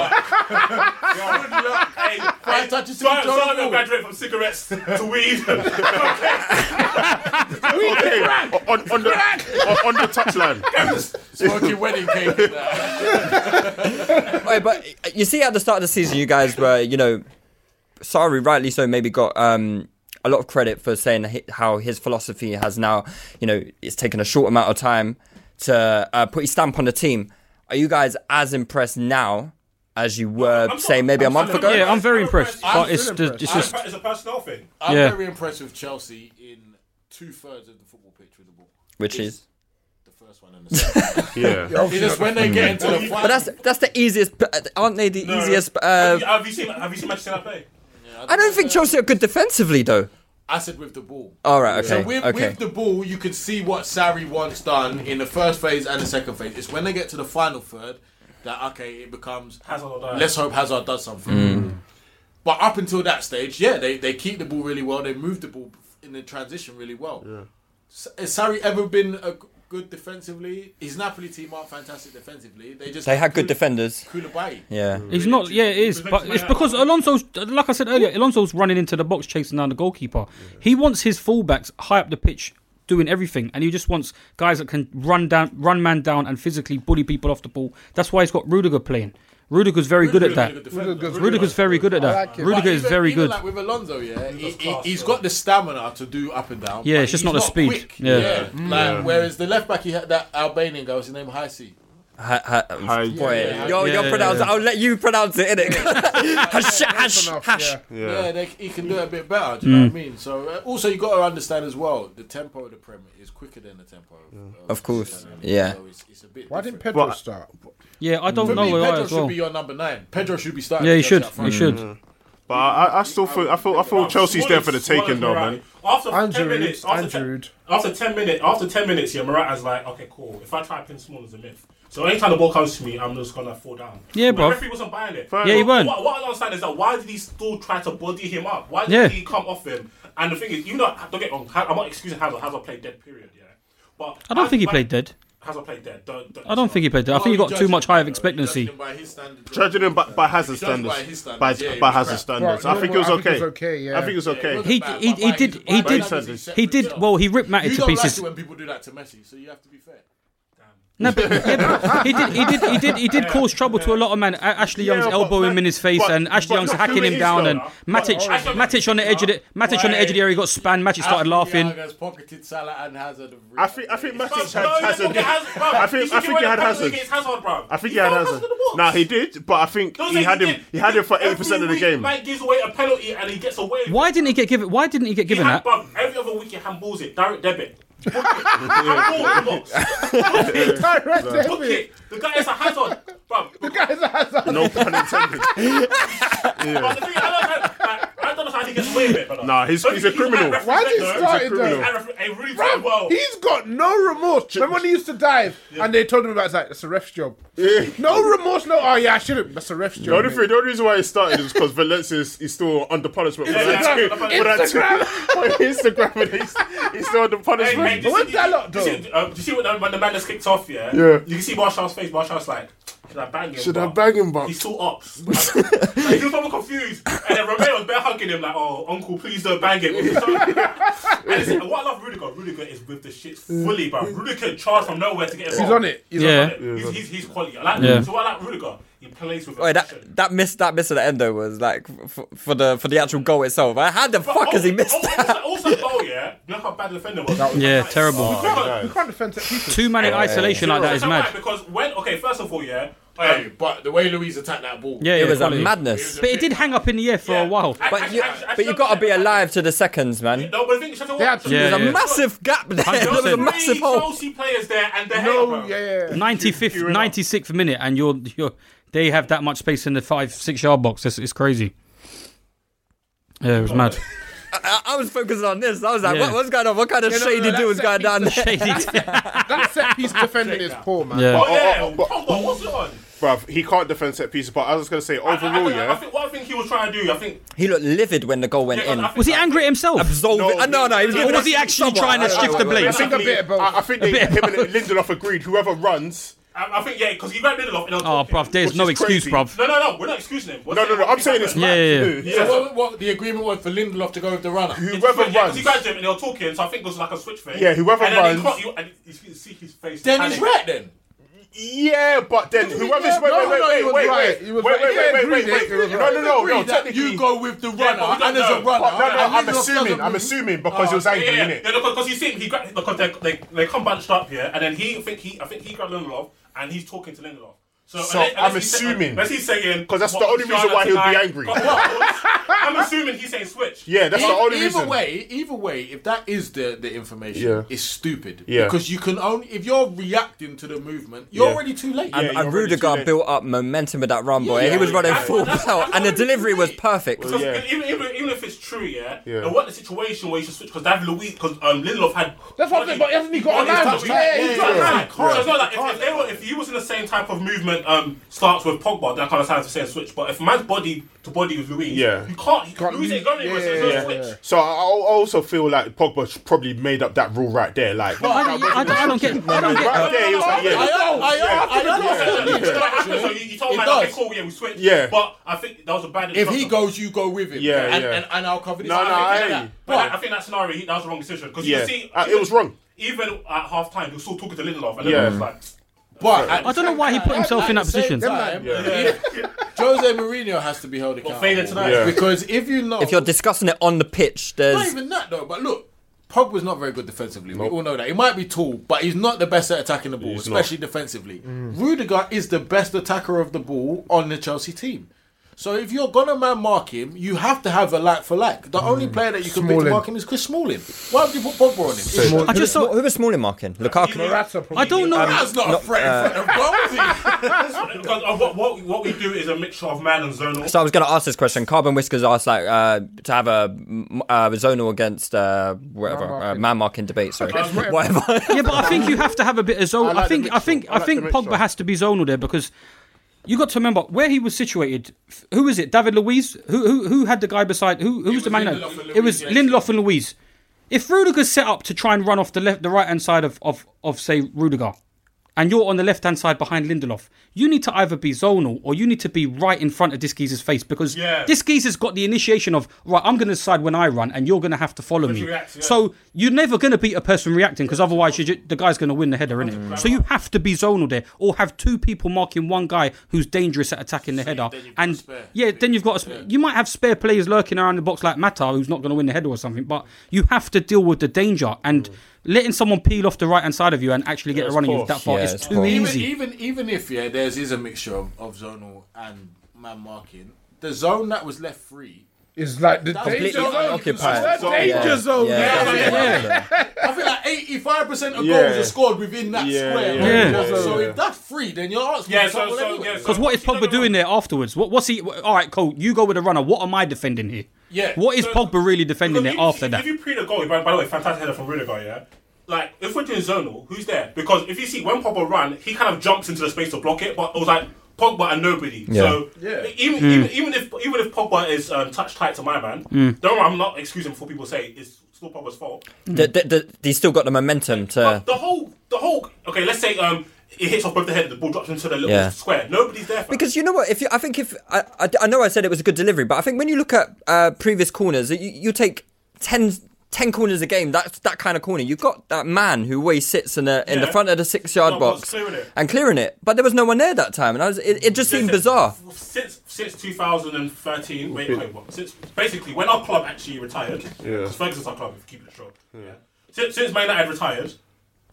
S9: Hey,
S1: five touches to
S9: Son,
S1: Jordan
S9: son,
S1: Wall.
S9: I'm graduate from cigarettes to weed.
S15: Okay, on, on the on, on the touchline.
S1: Smoking wedding cake. in there.
S4: Wait, but you see, at the start of the season, you guys were, you know, sorry, rightly so, maybe got um, a lot of credit for saying hi- how his philosophy has now, you know, it's taken a short amount of time to uh, put his stamp on the team. Are you guys as impressed now as you were, say, maybe a month ago?
S7: yeah, I'm very impressed. But it's, the- it's just.
S9: It's a personal thing.
S1: I'm
S4: Yeah.
S1: very impressed with Chelsea in two thirds of the football pitch with the ball.
S4: Which is.
S1: The first one and the second. It's just when they get into
S9: Mm.
S1: the
S4: but that's that's the easiest. uh, Aren't they the easiest? Uh,
S9: have, you, have you seen? Have you seen Manchester United play?
S4: I don't think Chelsea are good defensively, though.
S1: I said with the ball.
S4: All right, okay,
S1: So with,
S4: okay.
S1: with the ball, you can see what Sarri wants done in the first phase and the second phase. It's when they get to the final third
S16: that okay, it becomes
S9: Hazard or die.
S16: let's hope Hazard does something.
S4: Mm.
S16: But up until that stage, yeah, they, they keep the ball really well. They move the ball in the transition really well. Yeah. Has Sarri ever been a g- good defensively? His Napoli team aren't fantastic defensively. They just
S4: They had good defenders.
S16: Koulibaly.
S4: Yeah.
S7: He's not. Yeah, it is. But it's because Alonso's, like I said earlier, Alonso's running into the box, chasing down the goalkeeper. He wants his fullbacks high up the pitch, doing everything, and he just wants guys that can run down, run man down, and physically bully people off the ball. That's why he's got Rudiger playing. Rudiger's very good at that.
S16: Rudiger's-
S7: Rudiger's very good at that.
S16: But
S7: Rudiger is
S16: even-
S7: very
S16: even
S7: good.
S16: Like with Alonso, yeah, he, has got the stamina to do up and down.
S7: Yeah,
S16: but
S7: it's just
S16: he's
S7: not the speed.
S16: quick.
S7: Yeah.
S16: Like,
S7: Mm. Yeah.
S16: Whereas the left back, he had that Albanian guy. What's his name? Heisey.
S4: Hi, hi, boy,
S16: yeah, yeah.
S4: Your,
S16: Yeah,
S4: your
S16: yeah,
S4: pronounce.
S16: yeah.
S4: I'll let you pronounce it, innit? hash, hash, hash.
S16: Yeah, they, he can do it a bit better. Do you know
S4: Mm.
S16: what I mean? So uh, also you got to understand as well the tempo of the Premier is quicker than the tempo. Of,
S4: Of course,
S16: Serie A.
S4: yeah.
S16: So it's, it's a bit
S5: Why didn't
S16: different.
S5: Pedro start?
S7: Yeah, I don't
S16: For
S7: know
S16: Me,
S7: why
S16: Pedro
S7: as
S16: should
S7: well.
S16: be your number nine. Pedro should be starting.
S7: Yeah, he
S16: Chelsea
S7: should.
S16: up
S7: He
S16: front.
S7: should.
S1: But I, I still feel I feel I feel Chelsea's there for the taking though, man.
S9: After ten
S1: Andrews,
S9: minutes, after, ten, after ten minutes, after ten minutes, yeah, Morata's like, okay, cool. If I try pin small as a myth, so anytime the ball comes to me, I'm just gonna fall down.
S7: Yeah,
S9: But
S7: bro.
S9: The referee wasn't buying it.
S7: Fair Yeah, he
S9: What-
S7: weren't.
S9: What, what I don't understand is that why did he still try to body him up? Why did
S7: Yeah.
S9: he come off him? And the thing is, you know, don't get wrong. Ha- I'm not excusing Hazard. Hazard played dead. Period. Yeah. But
S7: I don't think he played dead.
S9: Hazard played dead. Don't, don't,
S7: I don't think he played dead. I think he got too much high of expectancy.
S1: Judging him by, by Hazard
S7: Judged by
S1: standards,
S7: his standards,
S1: by,
S7: yeah, he
S1: by
S7: was
S1: Hazard
S7: crap.
S1: standards,
S7: Right,
S1: I think
S7: no,
S1: it was
S7: I think
S1: okay.
S7: it was okay, yeah.
S1: I think it was okay.
S7: He he he did he did he did well. He ripped Matt
S16: you
S7: into
S16: don't like
S7: pieces.
S16: it when people do that to Messi, so you have to be fair.
S7: No, but, yeah, but he did. He did. He did. He did cause trouble to a lot of men. A- Ashley Young's
S9: Yeah, but-
S7: elbowing him in his face,
S9: but-
S7: and Ashley
S9: but
S7: Young's
S9: look
S7: hacking
S9: who
S7: him
S9: it
S7: down,
S9: is,
S7: and
S9: though.
S7: Matic.
S16: Oh,
S9: But-
S7: Matic on the edge of the Matic on the edge of the area got spanned. Matic started laughing.
S16: Has pocketed Salah and Hazard.
S1: I think I think Matic
S9: No,
S1: had
S9: he
S1: Hazard.
S9: didn't get Hazard, bro.
S1: I think
S9: He's
S1: I think he
S9: given
S1: had
S9: a penalty
S1: Hazard.
S9: against Hazard, bro.
S1: I think he had Hazard. Nah, he did, but I think
S9: Don't
S1: he
S9: say
S1: had
S9: he
S1: him.
S9: did.
S1: He had him for eighty percent of the
S9: Every
S1: game.
S9: week, Mike gives away a penalty and he gets away.
S7: Why didn't he get given? Why didn't he get given
S9: he
S7: that?
S9: Had, bruv, every other week he handballs it, direct debit. Book it. Handball in the box. Book it.
S5: Direct
S9: Book
S5: debit.
S9: it. The guy is a hazard, bruv. The
S5: guy is a hazard.
S1: No pun intended.
S9: But the thing, I don't know, like, I don't know how he gets away with it, brother.
S1: Nah, he's-
S9: Don't
S1: he's
S9: you-
S1: a criminal.
S9: like
S5: Why did he
S9: referee,
S5: start it, though?
S9: He's a referee, he really did well.
S5: He's got no remorse. Remember when he used to dive and they told him about it's like that's a ref's job. no remorse, no. Oh yeah, I should have. That's a ref's
S1: The
S5: job.
S1: only,
S5: mate.
S1: thing, the only reason why he started is because Valencia is he's still under punishment. for that
S5: Instagram,
S1: tweet- for that
S5: Instagram.
S1: tweet. Instagram, and he's, he's still under
S9: Hey,
S1: punishment.
S9: mate, do you see- do you see- um, do you see when the, when the man is kicked off? Yeah,
S1: Yeah.
S9: You can see Marshall's face. Marshall's like, should I bang him?
S1: Should I
S9: bruv?"
S1: bang him, bruv?
S9: He's two ups. like, he was probably confused, and then Romero's bare hugging him like, "Oh, uncle, please don't bang him." and it's, what I love Rudiger, Rudiger is with the shit fully, bro. Rudiger charged from nowhere to get it.
S4: He's
S9: wrong.
S4: on it. He's
S7: Yeah.
S9: on it. He's, he's, he's quality. I like,
S4: Yeah.
S9: So I like Rudiger. He plays with.
S4: Wait, that that miss that miss at the end though was like for, for the for the actual goal itself. Like, How the fuck
S16: oh,
S4: has he missed that?
S9: also, also goal, yeah. You know how bad the defender was.
S7: Yeah, terrible.
S9: We can't-
S5: You can't defend set pieces.
S7: Two man in
S9: Yeah.
S7: isolation like that is
S9: It's alright
S7: mad.
S9: Because when okay, first of all, yeah.
S16: Hey, but the way Louise attacked that ball,
S7: Yeah, yeah, quality.
S4: madness.
S7: But it did hang up in the air for a while.
S4: But you but you gotta be alive to the seconds, man.
S9: No, but I think shut up.
S7: Yeah,
S4: There's
S7: yeah.
S4: a massive gap there. There was a massive hole.
S9: Chelsea players there and they're
S5: no, yeah, yeah.
S7: 95th, 96th minute, and you're you're they have that much space in the five six yard box. It's, it's crazy. Yeah, it was mad.
S4: I, I was focusing on this. I was like,
S7: Yeah.
S4: what, what's going on? What kind of
S5: Yeah, no, no,
S4: shady
S5: that
S4: dude was
S5: set
S4: going down there?
S5: piece- That set piece defending is poor, man.
S7: Yeah.
S1: But-
S9: Oh, yeah, Pogba, what's it on?
S1: Bruv, he can't defend set pieces, but I was going to say, overall,
S9: I
S1: yeah.
S9: think what I think he was trying to do, I think
S4: He looked livid when the goal went in.
S7: Was he angry at himself?
S4: Absolved. No, no, no, he was
S7: Or
S4: giving
S7: was
S4: it
S7: he actually
S4: someone.
S7: trying to
S4: Wait,
S7: shift
S4: wait,
S7: the blame?
S4: wait, wait.
S1: I, I, I think they,
S7: A bit
S1: him and Lindelof agreed whoever runs.
S9: I, I think yeah, because he ran Lindelof. And I was
S7: Oh,
S9: talking.
S7: bruv, there's no
S1: is
S7: excuse,
S1: crazy.
S7: bruv.
S9: No, no, no, we're not excusing him. We're
S1: No, no, no, I'm saying it's
S9: it's
S7: Yeah, yeah, yeah.
S16: So what, what the agreement was for Lindelof to go with the runner.
S1: Whoever
S9: because
S1: runs.
S9: he grabbed him and they were talking, so I think it was like a switch thing.
S1: Yeah, whoever
S9: and then
S1: runs-
S9: He caught you, and you can see his face.
S16: Then he's right. Then
S1: Yeah, but then whoever's wait,
S16: No, no, he was
S1: wait, wait, wait,
S16: right.
S1: wait,
S16: He was
S1: wait, wait, wait,
S16: right. He
S1: wait,
S16: agreed
S1: wait,
S16: it.
S1: wait,
S16: He
S1: wait,
S16: agreed
S1: no, no, no,
S16: that
S1: no.
S16: you
S1: Technically,
S16: go with the
S9: Yeah, but we
S16: runner,
S9: don't
S16: and as
S9: know.
S16: a runner,
S1: But no, no,
S16: and
S1: I'm
S16: Lindelof
S1: assuming,
S16: doesn't
S1: I'm
S16: move.
S1: assuming because he was
S9: Yeah,
S1: angry,
S9: yeah,
S1: innit?
S9: yeah. Because you see him, he grabbed because they, they they come bunched up here, and then he I think he I think he grabbed Lindelof, and he's talking to Lindelof. So,
S1: So
S9: unless-
S1: I'm
S9: unless he's-
S1: assuming.
S9: unless he's saying
S1: Because that's
S9: what,
S1: the only reason
S9: Shana
S1: why he'll be
S9: tonight
S1: angry.
S9: got what? I'm assuming he's saying switch.
S1: E- either way, either way, if that is the the information,
S9: Yeah.
S1: it's stupid.
S4: Yeah.
S1: Because you can only if you're reacting to the movement, you're
S4: Yeah.
S1: already too late.
S4: And, and Rudiger built up momentum with that run, boy. he was running full belt, and the delivery was perfect.
S9: Because even, even, even if it's true, yeah,
S4: Yeah.
S9: and what the situation where you should switch because David Luiz, because um, Lindelof had.
S7: That's what I'm saying, but hasn't he got a man? Yeah, yeah, he's got a man.
S9: So it's not like if, if they were, if you was in the same type of movement, um, starts with Pogba, then I kind of sounds to say a switch. But if man's body to body with Luiz,
S17: Yeah.
S9: you can't. You can't Luiz ain't going anywhere, so it's not a switch.
S17: So I I also feel like Pogba probably made up that rule right there. Like,
S5: I don't- I don't- I don't get- I don't get-
S17: Right there, he was like, yeah.
S9: So you, you told
S1: It
S9: man, okay,
S1: does.
S9: cool, yeah, we switched.
S17: Yeah.
S9: But I think that was a bad.
S1: If he
S9: instruction.
S1: goes, you go with him.
S17: Yeah,
S1: and,
S17: yeah.
S1: And, and I'll cover this.
S17: No, no, I hear you.
S9: But I, I think that scenario, he, that was the wrong decision because
S17: Yeah.
S9: you can see
S17: Uh, it was wrong.
S9: Even at half time, he was still talking to Lindelof, and
S17: Yeah.
S9: Lindelof was like,
S1: But at
S5: I don't know why he put himself in that
S1: the same
S5: position.
S1: time, if- Jose Mourinho has to be held accountable.
S9: failure tonight. Yeah.
S1: Because if you know,
S4: If you're discussing it on the pitch,
S1: not
S4: there's
S1: even that though. But look, Pogba's not very good defensively. We all know that. He might be tall, but he's not the best at attacking the ball,
S17: He's Mm.
S1: especially defensively. Rudiger is the best attacker of the ball on the Chelsea team. So if you're gonna man mark him, you have to have a like for like. The only
S17: Mm.
S1: player that you can pick to
S4: Smalling.
S1: mark him is Chris Smalling. Why would you put Pogba on him? It's
S4: Who
S1: stupid.
S4: was Small- who was Smalling marking? Lukaku. Um,
S1: I don't know. Morata's not a threat in front of
S9: because of uh, what, what what we do is a mixture of man and zonal.
S4: uh, So I was going to ask this question. Carbon Whiskers asked like uh, to have a mm, uh, zonal against uh, whatever uh, man marking debate. Sorry, whatever.
S5: yeah, but I think you have to have a bit of zone. I,
S4: like the
S5: think I think
S4: mixture.
S5: I,
S4: I like
S5: think
S4: the
S5: Pogba
S4: mixture.
S5: has to be zonal there because you got to remember where he was situated. f- Who was it? David Luiz. Who who who had the guy beside? Who who was, the man?
S9: Lindelof and
S5: It was
S9: Luiz,
S5: Lindelof and Luiz. If Rudiger's set up to try and run off the left, the right hand side of, of of say Rudiger, and you're on the left hand side behind Lindelof, you need to either be zonal or you need to be right in front of this geezer's face because
S9: Yeah.
S5: this geezer's got the initiation of right. I'm going to decide when I run, and you're going to have to follow
S9: When
S5: me.
S9: you react, yeah.
S5: So you're never going to beat a person reacting because otherwise you ju- the guy's going to win the header, innit?
S1: Mm.
S5: So you have to be zonal there or have two people marking one guy who's dangerous at attacking the header. And yeah, then you've got a sp- you might have spare players lurking around the box like Matar who's not going to win the header or something, but you have to deal with the danger and letting someone peel off the right hand side of you and actually get a running you that far is too easy.
S1: Even, even even if yeah, theirs is a mixture of, of zonal and man marking, the zone that was left free
S7: It's like the
S1: That was
S7: danger
S1: completely
S7: zone.
S1: unoccupied.
S7: It's the danger
S1: Yeah.
S7: zone.
S1: Yeah.
S7: man.
S1: Yeah. I feel like eighty-five percent of
S7: Yeah.
S1: goals are scored within that
S7: Yeah,
S1: square.
S5: yeah, Yeah.
S1: box.
S5: yeah.
S1: So if that's free, then you're asking
S9: Yeah,
S1: for
S9: so-
S1: trouble
S9: so,
S1: anyway.
S9: yeah,
S5: Because what is Pogba doing there afterwards? What, what's he? All right, Cole, you go with a runner. What am I defending here?
S9: Yeah.
S5: What is Pogba really defending there after that?
S9: If you pre the goal, by, by the way, fantastic header from Rudiger, yeah. Like if we're doing zonal, who's there? Because if you see when Pogba ran, he kind of jumps into the space to block it, but it was like Pogba and nobody.
S5: Yeah.
S9: So e-,
S1: Yeah.
S9: even,
S5: Mm.
S9: even even if even if Pogba is um, touch tight to my man,
S5: Hmm.
S4: Mm.
S9: don't worry, I'm not excusing for people say it's still Pogba's fault.
S4: The, the, the, he's still got the momentum to.
S9: The whole the whole okay, let's say um it hits off both the head, the ball drops into the little
S4: Yeah.
S9: square. Nobody's there. fam.
S4: Because you know what, if you, I think if I, I, I know I said it was a good delivery, but I think when you look at uh, previous corners, you, you take 10, 10 corners a game. That's that kind of corner. You've got that man who always sits in the in the
S9: Yeah.
S4: front of the six yard
S9: No, but
S4: box
S9: it's clearing it.
S4: and clearing it, but there was no one there that time, and I was it, it just seemed bizarre.
S9: since since 2013, wait, wait, what? Since basically when our club actually retired,
S17: Yeah.
S9: because Ferguson's our club, if you keep it short. Yeah. Since, since Man United retired,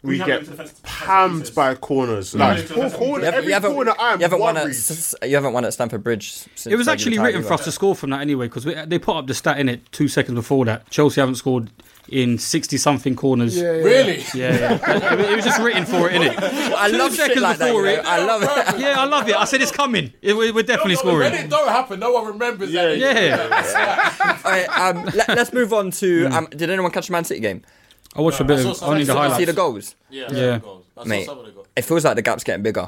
S9: we,
S17: We
S9: have
S17: get
S9: been to the fence.
S17: pammed by corners.
S9: Yeah.
S17: Like,
S9: Yeah.
S17: full corner,
S9: You
S4: haven't-
S17: every
S4: you haven't-
S17: corner I'm
S4: you haven't won at
S17: worried.
S4: S- you haven't won at Stamford Bridge. s- Since
S5: It was
S4: Fergie
S5: actually
S4: retired
S5: written for us
S4: either.
S5: to score from that anyway, because they put up the stat in it two seconds before that. Chelsea haven't scored in sixty something corners.
S1: Yeah, yeah. Really?
S5: Yeah, yeah. it, it was just written for it, innit?
S1: I
S5: Two
S1: love shit
S5: seconds
S1: like that,
S5: before
S1: you
S5: it.
S1: know? I love it.
S5: Yeah, I love it. I said it's coming. It- we- we're definitely
S1: When
S5: scoring.
S1: it don't happen, no one remembers. Yeah, that.
S4: All right, um, let, us move on to.
S7: Hmm.
S4: Um, did anyone catch the Man City game?
S5: I watched a bit I saw of- some- only the
S4: See the
S5: highlights.
S4: goals.
S5: Yeah, I saw Yeah. the goals. I saw
S4: Mate,
S5: some of the goals.
S4: it feels like the gap's getting bigger.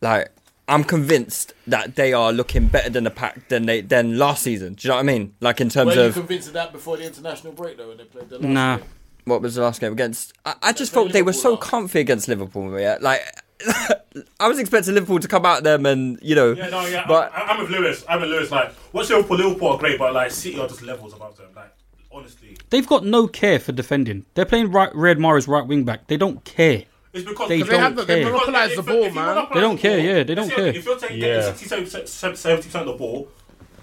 S4: Like I'm convinced that they are looking better than the pack than they than last season. Do you know what I mean? Like in terms
S1: Were you
S4: of
S1: convinced of that before the international break though, when they played the last
S4: Nah.
S1: game?
S4: What was the last game against? I, I just felt they were so comfy against Liverpool. Yeah, like I was expecting Liverpool to come out them and you know.
S9: Yeah, no, yeah.
S4: But
S9: I, I'm with Lewis. I'm with Lewis. Like, what's Liverpool? Liverpool are great, but like City are just levels above them. Like, honestly,
S5: They've got no care for defending. They're playing right, Red Mara's right wing back. They don't care.
S9: it's because
S5: They
S9: because
S5: don't care.
S9: because if- if you monopolise
S5: They don't
S9: the
S5: care.
S9: ball,
S5: Yeah, they
S9: if
S5: don't
S9: you're-
S5: care.
S9: If you're taking 60, 70 percent of the ball,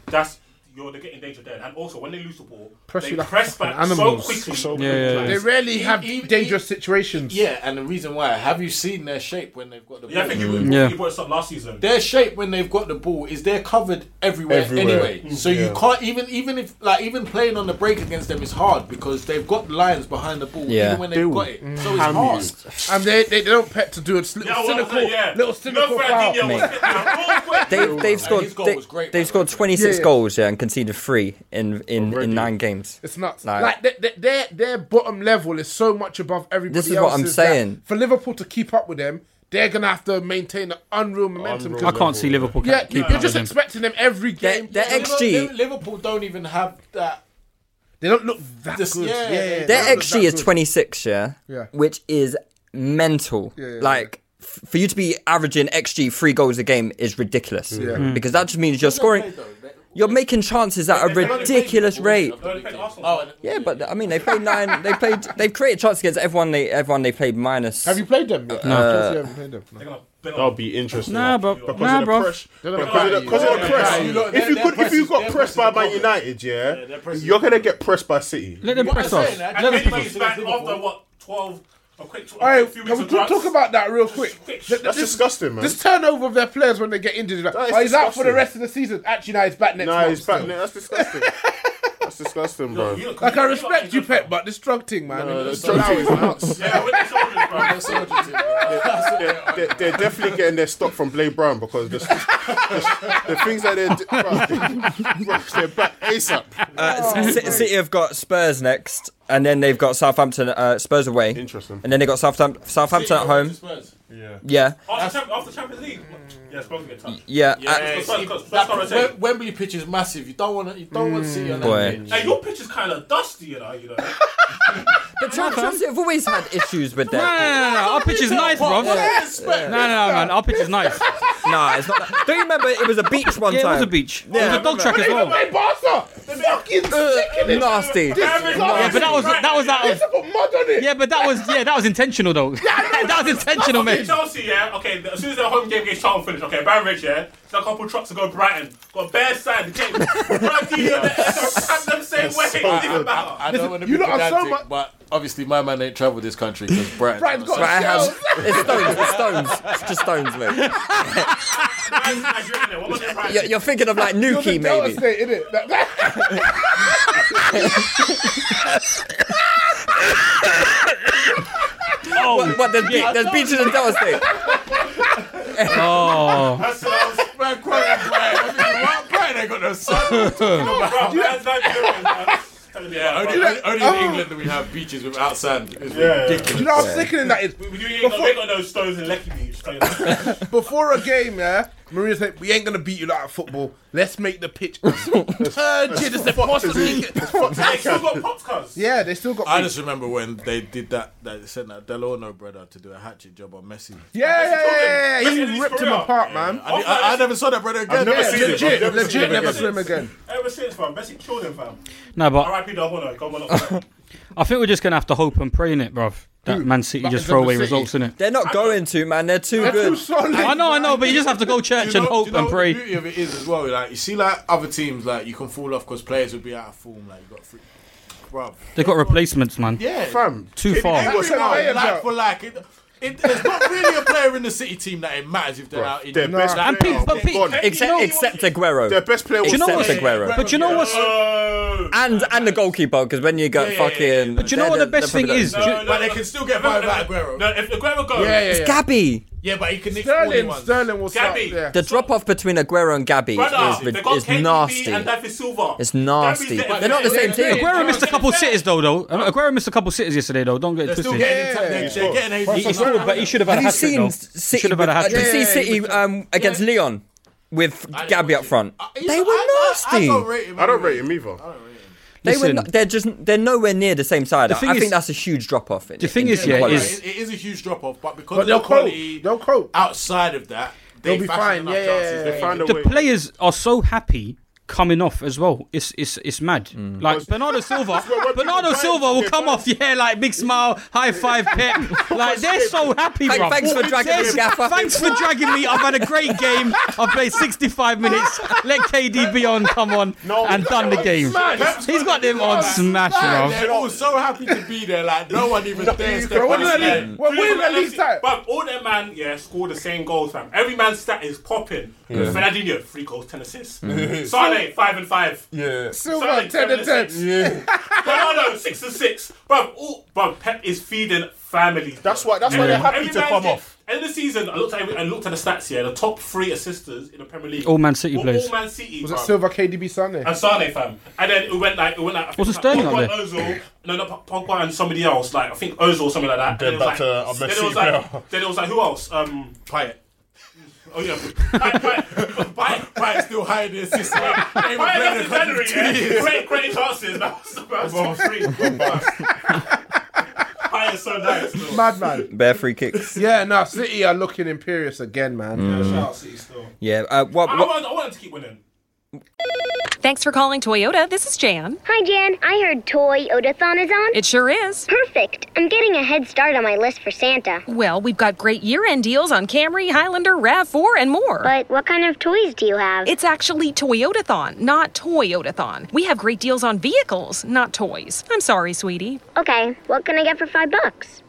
S9: that's
S1: you're they're getting danger dead. And also, when they lose the ball,
S5: Press
S1: they
S5: you like
S1: press
S5: fucking
S1: back
S5: animals.
S1: so quickly.
S5: So Yeah, yeah, yeah. They rarely
S1: E-
S5: have
S1: e-
S5: dangerous situations.
S9: Yeah, and the reason why, have you seen their shape when they've got the ball?
S1: Yeah, I think you, you,
S5: Yeah.
S1: you brought this up last season.
S9: Their shape when they've got the ball is they're covered everywhere,
S1: Everywhere.
S9: anyway.
S5: Mm-hmm.
S1: Mm,
S9: So
S1: yeah.
S9: you can't even even if like even playing on the break against them is hard because they've got lines behind the ball
S5: Yeah.
S9: even when they've
S5: Dude.
S9: got it.
S8: Mm.
S9: So it's
S5: Ham
S9: hard.
S5: used. And they, they don't pet to do a little
S9: Yeah, well,
S5: cynical,
S9: I was like, yeah.
S5: little cynical foul.
S4: They've, they've scored.
S9: his goal
S4: they,
S9: was great,
S4: they've scored 26
S5: Yeah, yeah.
S4: goals yeah, and conceded three in in, in nine games.
S5: It's nuts.
S4: Like-
S5: Like, their- their, their their bottom level is so much above everybody.
S4: This is
S5: else's
S4: what I'm
S5: that
S4: saying.
S5: For Liverpool to keep up with them, they're gonna have to maintain an unreal momentum. 'cause-
S7: I can't see Liverpool
S5: Yeah,
S7: keeping
S5: you're
S7: up
S5: just
S7: with them.
S5: expecting them every game.
S4: their
S5: to-
S4: XG
S9: Liverpool don't even have that.
S5: They don't look that
S9: This-
S5: good.
S9: yeah,
S5: Yeah,
S9: yeah,
S5: yeah,
S9: yeah.
S5: they
S4: Their
S5: don't look
S4: XG
S5: that
S4: is
S5: good.
S4: 26, yeah,
S5: Yeah.
S4: which is mental.
S5: Yeah, yeah,
S4: like f- for you to be averaging XG three goals a game is ridiculous.
S5: Yeah. Mm.
S4: Because that just means you're scoring, you're making chances at a ridiculous
S9: Oh,
S4: rate. Yeah, but I mean they played nine. They played. They've created chances against everyone. They everyone they played minus.
S5: Have you played them? yet?
S4: No.
S5: Chelsea haven't played them.
S8: That'll be interesting.
S7: Nah, bro.
S8: Because
S7: Nah,
S8: of the
S7: bro.
S8: press.
S5: They're gonna
S8: Because
S5: fight
S8: of the,
S5: you.
S8: because of the
S5: Yeah,
S8: press.
S5: yeah, yeah.
S8: If you
S5: Their
S8: could, if
S5: press
S8: you
S5: is-
S8: got
S5: their
S8: pressed by
S5: press is
S8: Man
S5: gone.
S8: United, yeah,
S1: press is
S8: you're gonna get pressed by City.
S7: Let them press us.
S1: And
S7: Let them
S1: then
S7: press
S1: he's
S7: us.
S1: back after what twelve, a quick, tw- a
S5: All right,
S1: few
S5: can
S1: weeks
S5: we
S1: of
S5: talk,
S1: drugs.
S5: talk about that real quick? Th-
S8: That's
S5: this-
S8: disgusting, man.
S5: This turnover of their players when they get injured. is Like,
S8: That is
S5: oh, he's out for the
S8: disgusting.
S5: rest of the season. Actually, now he's back next
S8: Nah,
S5: month
S8: he's back.
S5: still.
S8: now. That's disgusting. That's disgusting, bro.
S5: Like I respect you, Pep, but this drug thing, man.
S8: No, no,
S5: it's
S8: the drug
S5: allowed,
S8: thing is
S5: man.
S8: nuts. They're, they're- they're definitely getting their stock from Blade Brown because the, the things that they're, bro, bro, they're back ASAP.
S4: Uh, C- C- City have got Spurs next, and then they've got Southampton. Uh, Spurs away.
S8: Interesting.
S4: And then they got Southampton. Southampton at home.
S8: Yeah.
S4: Yeah.
S1: After, champ- after Champions League, yeah, Spurs get touched.
S4: Yeah,
S1: yeah.
S4: uh,
S1: Spurs- Spurs- Spurs- Spurs-
S9: That-
S1: Spurs-
S9: Wem- Wembley pitch is massive. You don't want to. You don't want to see it on
S4: Boy.
S9: that pitch.
S1: Hey, your pitch is kind of dusty, you know. You know.
S4: But Chel- Chelsea have always had issues with
S7: Nah,
S4: that.
S7: nah, nah, nah, Our pitch is nice, bro. Nah, nah, nah, man. Our pitch is nice.
S4: Nah, it's not. That. Don't you remember? It was a beach one
S7: Yeah, it
S4: time.
S7: was a beach.
S4: Yeah,
S7: it was a dog
S4: I
S7: track as
S5: Even
S7: well.
S5: my Barca, the fucking chicken is
S4: Nasty.
S5: disgusting.
S7: Yeah, but that was that was out
S5: Let's
S7: of.
S5: have a mud on it.
S7: Yeah, but that was yeah, that was intentional though. that was intentional,
S1: Okay,
S7: mate.
S1: Chelsea, yeah. Okay, as soon as their home game gets shot and finished, okay, Barrage, yeah. It's like a couple trucks to go Brighton. Got bare sand. Okay, Brady and them same way. Think about it.
S9: I don't want to be
S5: you lot are so
S9: pedantic,
S5: much-
S9: but obviously my man ain't travelled this country because Brighton.
S5: Brighton's got
S4: But I have.
S5: shells.
S4: It's stones. It's stones. It's just stones, mate.
S1: Brighton, Nigeria, innit? What was it, Brighton?
S4: You're, you're thinking of like
S5: You're the
S4: Nuki,
S5: Delta
S4: maybe.
S5: State, innit? That- that-
S7: Oh,
S4: What? what there's, be- there's beaches in Delta State.
S7: oh,
S1: That's what I was-
S9: Man, Brighton, Brighton. I mean, what? Brighton ain't got no sun.
S1: eh? Bro, that's Nigerian, man. Yeah,
S9: Only,
S1: bro.
S9: only- only
S8: Oh.
S9: in England do we have beaches without sand. It's
S1: Yeah.
S9: ridiculous.
S5: You know how sickening that is.
S1: We we ain't got- we ain't got no stones in Lecky Beach. tell you that.
S5: Before a game, yeah, Marina's like, we ain't gonna beat you like football. Let's make the pitch as
S8: Uh,
S5: turgid as they possibly can.
S1: They still got pops, cuz.
S5: Yeah, they still got.
S9: I
S5: beat.
S9: just remember when they did that, they sent that Delorno brother to do a hatchet job on Messi.
S5: Yeah, yeah, yeah,
S1: Messi
S5: yeah, yeah.
S1: took him.
S5: He
S1: Messi
S5: ripped
S1: took
S5: him
S1: him
S5: apart,
S1: out.
S5: man.
S9: I, did- I, I never saw that brother again.
S8: I've never
S5: Yeah,
S8: seen it.
S5: legit,
S8: I've never seen
S5: legit,
S8: it
S5: never
S8: again.
S5: swim again.
S1: Ever since, fam. Messi killed him, fam.
S7: no, but
S1: RIP Dalbono. Go on, my love.
S7: I think we're just gonna have to hope and pray in it, bruv. That Man City
S5: That
S7: just
S5: is
S7: throw
S5: Man
S7: away
S5: City.
S7: results in it.
S4: They're not going to, man. They're too
S5: They're too
S4: good.
S5: solid.
S7: I know, I know, but you just have to go church
S9: Do you
S7: and
S9: know-
S7: hope
S9: do you know
S7: and
S9: what
S7: pray.
S9: The beauty of it is as well. Like you see, like other teams, like you can fall off because players would be out of form. Like you got, free, bruv.
S7: They got replacements, man.
S9: Yeah,
S8: Fam,
S7: Too far.
S9: Everyone,
S5: What's that way
S9: like
S5: about?
S9: for like. It, it, there's not really a player in the city team that it matters if they're out
S8: bruv,
S9: injured.
S8: their best
S7: And
S8: player.
S7: Pete, but
S8: was gone.
S7: Pete, you
S4: Except,
S7: know,
S4: except Aguero.
S8: Their best player was
S7: you know
S8: gone.
S7: what's-
S4: Except Aguero.
S7: but you know what's,
S1: Oh.
S4: And and the goalkeeper, because when you got
S9: yeah,
S4: fucking.
S9: yeah,
S7: but you know what the best thing is.
S1: No,
S7: Do you-
S1: no,
S9: But they
S1: no.
S9: can still get by
S1: No,
S9: without
S1: no,
S9: Aguero.
S1: No, if Aguero goes,
S5: Yeah, yeah,
S4: It's
S5: yeah.
S4: Gabby.
S9: Yeah, but he can nick forty
S5: Sterling,
S9: ones.
S5: Sterling was
S1: Gabby.
S5: Yeah.
S4: The drop off between Aguero and Gabby
S1: Brother,
S4: is,
S1: they got
S4: is
S1: KDB
S4: nasty.
S1: and David Silva.
S4: It's nasty. They're not the same team.
S7: Aguero missed a couple sitters though, though. Aguero missed a couple sitters yesterday though. Don't get it
S9: They're still
S7: twisted.
S9: getting yeah.
S5: Yeah.
S9: they're, they're getting eight-
S7: He scored, but he should have had
S4: Have
S7: a
S4: you
S7: hat trick.
S4: seen
S7: though. He
S4: City?
S7: should have had a hat
S4: uh,
S7: trick.
S4: did you see
S5: Yeah, yeah,
S4: City um, against Leon with Gabby up front? They were
S9: Uh, I- I- I
S4: nasty.
S9: don't rate him
S8: I don't
S9: anyway.
S8: rate him either.
S4: They were.
S7: Listen.
S4: Not, they're just. They're nowhere near the same side.
S7: The
S4: I-
S7: thing
S4: I think
S7: is-
S4: that's a huge drop off.
S7: the thing is, yeah,
S9: Right,
S7: is-
S9: it- it is a huge drop off, but because
S5: But
S9: of their
S5: they'll cope.
S9: quality,
S5: They'll cope.
S9: outside of that, they
S5: They'll be
S9: fashion
S5: fine.
S9: enough
S5: Yeah, yeah,
S9: chances.
S5: yeah.
S8: They found a
S7: The
S8: way.
S7: players are so happy coming off as well. It's it's it's mad.
S4: Mm.
S7: Like Bernardo Silva, Bernardo Silva will come off. Yeah, like big smile, high five, pep. Like they're so happy,
S4: Thank-
S7: bro.
S4: thanks for dragging me, Gaffer.
S7: Thanks for dragging me. I've had a great game. I've played 65 minutes. Let KD be on. Come on, and done the game.
S9: Smash.
S7: He's got them on smash,
S9: Man,
S7: bro.
S9: they're all so happy to be there. Like no one even dares.
S5: bro, what did I leave? Well, where did I leave that?
S1: But all their man, yeah, scored the same goals, fam. Every man's stat is popping.
S5: Yeah.
S1: Fernandinho, three goals, ten assists.
S5: Mhm.
S4: Mm-hmm.
S1: Sane, five and five.
S5: Yeah. Silva,
S1: Sane,
S5: 10
S1: seven
S5: and 10.
S1: six. Ronaldo, oh six and six. Bruv, all, bruv, Pep is feeding families. That's why.
S8: that's why they're happy to come
S1: off. End of the season, I looked at every- I looked at the stats here. The top three assisters in the Premier League.
S7: All Man City
S1: were
S7: players.
S1: All Man City.
S5: Was it
S1: bruv.
S5: Silva, KDB, Sunday?
S1: And Sane, fam. And then it went like it went like. I think
S7: Wasn't
S1: like
S7: Sterling up
S1: Pogba,
S7: there?
S1: Ozil, no, no, Pogba and somebody else. Like I think Ozil or something like that.
S8: Then
S1: And it
S8: back
S1: was
S8: to a
S1: like, then
S8: Messi
S1: it was like,
S8: player.
S1: then it was like who else? Um, Payet. Oh yeah, Payet, Payet, Payet, Payet's still higher than assist. Payet left in January, yeah. Great, great chances. That was the first top three. Payet's so nice. though.
S5: Madman.
S4: Bare free kicks.
S5: Yeah, no, City are looking imperious again, man.
S4: Yeah, shout out City still. Yeah, uh, what,
S1: I, I,
S4: what,
S1: want, I want them to keep winning.
S18: Thanks for calling Toyota. This is Jan.
S19: Hi, Jan. I heard Toy Odathon is on.
S18: It sure is.
S19: Perfect. I'm getting a head start on my list for Santa.
S18: Well, we've got great year end deals on Camry, Highlander, RAV4, and more.
S19: But what kind of toys do you have?
S18: It's actually Toyotathon, not Toyotathon. We have great deals on vehicles, not toys. I'm sorry, sweetie.
S19: okay. What can I get for five bucks?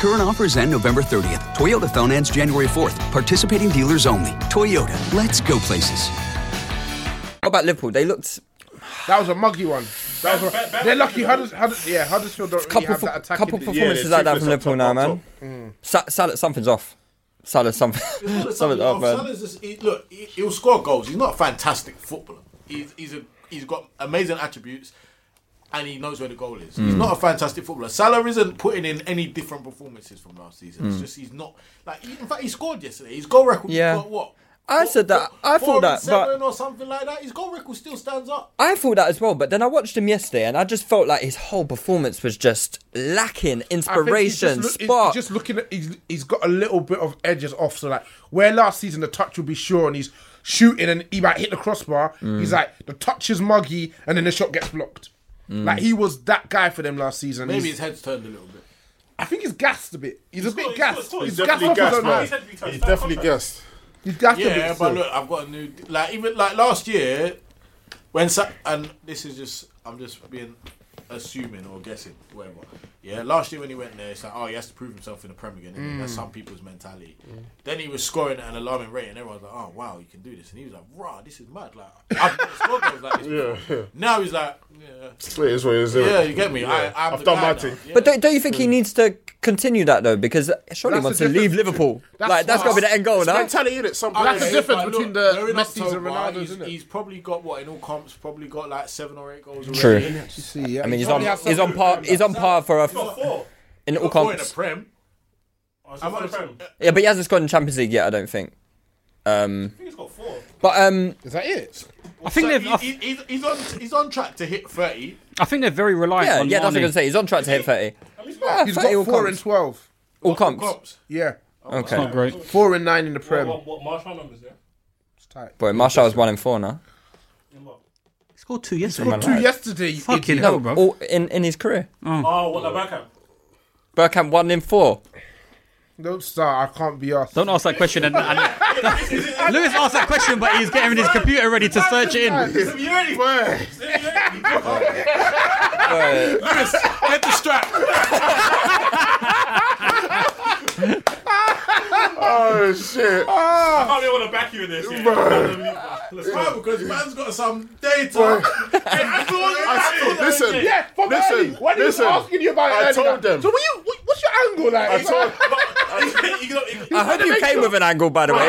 S20: Current offers end November 30th. Toyota phone ends January 4th. Participating dealers only. Toyota, let's go places.
S4: what about Liverpool? They looked
S5: That was a muggy one. That was a, they're lucky. Hudders, Hudders, yeah, Huddersfield don't really
S4: couple
S5: have that attacking.
S4: couple performances like that from Liverpool now, man. Sa- Salah, something's off. Salah, something, something's off, man.
S9: Salah's just, he, look, he, he'll score goals. He's not a fantastic footballer. He's he's a, he's got amazing attributes, and he knows where the goal is. He's
S4: Mm.
S9: not a fantastic footballer. Salah isn't putting in any different performances from last season. It's
S4: Mm.
S9: just he's not like. he- in fact, he scored yesterday. His goal record.
S4: Yeah.
S9: What? what
S4: I said that. I
S9: four
S4: thought that,
S9: and
S4: but
S9: seven or something like that. His goal record still stands up.
S4: I thought that as well. But then I watched him yesterday, and I just felt like his whole performance was just lacking
S5: I think he's
S4: inspiration,
S5: just, look-
S4: spark.
S5: He's just looking at. He's, he's got a little bit of edges off. So like where last season the touch would be sure, and he's shooting and he might hit the crossbar.
S6: Mm.
S5: He's like the touch is muggy, and then the shot gets blocked.
S6: Mm.
S5: Like he was that guy for them last season.
S9: Maybe his
S5: he's,
S9: head's turned a little bit.
S5: I think he's gassed a bit. He's, a bit gassed.
S9: He's
S5: He's, gassed
S9: definitely
S5: off his
S9: gassed,
S5: own
S9: bro.
S5: man.
S9: He's definitely gassed.
S5: He's gassed a bit.
S9: Yeah,
S5: still.
S9: but look, I've got a new like even like last year when Sa- and this is just I'm just being assuming or guessing whatever. Yeah, last year when he went there, it's like oh he has to prove himself in the Premier League. innit? That's
S21: Mm.
S9: some people's mentality. Then he was scoring at an alarming rate, and everyone's like oh wow you can do this, and he was like rah this is mad like I've never scored goals like this. before." Now he's like yeah.
S8: It is what it is. isn't it?
S9: Yeah, you get me. I- I'm
S8: I've
S9: the
S8: done
S9: guy
S8: my
S9: now.
S8: thing.
S4: But don't, don't you think he needs to continue that though? Because surely he
S8: That's
S4: wants
S8: the
S4: to leave Liverpool. like that's got to be the end goal, no?
S8: mentality in it. Some
S9: I
S5: Oh, That's
S9: get
S5: the
S9: it,
S5: difference
S9: but
S5: between the
S9: look, they're in
S5: Messis and
S9: October,
S5: Ronaldos,
S9: he's,
S5: isn't it?
S9: he's probably got what in all comps, probably got like seven or eight goals. Already.
S4: True.
S5: See, yeah.
S4: I mean, he's on
S9: Probably has
S4: he's on
S9: some-
S4: par he's on par for a
S9: He's got four.
S4: in
S9: He's
S4: all
S9: got four in
S4: comps.
S9: the Prem. I'm on the Prem.
S4: Yeah, but he hasn't scored in Champions League yet. I don't think. Um,
S9: he's got four.
S4: but um,
S5: is that it?
S7: I think
S9: So
S7: they've.
S9: he, he, he's- he's on he's on track to hit thirty.
S7: I think they're very reliant
S4: yeah,
S7: on
S4: yeah, that's what I'm
S7: Mane.
S4: gonna say. He's on track to hit thirty.
S9: Yeah,
S5: he's
S4: 30
S5: got
S4: all
S5: four
S4: comps.
S5: and twelve.
S4: All comps.
S5: Yeah.
S4: Okay. That's not great.
S5: Four and nine in the prem.
S1: What, what Marshall numbers? Yeah.
S4: Boy, Marshall's one and four now.
S7: He scored two yesterday.
S5: scored two yesterday, you
S7: Fucking
S5: idiot.
S7: hell, bro.
S4: all- in in his career.
S1: Oh, what the backup?
S4: Burkham one in four.
S5: Don't start. I can't be asked.
S7: Don't ask that question. And, and Lewis asked that question, but he's getting his computer ready to search it in.
S1: You ready?
S9: Lewis, get the strap.
S8: oh shit!
S1: I can't be able to back you in this. Yeah. Let's
S9: Why?
S1: go.
S9: Because man's got some data. Hey, I saw you.
S8: Listen,
S5: Yeah, from
S8: listen,
S5: early. When he was
S8: listen.
S5: asking you about it
S8: I
S5: earlier.
S8: told them.
S5: So, what you, what- what's your angle like?
S8: I told-
S9: uh,
S4: I hope you came with an angle, by the way.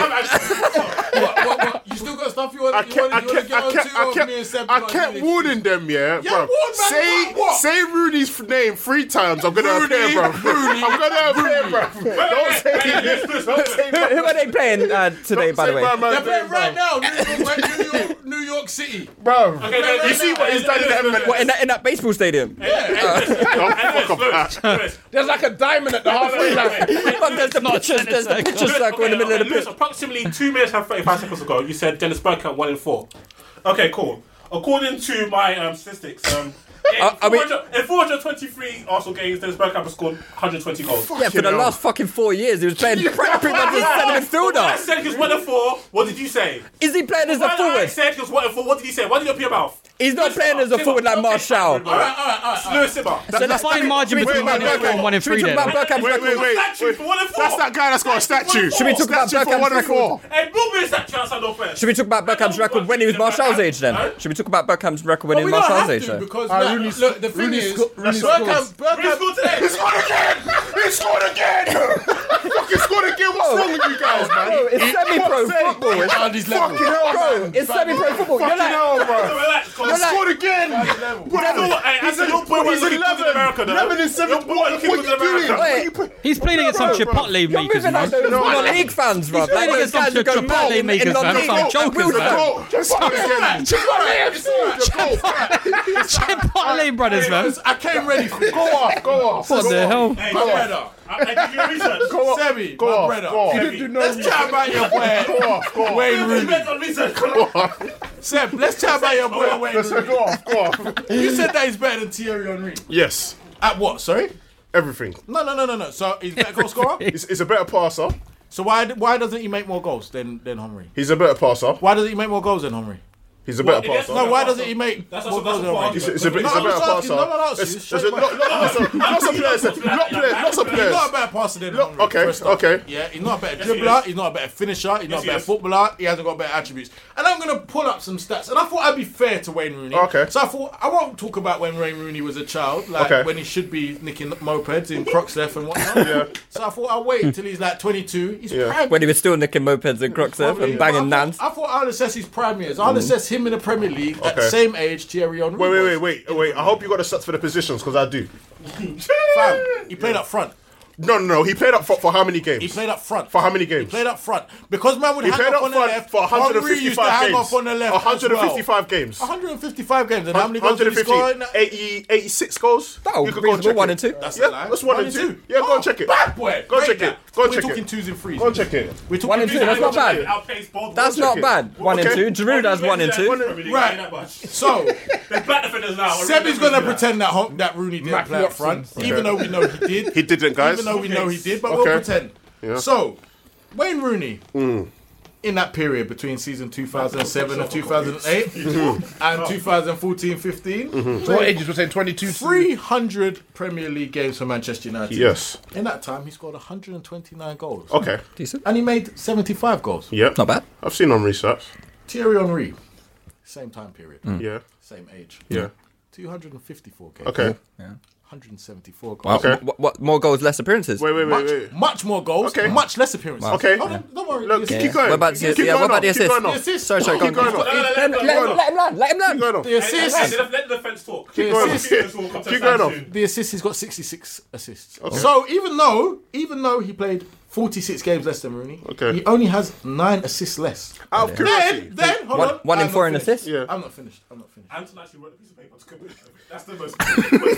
S9: You still got stuff you want.
S8: I
S9: you want,
S8: kept, I
S9: you want to
S8: kept,
S9: get
S8: I
S9: onto
S8: kept, I
S9: of
S8: kept,
S9: me and Seb
S8: I
S9: got
S8: kept
S9: you.
S8: warning them, yeah,
S9: Yeah,
S8: bro.
S9: warn man,
S8: say,
S9: what, what?
S8: say Rooney's f- name three times. I'm gonna
S9: Rooney,
S8: appear, bro.
S9: Rooney,
S8: I'm gonna appear, bro. Don't say this. Don't say
S4: Who who are they playing uh, today, by the way?
S9: They're playing right now. New York, New York, New York City.
S8: Bro,
S9: Okay, no,
S8: you
S9: no,
S8: see
S9: no,
S8: what he's
S9: no,
S8: done in
S9: no,
S8: the
S9: no,
S8: MLS?
S4: What, in that in that baseball stadium?
S5: There's like a diamond at the halfway line.
S4: There's the pictures. There's the picture circle in the middle of the
S1: Lewis, approximately two minutes and 35 seconds ago, you said Dennis Bergkamp one in four. Okay, cool. According to my um, statistics, um, in, 400 in 423 Arsenal games, Dennis Bergkamp has scored 120 goals.
S4: yeah, for the last fucking four years, he was playing crap pretty much as a centre
S1: When I
S4: midfielder.
S1: said he was one of four, what did you say?
S4: Is he playing as a
S1: When I
S4: forward?
S1: said he was one of four, what did he say? Why did you open your mouth?
S4: He's not playing as a forward like Marshall.
S1: All right, all right, all right. Slow it, Simba.
S4: Should we talk about Bergkamp?
S8: Wait, wait, wait.
S1: Statue for one and four.
S8: That's that guy that's got a statue.
S4: Should we talk about
S8: Statue for
S4: Bergkamp's
S8: one and four?
S4: record?
S1: Hey, boom is that chance I don't
S4: Should we talk about Bergkamp's record when he was Marshall's age then? Should we talk about Bergkamp's record when he was Marshall's age then?
S9: because
S4: Ah,
S9: now-
S4: Rooney's-
S9: look, the thing
S4: Rooney's
S9: is,
S4: sco- Rooney's
S9: Bergkamp,
S4: scores.
S9: Bergkamp,
S1: He
S9: scored again. He scored again.
S8: Fucking scored again. What's wrong with you guys,
S9: uh,
S8: man?
S4: Bro, it's semi-pro
S8: Fuck's sake.
S4: football. It's
S9: Found his level.
S8: Fucking hell,
S4: Bro,
S8: man.
S4: it's semi-pro football. You're
S8: Fucking
S4: like-
S8: hell, bro.
S1: Relax,
S8: He
S1: Relax.
S8: scored again. Bro,
S1: You know what? Hey, I said your boy was looking good in America, though.
S8: Eleven and seven.
S1: Your boy looking
S8: What
S1: good
S8: you
S1: in America.
S8: doing? What you put-
S7: He's playing against some Chipotle
S4: You're
S7: makers,
S4: moving
S7: man.
S4: like those non-league fans, bro.
S7: He's playing
S4: Like
S7: against
S4: those
S7: some
S4: guys who go mad
S7: Chipotle
S4: in in
S7: makers, man.
S4: non-league.
S7: Some jokers, man. Chipotle brothers, man.
S9: I came ready. For go off, go off.
S7: What
S9: go
S7: the
S9: off.
S7: hell?
S8: Go
S9: Hey, go
S8: off.
S9: brother. I, I did your research.
S8: Go off,
S9: Sebi,
S8: go
S9: my
S8: off,
S9: brother.
S8: go off.
S9: You
S8: Sebi.
S9: didn't do no Let's chat about your boy.
S8: Go off, go off.
S9: Wayne
S1: You
S9: Rooney.
S1: bet on research. Come on.
S9: Seb, let's chat about your boy Wayne
S8: Let's
S9: Rooney.
S8: go off, go off.
S9: You said that he's better than Thierry Henry.
S8: Yes.
S9: At what? Sorry.
S8: Everything.
S9: No, no, no, no, no. So he's a better goal scorer.
S8: He's, he's a better passer.
S9: So why why doesn't he make more goals than than Henry?
S8: He's a better passer.
S9: Why doesn't he make more goals than Henry?
S8: He's a better
S9: Well,
S8: passer.
S9: No, why doesn't he make
S1: That's
S9: more
S1: also- that's
S9: goals than
S1: also
S9: Henry?
S8: It's, it's a, it's a
S9: No, I'm
S8: better
S9: just
S8: passer.
S9: asking, no, no, no,
S8: It's-
S9: you
S8: it's
S9: shut
S8: a-
S9: your
S8: Lots lots of lots of players. Lots of players. Lots of
S9: He's
S8: players.
S9: not a better passer than Henry.
S8: okay,
S9: first off.
S8: okay.
S9: Yeah, he's not a better
S8: Yes, he
S9: dribbler.
S8: is.
S9: He's not a better finisher. He's
S8: Yes,
S9: not a
S8: he
S9: better
S8: is.
S9: footballer. He hasn't got better attributes. And I'm gonna pull up some stats. And I thought I'd be fair to Wayne Rooney.
S8: Okay.
S9: So I thought I won't talk about when Wayne Rooney was a child, like
S8: Okay.
S9: when he should be nicking mopeds in Croxleth and whatnot.
S8: Yeah.
S9: So I thought I'd wait until he's like 22. He's
S4: Yeah.
S9: prime
S4: When he was still nicking mopeds and Croxev and banging
S9: I thought-
S4: nans.
S9: I thought I'd assess his prime years. I'd assess him in the Premier League at
S8: Mm-hmm. Okay.
S9: the same age Thierry Henry.
S8: Wait,
S9: was.
S8: wait, wait, wait, wait. I hope you got the stats for the positions because I do.
S9: Fam, he played up front.
S8: No, no, no. He played up front for how many games?
S9: He played up front.
S8: For how many games?
S9: He played up front because man would
S8: He
S9: hang
S8: played
S9: up
S8: up
S9: on the
S8: front
S9: left.
S8: for
S9: Henry used to
S8: 155
S9: hang
S8: games.
S9: up on the left. as well.
S8: 155 games.
S9: 155 games. And how many goals did he score? in that-
S8: 80, 86 goals.
S4: That'll
S8: You could
S4: reasonable,
S8: check
S4: one
S8: it.
S4: and two.
S9: That's
S8: yeah,
S9: a lie.
S8: That's one, and two. Yeah, go and check it.
S9: Bad boy.
S8: Go and
S9: Break
S8: check
S9: that.
S8: it. Go and
S9: We're
S8: check it.
S9: talking twos and threes.
S8: Go and check it.
S9: We're talking
S4: One and two, that's not bad.
S1: Outpaced both.
S4: That's
S8: check
S4: not
S8: it.
S4: bad. One and
S8: Okay.
S4: two. Giroud has one and two.
S9: Right. So
S1: They're back defenders now.
S9: Sebi's gonna pretend that Hon- that Rooney didn't
S5: Matt
S9: play up front,
S5: Watson.
S9: even though we know he did.
S8: He didn't, guys.
S9: Even though we know he did, but
S8: Okay.
S9: we'll pretend.
S8: Yeah.
S9: So, Wayne Rooney, in that period between season 2007 and 2008 and 2014 15,
S5: So what ages we're saying? 22.
S9: 300 Premier League games for Manchester United.
S8: Yes.
S9: In that time, he scored 129 goals.
S8: Okay.
S4: Decent.
S9: And he made 75 goals.
S8: Yep.
S4: Not bad.
S8: I've seen on research.
S9: Thierry Henry, same time period,
S8: Yeah.
S9: same age.
S8: Mm. Yeah.
S9: 254 games.
S8: Okay.
S9: 174 goals.
S4: Wow.
S8: Okay.
S4: What, what, more goals, less appearances?
S8: Wait, wait, wait,
S9: much,
S8: wait.
S9: much more goals,
S8: Okay.
S9: much less appearances.
S8: Okay.
S9: Hold on, don't worry.
S8: Look,
S9: The
S8: keep going.
S4: What about the,
S8: Keep
S4: yeah, what
S8: going
S4: about the
S8: on, keep
S4: assist?
S8: going on.
S9: The assist.
S4: Sorry, sorry,
S8: Keep
S4: go on.
S8: going on.
S4: Let, him- let, him- let him land. Let him
S8: Keep
S4: land.
S8: going on.
S9: The
S8: Keep
S9: assist,
S1: Let let the defense talk.
S9: the
S8: going
S9: assist,
S8: on. Keep going on.
S9: the assist. He's got 66 assists. So even though, even though he played 46 games less than Rooney,
S8: Okay.
S9: he only has nine assists less.
S8: Out of curiosity.
S9: Then, then, hold
S4: One-
S9: on.
S4: one in
S9: I'm
S4: four
S9: not
S4: in
S9: finished.
S4: assists?
S8: Yeah.
S9: I'm not finished. I'm not finished.
S1: Anton actually wrote a piece of paper to commit. That's the most. most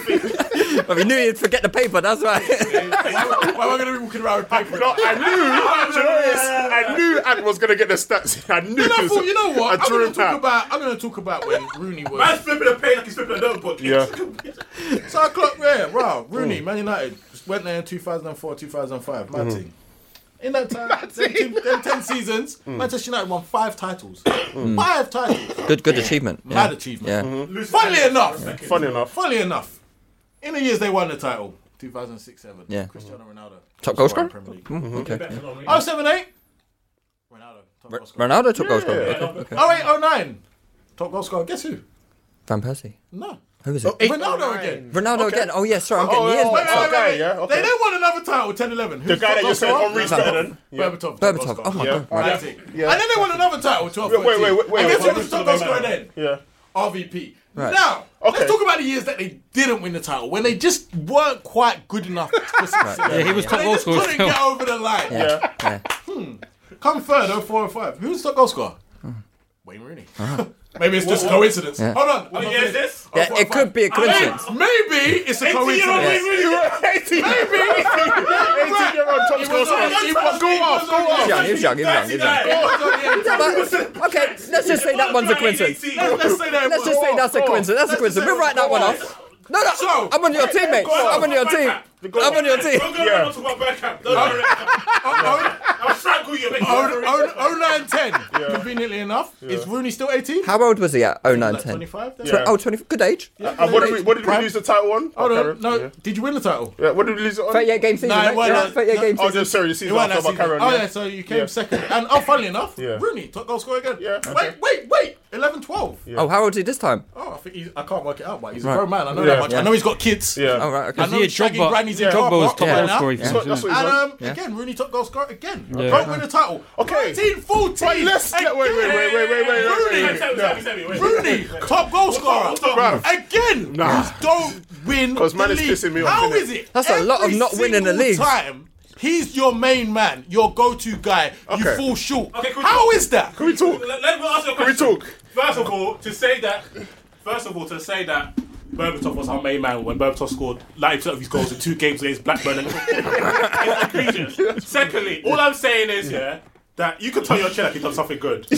S1: thing.
S4: But we knew he'd forget the paper. That's why.
S9: why, why am I going to be walking around with paper?
S8: No, I knew. do you know what it is? I knew Ant was gonna get the stats. I knew.
S9: Then
S8: he
S9: I
S8: was-
S9: thought, you know
S8: I
S9: what? I'm
S8: drew
S9: going
S8: him
S9: to talk
S8: out.
S9: about. I'm going to talk about when Rooney was.
S1: Man's flipping a page like he's flipping a notebook.
S8: Yeah.
S9: so I clocked there. Wow,
S4: Mm.
S9: Rooney, Man United went there in 2004, 2005.
S4: Mm-hmm.
S9: My team. In that time, them, two- them ten seasons,
S4: Mm.
S9: Manchester United won five titles. Five titles.
S4: Good, good achievement. Yeah.
S9: Mad achievement.
S4: Mm.
S9: Mm-hmm.
S4: Yeah.
S9: Funnily enough,
S8: Funny enough.
S9: Funny enough, in the years they won the title, 2006 7,
S4: Yeah.
S9: Cristiano Ronaldo.
S4: Top goal scorer.
S9: Premier League.
S4: Mm, okay.
S9: Oh, 07 8, Ronaldo. Top goal scorer.
S4: Ronaldo took goal scorer.
S8: Yeah.
S4: Okay. okay.
S9: Oh, 08 oh, 09, top goal scorer. Guess who?
S4: Van Persie.
S9: No.
S4: Who is it?
S9: Ronaldo again.
S4: Ronaldo again. Oh yeah, sorry, I'm getting
S8: Oh,
S4: years.
S8: oh,
S9: Wait,
S4: mixed
S9: wait,
S4: up.
S9: wait, wait,
S8: Okay,
S9: wait.
S8: yeah, okay.
S9: They don't want another title, 10 11.
S8: The guy that you said Henri's better than. Yeah.
S9: Berbatov.
S4: Berbatov.
S9: top goal
S4: Oh, my
S9: scorer.
S4: God.
S9: That's it. And then they won another title, 12
S8: Wait, wait, wait, wait, wait.
S9: And guess who
S8: Wait,
S9: was
S8: wait,
S9: top
S8: wait,
S9: goal scorer
S8: wait.
S9: then?
S8: Yeah.
S9: RVP.
S4: Right.
S9: Now,
S8: Okay.
S9: let's talk about the years that they didn't win the title, when they just weren't quite good enough for success.
S7: Yeah, he was top
S9: they
S7: goal
S9: just
S7: scorer
S9: couldn't
S7: still.
S9: get over the line.
S8: Yeah.
S9: Come third, 04 or 05. Who's the top goal scorer? Wayne Rooney. Maybe it's just
S1: What- what-
S9: coincidence.
S4: Mm. Uh-huh. Yeah.
S9: Hold on.
S1: What
S9: I'm
S1: year
S9: not
S1: is
S9: finished.
S1: this?
S9: I'm
S4: Yeah,
S9: quite
S4: it could be a
S9: fine. I think
S4: coincidence.
S9: Maybe it's a
S1: 18 year old
S9: coincidence.
S1: Maybe you're
S9: Maybe.
S5: Eighteen-year-old top
S9: He
S5: scorer.
S9: was on- he
S5: Go
S9: was- he
S5: off,
S9: was
S5: go
S9: on-
S5: off.
S4: young, he was young, he was young, he was young. okay, let's just say that one's a coincidence.
S9: Let's- let's say that
S4: Let's just
S9: one.
S4: say that's a
S9: Go on,
S4: coincidence. That's a
S9: go on.
S4: coincidence. We'll write that one off. No, no, I'm on your team, mate.
S9: Go on.
S4: I'm on your team. I'm on your team.
S1: Don't go around and talk about Bergkamp. Don't go around. I'll strangle you. mate.
S9: Oh, oh, oh, 09 10. Conveniently enough, is Rooney still 18?
S4: How old was he at 0910?
S9: 25?
S4: Tw- Oh, 20, good age.
S8: And what did we, what did we lose the title on?
S9: Hold
S8: Oh,
S9: on, no, did you win the title?
S8: Yeah, what did we lose it on?
S4: 38 game season,
S9: No, it
S4: mate.
S9: wasn't.
S4: Yeah, 38 game
S8: Oh,
S4: season.
S8: just sorry, the
S9: It
S8: season
S9: wasn't
S8: after
S9: that
S8: about
S9: season.
S8: Carry on,
S9: Oh yeah, so you came
S8: Yeah.
S9: second, and oh, funnily enough,
S8: Yeah.
S9: Rooney top goal scorer again.
S8: Yeah. Okay.
S9: Wait, wait, wait, 11-12.
S4: Oh, how old is he this time?
S9: Oh, I think he's, I can't work it out, but he's
S4: Right.
S9: a grown man. I know
S4: Yeah.
S9: that much.
S4: Yeah.
S9: I know he's got kids.
S4: Yeah. Oh, right, okay.
S9: I
S4: Is
S9: know
S4: he a
S9: he's dragging
S4: Drogba?
S9: grannies
S4: Yeah.
S9: in car
S4: Drogba was
S9: park
S4: top
S9: right
S4: goal
S9: now.
S4: scorer, That's what- yeah. that's what he's
S9: And
S4: on.
S9: um,
S4: Yeah.
S9: again, Rooney top goal scorer again.
S4: Yeah.
S9: Can't win the title. Okay. 1914.
S8: Wait, let's- wait, wait, wait, wait, wait, wait, wait, wait, wait, wait, wait, wait,
S9: Rooney.
S8: wait,
S9: Rooney top goal scorer
S8: Bruv.
S9: again.
S8: Nah.
S9: You Don't win.
S8: 'Cause man
S9: the
S8: is
S9: league.
S8: pissing me off,
S9: How
S8: innit?
S9: is it?
S4: That's a lot of
S9: Every
S4: not winning the
S9: single
S4: leagues.
S9: Time. He's your main man, your go-to guy. You
S8: Okay.
S9: fall short.
S1: Okay, can we
S9: How
S1: talk?
S9: is that?
S8: Can we talk?
S1: Let, let me ask you a
S8: Can we
S1: question.
S8: talk?
S1: First of all, to say that, first of all, to say that Berbatov was our main man when Berbatov scored 90% of his goals in two games against Blackburn and It's egregious. Secondly, all I'm saying is, yeah, that you can tell your chair that you've done something good.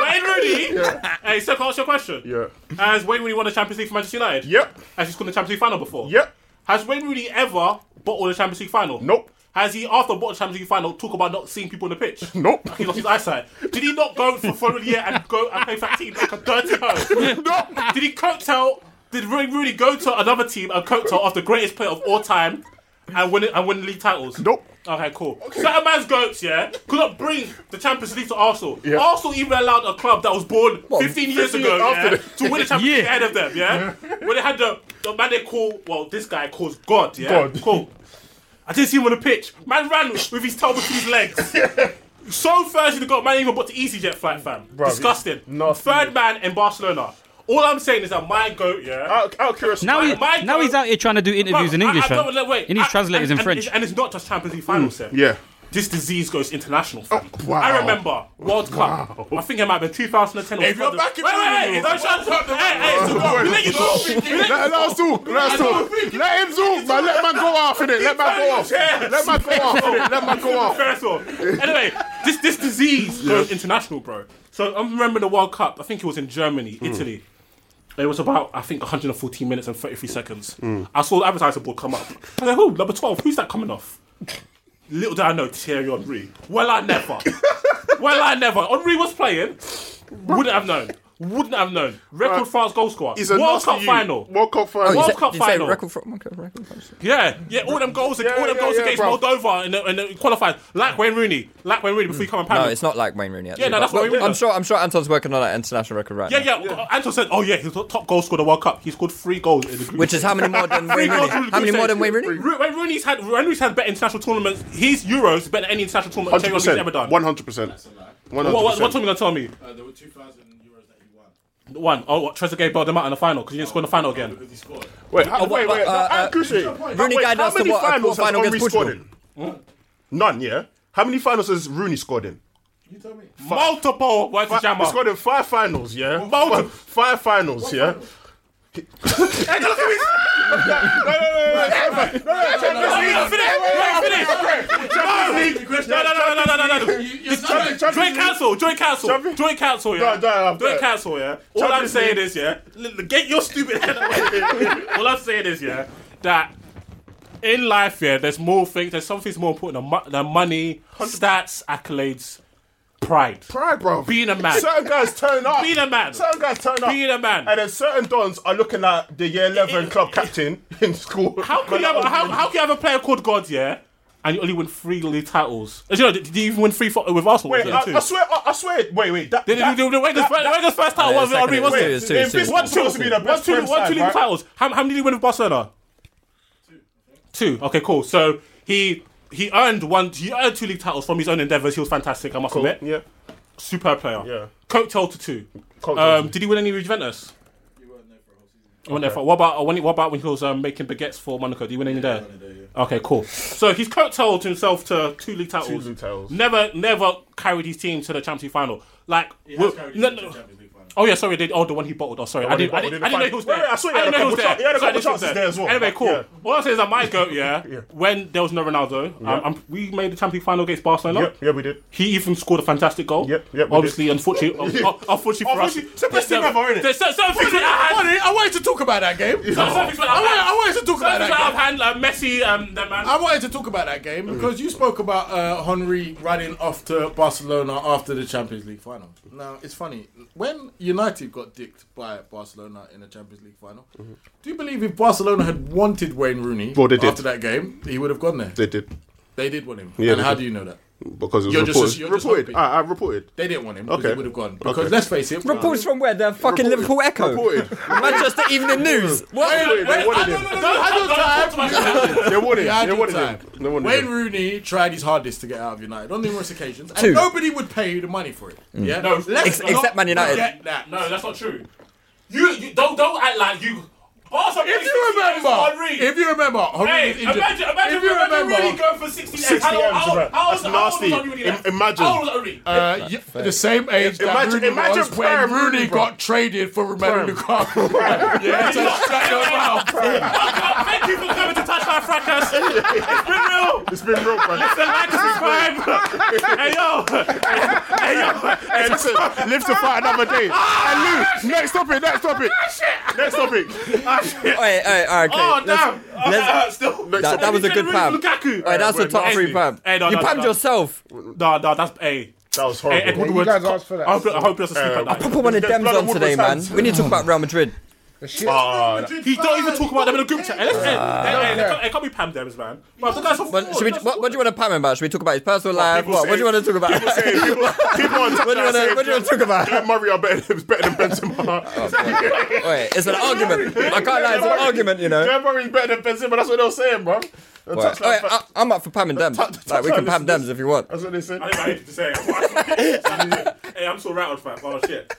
S1: Wayne Rooney, hey, so can I ask you a question?
S8: Yeah.
S1: Has Wayne Rooney won the Champions League for Manchester United?
S8: Yep.
S1: Has he scored in the Champions League final before?
S8: Yep.
S1: Has Wayne Rooney ever bottled the Champions League final?
S8: Nope.
S1: Has he, after bottled the Champions League final, talk about not seeing people on the pitch?
S8: Nope.
S1: Like he lost his eyesight. Did he not go for following year and go and play for that team like a dirty hoe? no. Did he coattail? Did Rooney really go to another team and coattail of the greatest player of all time and win it and win league titles?
S8: Nope.
S1: Okay, cool. Certain man's goats, yeah, could not bring the Champions League to Arsenal.
S8: Yeah.
S1: Arsenal even allowed a club that was born 15 years
S8: 15
S1: ago
S8: years after
S1: yeah,
S8: the-
S1: to win the Champions League ahead of them, yeah? when they had the, the man they call, well, this guy calls God, yeah?
S8: God.
S1: Cool. I didn't see him on the pitch. Man ran with his tail between his legs. so thirsty to go, man even bought the EasyJet flight, fam. Disgusting. Third man in Barcelona. All I'm saying is that my goat, yeah?
S8: Out, out of curiosity.
S7: Now, he,
S1: My
S7: now
S1: goat-
S7: he's out here trying to do interviews
S1: Bruv,
S7: in
S1: I,
S7: English,
S1: I
S7: fam.
S1: don't- no, wait,
S7: and he's
S1: I-
S7: translated in
S1: and-
S7: French.
S1: And, it's not just Champions League finals, sir.
S8: Mm. Yeah.
S1: This disease goes international. fam.
S8: Oh, wow.
S1: I remember World Cup. I think it might have been 2010 or
S9: If you're back in
S1: Wait, wait, wait.
S9: Europe-
S1: Don't shut up. Hey, hey, so we let you talk. We let you
S8: Let, let us talk. Let us talk. Let him talk, man. Let man go off in it. Let man go off. Let man go off in it. Let man go off.
S1: Fair talk. Anyway, this this disease goes international, bro. So I remember the World Cup. I think it was in Germany,
S8: Hmm.
S1: Italy. It was about I think 114 minutes and 33 seconds.
S8: Mm.
S1: I saw the advertising board come up. I was like, "Who number 12? Who's that coming off?" Little did I know Thierry Henry. Well, I never. well, I never. Henry was playing. Wouldn't have known. Wouldn't have known. Record France goal scorer.
S8: He's a
S1: World
S8: nasty
S1: Cup
S8: you.
S1: final.
S8: World Cup final.
S4: you
S1: World
S4: said-
S1: Cup
S4: did you say
S1: final.
S4: Record from, okay, record from.
S1: Yeah, yeah, all them goals, all them
S8: yeah,
S1: goals
S8: yeah,
S1: against
S8: bruv.
S1: Moldova and the, and the qualified, like Wayne Rooney, like Wayne Rooney before you come and
S4: No,
S1: Paris.
S4: it's not like Wayne Rooney. Actually,
S1: Yeah, no,
S4: but-
S1: that's what Wayne Rooney
S4: I'm
S1: does.
S4: sure. I'm sure Anton's working on that international record right
S1: Yeah,
S4: now.
S1: yeah. Anton said, "Oh yeah, he's the top goal scorer in the World Cup. He scored three goals in the group."
S4: Which is how many more than
S1: in
S4: Wayne Rooney?
S1: the
S4: How many
S1: group
S4: more
S1: stage.
S4: than Wayne Rooney?
S1: Ro- Wayne Rooney's had Wayne Rooney's had better international tournaments. His Euros better than any international tournament Thierry
S8: 100%.
S1: Henry's ever done.
S8: 100%.
S1: What, what, what
S8: 100%.
S1: tournament are you gonna tell me?
S9: Uh, there were 2,000 euros that he won.
S1: One. Oh, what, Trezeguet bailed them out in the final because he didn't score in the final again.
S9: Because he scored.
S8: Wait, how-
S4: what-
S8: wait,
S4: but,
S8: wait.
S4: uh,
S8: I
S4: uh,
S8: appreciate it.
S4: Rooney
S8: But wait,
S4: guided
S8: How
S4: us to
S8: many
S4: what- a
S8: finals has
S4: quarterfinal
S8: Henry
S4: against
S8: scored
S4: Portugal.
S8: in? None, yeah? How many finals has Rooney scored in?
S9: You tell me.
S1: Multiple words of
S8: Fi-
S1: jammer.
S8: He's got in five finals, yeah?
S1: Multiple.
S8: Five, five finals, yeah?
S1: No, no, no, no, no, no, no, no. It's joint- Joint council, joint council, joint council, yeah.
S8: No, no, no,
S1: joint
S8: no.
S1: council, yeah. All I'm
S8: Champions
S1: saying
S8: League.
S1: is, yeah, l- l- get your stupid head away. All I'm saying is, yeah, that in life, yeah, there's more things, there's something's more important than, mo- than money, stats, accolades, pride.
S8: Pride, bro.
S1: Being a man.
S8: Certain guys turn up.
S1: Being a man.
S8: Certain guys turn up.
S1: Being a man.
S8: And then certain dons are looking at the year 11 club captain in school.
S1: How can you have, how, how can you have a player called God, yeah, and you only win three league titles? As you know, did, did you even win three fo- with Arsenal?
S8: Wait,
S1: Was it
S8: I,
S1: two?
S8: I swear, I, I swear, wait, wait. That,
S1: Did
S8: that,
S1: you do the wait? This
S8: that-
S1: first, wait, this first title
S4: Yeah,
S1: was
S4: second
S1: Henry,
S4: is
S1: wasn't
S4: two,
S1: it?
S4: it's two, it's two, it's
S1: One,
S8: two.
S1: two,
S8: Supposed to be the best
S1: one, two,
S8: Prem
S1: one,
S8: side,
S1: two league
S8: right?
S1: titles. How, how many did he win with Barcelona? Two. Okay, cool. So he he earned one. He earned two league titles from his own endeavors. He was fantastic. I must
S8: Cool,
S1: admit,
S8: Yeah.
S1: superb player.
S8: Yeah.
S1: Coattail to two.
S8: Coattail to
S1: Um,
S8: two.
S1: did he win any with Juventus? I went there for, what about uh, when he, what about when he was um, making baguettes for Monaco? Do you win any there? Okay, cool. So he's coattailed himself to two league titles.
S8: league titles.
S1: Never, never carried his team to the Champions League final. Like,
S8: has
S1: we-
S8: carried
S1: no, no. Oh yeah, sorry. They, oh, the one he bottled. Oh, sorry.
S8: The
S1: I
S8: one he
S1: didn't. I
S8: bottled
S1: didn't,
S8: in the final.
S1: I didn't know he was there.
S8: Yeah, I saw he had a
S1: didn't know
S8: couple chan- he had a couple
S1: So I didn't know he was
S8: chances there as well.
S1: Anyway, cool.
S8: Yeah.
S1: What I say is that my goat. Yeah, When there was no Ronaldo,
S8: Yeah.
S1: um, um, we made the Champions League final against Barcelona.
S8: Yep, yeah, we did.
S1: He even scored a fantastic goal. Yep,
S8: we
S1: Obviously,
S8: did.
S1: unfortunately,
S8: Yeah.
S1: un- unfortunately for us,
S8: Unfortunately, it's the best team ever, innit?
S1: There's certain certain things that I had-
S9: I wanted to talk about that game.
S1: so, so things went out
S9: I
S1: of
S9: wanted,
S1: hand.
S9: I wanted to talk
S1: So
S9: about
S1: things went out of
S9: that
S1: hand, like Messi, um, that man.
S9: game. I wanted to talk about that game because you spoke about uh, Henry riding off to Barcelona after the Champions League final. Now it's funny when United got dicked by Barcelona in the Champions League final. Do you believe if Barcelona had wanted Wayne Rooney
S8: Mm-hmm. Well, they did.
S9: after that game, he would have gone there?
S8: They did.
S9: They did want him.
S8: Yeah,
S9: and
S8: they
S9: how
S8: did.
S9: do you know that?
S8: Because it was
S9: You're just-
S8: reported.
S9: you're just
S8: reported.
S9: hoping.
S8: I, I reported.
S9: They didn't want him because
S8: Okay.
S9: he would have gone. Because
S8: Okay.
S9: let's face it,
S4: Reports from where? The fucking Liverpool Echo.
S8: Reported.
S4: Manchester Evening News.
S9: Wait,
S8: They wanted him. They wanted
S9: Yeah, I
S8: him. They
S9: do
S8: wanted
S9: time.
S8: him. They wanted
S9: Wayne
S8: him.
S9: Rooney tried his hardest to get out of United on numerous occasions, and
S4: Two.
S9: nobody would pay the money for it.
S4: Mm.
S9: Yeah,
S4: No, Ex-
S9: not
S4: except Man United.
S9: forget that.
S1: No, that's not true. You, you don't don't act like you. Barca
S9: If you remember, if you remember, Henry
S1: Hey,
S9: was injured.
S1: imagine, imagine
S9: if you remember,
S1: really going for 16
S8: 60
S1: How old-
S8: M's,
S1: how old-
S8: bruv.
S1: how old-
S8: That's
S1: how old was
S8: nasty.
S1: Henry when he left?
S8: Im- imagine.
S1: How old was Henry?
S9: uh, you- the same age that
S8: Imagine-
S9: Rooney
S8: imagine
S9: was when
S8: prime
S9: Rooney
S8: Rooney, bro.
S9: got traded for Romelu Lukaku. yeah, so shut your mouth.
S1: Thank you for coming to Touchline Fracas. It's been real.
S8: It's been real, man.
S1: Listen, like and subscribe. hey, yo. Hey, yo. Ah, Hey,
S8: And listen, live to fight another day. And Lou, next topic, next topic. Next topic. Ah, shit.
S4: Alright, alright, alright, okay.
S8: Oh,
S4: Let's-
S8: damn. Oh,
S4: let's-
S8: that hurts still.
S4: That,
S8: Next
S4: that
S8: topic.
S4: was a good pam.
S1: Lukaku.
S4: Alright, that's the
S8: Alright,
S4: top
S8: wait,
S4: three
S8: wait.
S4: pam.
S1: Hey, no,
S4: you
S1: no,
S4: pammed
S1: no.
S4: yourself.
S1: No, no, that's. Hey.
S8: That was
S1: Hey,
S8: horrible.
S1: Edward
S8: Yeah, you
S1: Woods.
S8: guys
S1: co-
S8: asked for that.
S1: I hope, I hope he doesn't sleep at night.
S4: Pop one of
S8: There's
S4: them
S8: blood on
S4: on today,
S8: Woodward's
S4: man.
S8: hands.
S4: We need to talk about Real Madrid.
S8: Ah,
S1: He don't even talk about them in a group chat. Hey, let's, hey, hey, hey, they can't- they can't be Pam Dems, man. But the guys are
S4: But should we,
S1: fraud.
S4: what, what do you want to pam him about? Should we talk about his personal life?
S8: people
S4: What, what do you
S8: say-
S4: want to talk about?
S8: people say- people- people on
S4: What do you
S8: Twitter
S4: wanna-
S8: say
S4: what do you wanna talk about?
S8: Jack Murray are better, is better than Benzema.
S4: Wait, it's an argument. I can't lie, it's an argument, you know.
S8: Jack Murray's better than Benzema. That's what they were saying, bro. The
S4: Right.
S8: touchline
S4: Alright,
S8: fa-
S4: I, I'm up for pamming them.
S8: Touch- touch-
S4: Like, we can
S8: touch-
S4: pam them if you want.
S8: That's what they said.
S1: I didn't have to say. it. hey, I'm so rattled, fam. Oh shit.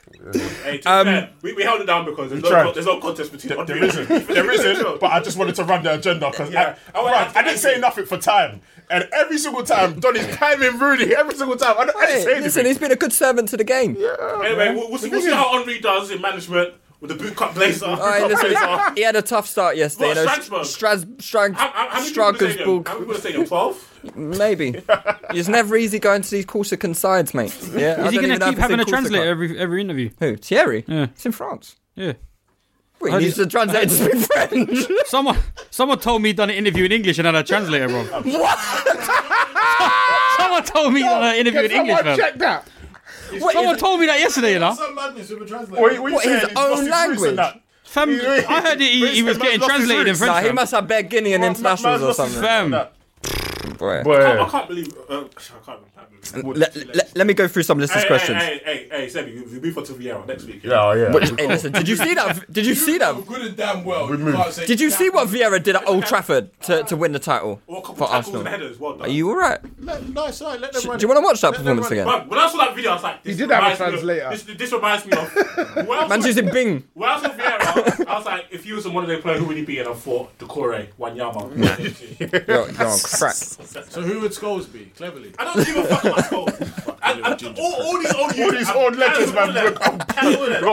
S1: Hey, to be
S4: Um,
S1: fair, we, we held it down because there's no,
S8: tried.
S1: con- there's no contest between us.
S8: There isn't. There isn't. But I just wanted to run the agenda because
S1: Yeah.
S8: I,
S1: I went
S8: Right,
S1: after
S8: I didn't say nothing for time, and every single time Donny's timing Rooney. Every single time I, don't- I didn't
S4: Hey,
S8: say anything.
S4: listen, he's been a good servant to the game.
S1: Anyway, we'll, we'll see, we'll see how Henri does in management with the boot cut blazer.
S4: All right,
S1: boot cut
S4: listen,
S1: blazer.
S4: he had a tough start yesterday.
S1: What,
S4: you know,
S1: Strasbourg?
S4: Stras, Strang,
S1: How, how, how many people say him? How many
S4: Strasbourg,
S1: people say him? Twelve.
S4: maybe. it's never easy going to these Corsican sides, mate. Yeah, I
S7: Is he
S4: don't
S7: going
S4: even
S7: to
S4: know if
S7: keep
S4: it's in
S7: having a
S4: Corsica.
S7: translator every every interview?
S4: Who? Thierry?
S7: Yeah.
S4: It's in France.
S7: Yeah.
S4: Wait,
S7: How
S4: he
S7: do
S4: needs
S7: you-
S4: to translate to speak French.
S7: Someone someone told me he'd done an interview in English and had a translator, bro.
S4: what?
S7: Someone told me he'd done an interview in
S5: Can
S7: English,
S5: someone
S7: man.
S5: check that?
S7: Someone told me that yesterday, you know.
S9: Some madness with a translator.
S8: What, what,
S4: What,
S8: you
S4: his
S8: saying? He's
S4: own
S8: lost roots
S4: language?
S8: and that.
S7: Fam, I heard he, he
S8: Man's
S7: was getting
S8: lost his
S7: translated in
S8: roots.
S7: French.
S4: Nah, he
S7: fam.
S4: must have bad Guinean
S8: Man's
S4: internationals or
S8: lost his
S4: something.
S8: roots and
S7: Fam.
S8: that.
S4: Boy.
S1: I
S8: Boy.
S1: can't believe. Uh, I can't. I can't believe.
S4: Let, let, let me go through some listeners'
S1: Hey,
S4: questions.
S1: hey, hey, hey, hey, Sebi, you- you move on to Vieira next week.
S8: Yeah, oh, yeah.
S4: Hey, listen, did you see that? Did you see that?
S9: Good and damn well. You can't say
S4: Did you see what Vieira did at Old Trafford to, to win the title
S1: Well, a couple
S4: for
S1: tackles and
S4: Arsenal?
S1: headers. Well done.
S4: Are you alright?
S9: Let, no, sorry, let them
S4: Do
S9: run
S4: you
S9: it.
S4: want to watch that
S9: Let them
S4: performance
S9: run it.
S4: again?
S1: Bruv, when I saw that video, I was like, this
S5: did have a
S1: reminds me of-
S5: translator.
S1: This, this reminds me of. when I was
S4: Man's using Bing.
S1: When I saw Vieira, I was like, if he was in one of their players, who would he be? And I thought, Decore, Wanyama.
S4: You're, you're on crack.
S9: So who would Scholes be? Cleverly.
S1: I don't give a fuck about Scholes. And, and all, all these old
S8: All these old legends, man. Gotta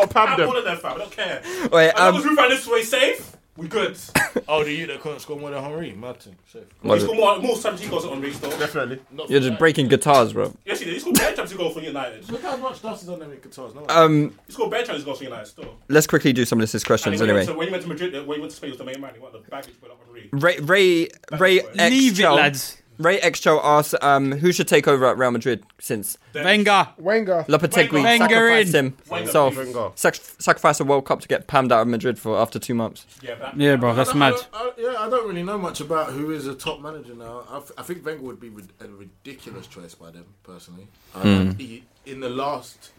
S8: pam
S1: I'm
S8: them.
S1: all of them, fam. I don't care.
S4: Wait,
S1: as long as
S4: um,
S1: we run this way safe, we good.
S9: Oh, the you that couldn't score more than Henri, Martin. Safe.
S1: He's got more, more times he goes on Reece, though.
S8: Definitely.
S4: you're just breaking guitars, bro.
S1: Yes, he did. He's got better chances to go for United.
S9: Look how much dust is on them in guitars. No,
S4: Um,
S1: He's got better chances to go for United still.
S4: let's quickly do some listeners'
S1: And
S4: questions
S1: then when,
S4: anyway.
S1: he went to, when he went to Madrid, uh, when he went to Spain, he was the main man. He went the baggage put up on Reece.
S4: Ray Ray Ray X
S7: Leave it,
S4: Chell-
S7: lads.
S4: Ray Exchel asks, um, who should take over at Real Madrid since
S7: Wenger.
S5: Wenger.
S4: Lopetegui
S7: Wenger
S4: sacrificed
S7: in.
S4: him
S1: Wenger, please.
S4: himself, sac- sacrificed a World Cup to get pammed out of Madrid for after two months?
S1: Yeah, that,
S7: Yeah, bro, that's mad.
S9: I, yeah, I don't really know much about who is a top manager now. I, f- I think Wenger would be rid- a ridiculous choice by them, personally. Um, he, in the last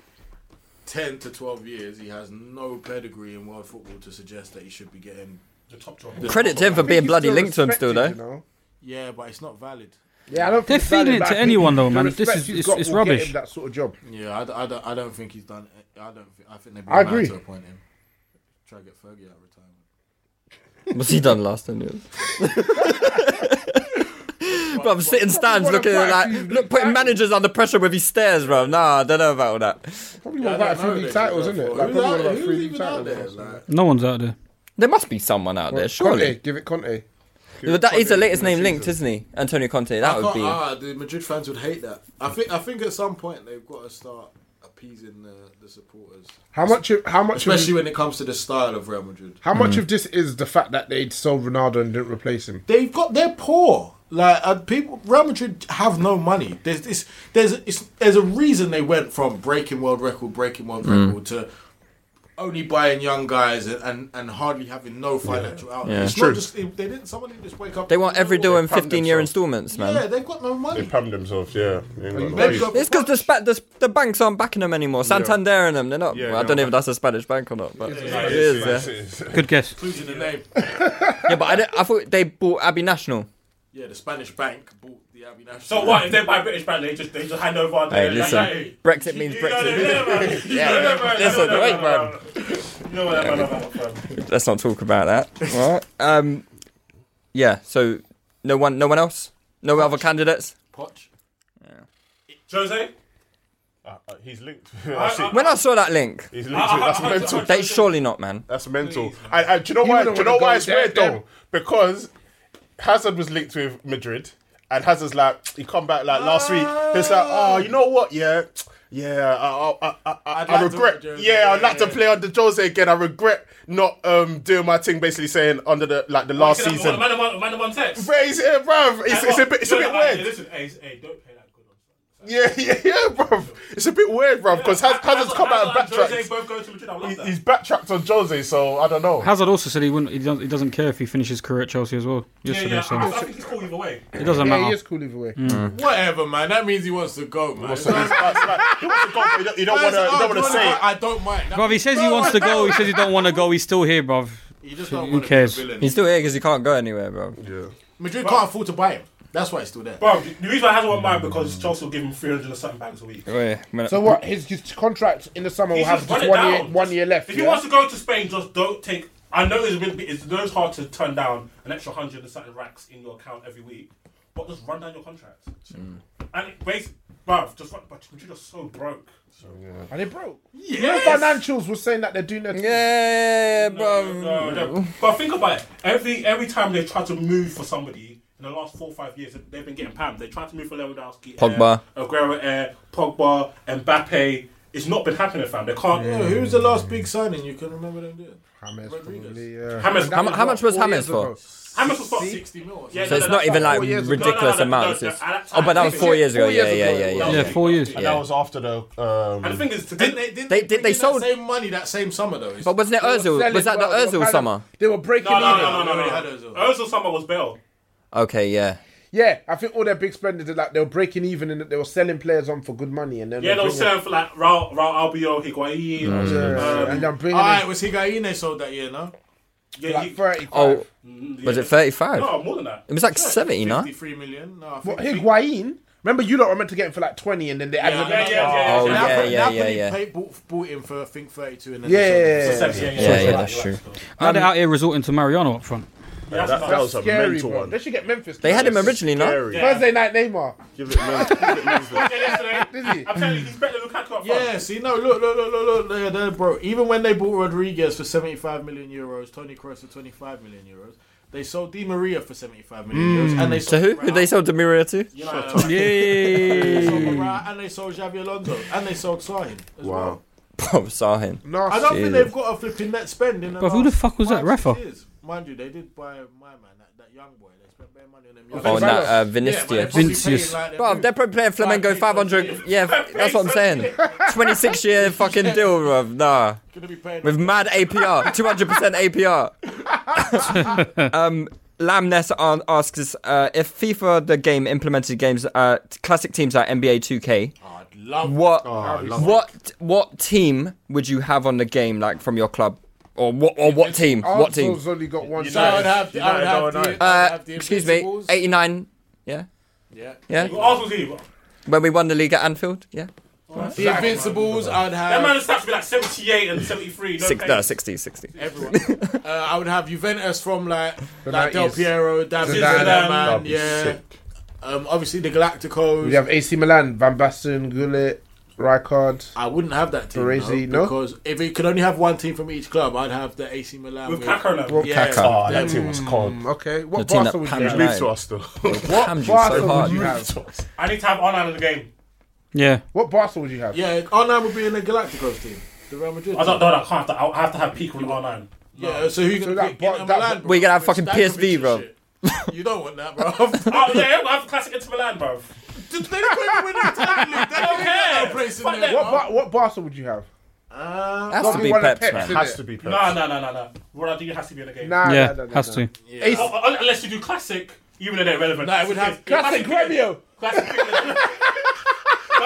S9: 10 to 12 years, he has no pedigree in world football to suggest that he should be getting.
S1: the top job.
S4: Credit to him for being bloody linked to him still, though.
S9: Yeah, but it's not valid.
S5: Yeah, I don't
S7: They're
S5: think it's valid,
S7: feeding it
S5: but I
S7: to
S5: think
S7: anyone, though,
S5: the
S7: man. This
S5: respect
S7: is-
S5: he's
S7: it's-
S5: got
S7: it's
S5: will get
S7: rubbish.
S5: him That sort of job.
S9: Yeah, I, d- I don't, I don't think he's done. I don't. Think, I think they'd be
S5: I
S9: mad
S5: agree.
S9: to appoint him. Try to get Fergie out of retirement.
S4: What's he done last ten years? But I'm sitting stands looking at like look, putting managers under pressure with his stairs, bro. Nah, I don't know about all that.
S5: Probably won quite a few league titles, isn't it? Like, probably won about three league titles.
S7: No one's out there.
S4: There must be someone out there,
S5: Conte,
S4: surely.
S5: give it Conte.
S4: But that is the latest name linked, isn't he? Antonio Conte. That
S9: I
S4: would
S9: can't-
S4: be.
S9: ah, the Madrid fans would hate that. I think. I think at some point they've got to start appeasing the, the supporters.
S5: How much? of- How much?
S9: Especially
S5: of,
S9: when it comes to the style of Real Madrid.
S5: How
S4: Mm.
S5: much of this is the fact that they sold Ronaldo and didn't replace him?
S9: They've got they're poor. Like uh, people, Real Madrid have no money. There's this. There's it's, there's a reason they went from breaking world record, breaking world
S4: Mm.
S9: record to only buying young guys and, and, and hardly having no financial outlet.
S4: Yeah.
S9: It's
S4: It's
S9: not
S4: true.
S9: just they, they didn't. Someone didn't just wake up.
S4: They want every deal in
S9: They pumped
S4: 15 year
S9: themselves.
S4: installments, man.
S9: Yeah, they've got no money.
S8: They pammed themselves, yeah. They ain't got no
S9: They've
S8: peace.
S9: got-
S4: It's because the, spa- the, Uh, the banks aren't backing them anymore. Santander and them, they're not.
S8: Yeah,
S4: well, I
S8: no.
S4: don't know if that's a Spanish bank or not, but
S8: It is,
S4: it
S8: it
S4: is.
S8: is, it is,
S4: yeah.
S8: it is. Good
S7: guess.
S9: Including the name.
S4: yeah, but I, don't- I thought they bought Abbey National.
S9: Yeah, the Spanish bank bought the Abbey National.
S1: So what if they buy British brand? They just they just hand over.
S4: Hey,
S1: their-
S4: listen.
S1: like, hey.
S4: Brexit means
S1: You know what I mean,
S4: Brexit.
S1: man? You know what I
S4: yeah,
S1: mean, man? You know
S4: listen, wait, man.
S1: what I mean, man?
S4: Let's not talk about that. All right. Um, yeah. So no one, no one else, no other candidates.
S1: Jose.
S8: Uh, uh, he's linked.
S4: When I saw that link,
S8: He's linked to it. That's mental.
S4: They surely not, man.
S8: That's mental. And, and do you know
S4: You
S8: why? Do
S4: wouldn't
S8: you know
S4: wanna
S8: why
S4: go
S8: it's
S4: there,
S8: weird
S4: then.
S8: though? Because Hazard was linked with Madrid, and Hazard's like he come back like last week. It's like, oh, you know what? Yeah, yeah. I, I, I, I, I
S9: like to
S8: regret.
S9: play Jose,
S8: yeah, I'd
S9: yeah,
S8: like to play under Jose again. I regret not um doing my thing. Basically saying under the like the last
S1: Listen,
S8: season.
S1: Man of one, man of one text.
S8: Bro, it's, yeah, bruv, it's-
S1: Like,
S8: it's a
S1: what?
S8: bit- it's a
S1: No,
S8: bit
S1: no,
S8: weird.
S1: hey, Listen, hey, hey, don't play that good.
S8: Yeah, yeah, yeah, bruv. It's a bit weird, bruv, because Hazard's come out and
S1: Jose
S8: backtracked.
S1: both go to Madrid. I love
S8: He-
S1: that.
S8: He's backtracked on Jose, so I don't know.
S7: Hazard also said he wouldn't. He doesn't, he doesn't care if he finishes career at Chelsea as well.
S1: Yeah,
S7: Yesterday,
S1: yeah.
S7: so
S1: I, I think he's cool either way.
S7: it doesn't
S5: Yeah,
S7: matter.
S5: he is cool either way.
S7: Mm.
S9: Whatever, man. That means he wants to go, man.
S8: What's the- it's like- it's like- he wants to go, but you don't- you don't
S9: Man,
S8: want to.
S9: it's
S8: You
S9: like,
S8: don't
S9: oh,
S8: want to
S9: do you
S8: say.
S9: wanna
S8: it.
S9: go? I don't mind.
S7: Bruv, he says he wants to go. He says he don't want to go. He's still here, bruv. Who cares?
S4: He's still here because he can't go anywhere, bro.
S8: Yeah.
S9: Madrid can't afford to buy him. That's why he's still there.
S1: Bro, the reason I haven't won mine because Chelsea will give him 300 and something bags a week.
S5: So what? His, his contract in the summer will
S1: He's
S5: have
S1: just
S5: just
S1: run it
S5: one year,
S1: down.
S5: one year left.
S1: If
S5: yeah?
S1: he wants to go to Spain, just don't take. I know it's really, it's I know it's hard to turn down an extra hundred and something racks in your account every week, but just run down your contract.
S5: Mm.
S1: And it basically, bruv, just run, but you're just so broke. So,
S5: Are they broke?
S1: Yes.
S5: You know, financials were saying that they're doing their.
S4: Yeah,
S1: No, no. But think about it. Every every time they try to move for somebody in the last four or five years, they've been getting pammed. They tried to move for Lewandowski,
S4: Pogba.
S1: Air, Aguero, Air, Pogba, Mbappe. It's not been happening, fam. They can't.
S9: Yeah, who's the last big signing you can remember them doing?
S5: James probably, yeah.
S1: Hammers-
S4: How, mu- how much was Hammers for?
S1: Hammers was what,
S9: 60 mil.
S1: Yeah,
S4: so it's
S1: no, no,
S4: not
S1: that's
S4: even
S1: like
S4: like
S1: four years ago.
S4: ridiculous
S1: No, no, no, no,
S4: amounts.
S1: no,
S4: it's-
S1: no, that's-
S4: oh, but that was
S1: that's
S4: four
S1: it.
S4: years ago.
S1: Four
S4: Yeah,
S1: years
S4: yeah,
S1: ago,
S4: yeah,
S1: it
S4: yeah.
S1: was. Yeah, four years.
S8: And that was after the. Um,
S1: And the thing is, to
S9: Didn't they, didn't
S4: They- did they
S9: bring in
S4: sold-
S9: that same money that same summer though?
S4: But wasn't it Ozil? Was that the Ozil summer?
S5: They were breaking
S1: No, no,
S5: even.
S1: no, no, no, no. Ozil summer was Bell.
S4: Okay, yeah.
S5: Yeah, I think all their big spenders did like they were breaking even and that they were selling players on for good money and then
S1: Yeah, they were
S5: bringing-
S1: selling for like Raul, Raul Albio, Higuain.
S5: Mm. Yeah, and they're bringing
S9: Alright,
S5: in-
S9: was Higuain they sold that year, no?
S1: Yeah, Like he-
S4: Oh, was it 35?
S1: No, more than that.
S4: It was like 70, no?
S9: 53 million? No, I
S5: What
S9: think.
S5: Higuain? Remember, you lot were meant to get him for like twenty, and then they
S9: Yeah,
S5: added.
S9: yeah, yeah, yeah,
S4: Oh,
S9: yeah.
S4: yeah,
S9: Napoli-
S4: yeah, yeah,
S9: Napoli
S4: yeah.
S9: paid- bought, bought him for I think 32 and then
S5: Yeah,
S9: they sold him
S5: yeah,
S9: for
S5: yeah,
S9: 70.
S5: yeah,
S7: yeah, yeah, that's
S9: right,
S7: true.
S9: right.
S7: Now they're out here resorting to Mariano up front.
S8: Yeah, that, that was a
S5: Scary,
S8: mental
S5: bro.
S8: one.
S5: They should get Memphis.
S4: They had him
S5: Scary.
S4: originally, no?
S5: Thursday night Neymar.
S8: Give it
S1: I'm telling you, he's better than Lukaku up front.
S9: Yeah, see, no, look, look, look, look, look, they're, they're broke. Even when they bought Rodriguez for 75 million euros, Tony Kroos for 25 million euros, they sold Di Maria for 75 million euros, and they
S7: Mm.
S4: to
S9: sold
S4: who? Who they sold to Maria to?
S9: they sold
S4: Yay!
S9: Morata, and they sold Xavi Alonso, and they sold Sahin. as well.
S4: Bro, saw him.
S9: I don't think
S4: Jesus.
S9: they've got a flipping net spend in the
S7: Bruv, who the
S9: last
S7: fuck was that?
S9: five, six
S7: Rafa?
S9: years. Mind you, they did buy my man, that, that young boy. They spent bare money on him.
S4: Oh, and that uh,
S9: Yeah, but they're
S4: Vinicius.
S9: probably paying, like,
S4: Bro, they're probably playing Flamengo 500. Yeah, that's what I'm saying. 26 year fucking deal, bro. Nah. With mad APR, 200% APR. um, Lamness on- asks us uh, if FIFA the game implemented games, uh, t- classic teams like NBA 2K. what what what team would you have on the game like from your club or what or what team? What team?
S5: Arsenal's only got one.
S9: So I would have, I would have the- I would
S4: Uh,
S9: have the
S4: excuse me,
S9: Invincibles.
S4: 89. Yeah.
S9: Yeah.
S4: Yeah.
S1: Arsenal's evil.
S4: When we won the league at Anfield, yeah.
S9: The Invincibles, I'd have.
S1: That man's stats would be like 78 and 73. No
S4: Six,
S1: thanks.
S4: no, 60, 60.
S9: Everyone. uh, I would have Juventus from like,
S4: The
S9: like Del
S4: 90s.
S9: Piero,
S5: Zidane.
S9: David
S5: That'd
S9: Zidane,
S5: be
S9: yeah.
S5: sick.
S9: Um, obviously the Galacticos.
S5: We have AC Milan, Van Basten, Gullit, Rijkaard.
S9: I wouldn't have that team.
S5: Baresi,
S9: no,
S5: no?
S9: because if it could only have one team from each club, I'd have the AC Milan
S1: With Kaká now.
S5: Well,
S9: Yeah,
S5: Kaká.
S9: them.
S8: that team was cold.
S5: Okay,
S8: The
S5: what
S8: team
S5: Barca
S8: that
S5: would you
S8: Pam
S5: have?
S8: Juventus lost, though.
S5: What
S8: Pam Juventus
S5: Barca
S8: so
S5: would
S8: hard.
S5: you have?
S1: I need to have Onan in the game.
S7: Yeah.
S5: What Barca would you have?
S9: Yeah, Arnhem would be in the Galacticos team. The Real Madrid.
S1: I don't
S9: team.
S1: know. I can't. Have to, I have to have Pico and Onan.
S9: Yeah, uh, so who can pick Inter Milan?
S4: We're gonna have fucking
S9: That could be
S4: PSV, bro.
S9: You don't want that, bro.
S1: oh yeah, I have classic Inter Milan, bro.
S9: They don't even win the Italian league. They don't even have no place in
S1: Fuck
S9: there.
S1: them.
S9: bro.
S5: What, Bar- what Barca would you have?
S9: Uh,
S5: Has to be Peps, man. Has to be Peps.
S1: No, no, no, no, no. Ronaldinho has to be in the game.
S5: Nah,
S7: Yeah, nah, nah, has nah. to.
S1: Yeah. Oh, oh, unless you do classic, even though they're relevant. No,
S9: I would have
S1: classic
S5: Gremio.
S1: Classic.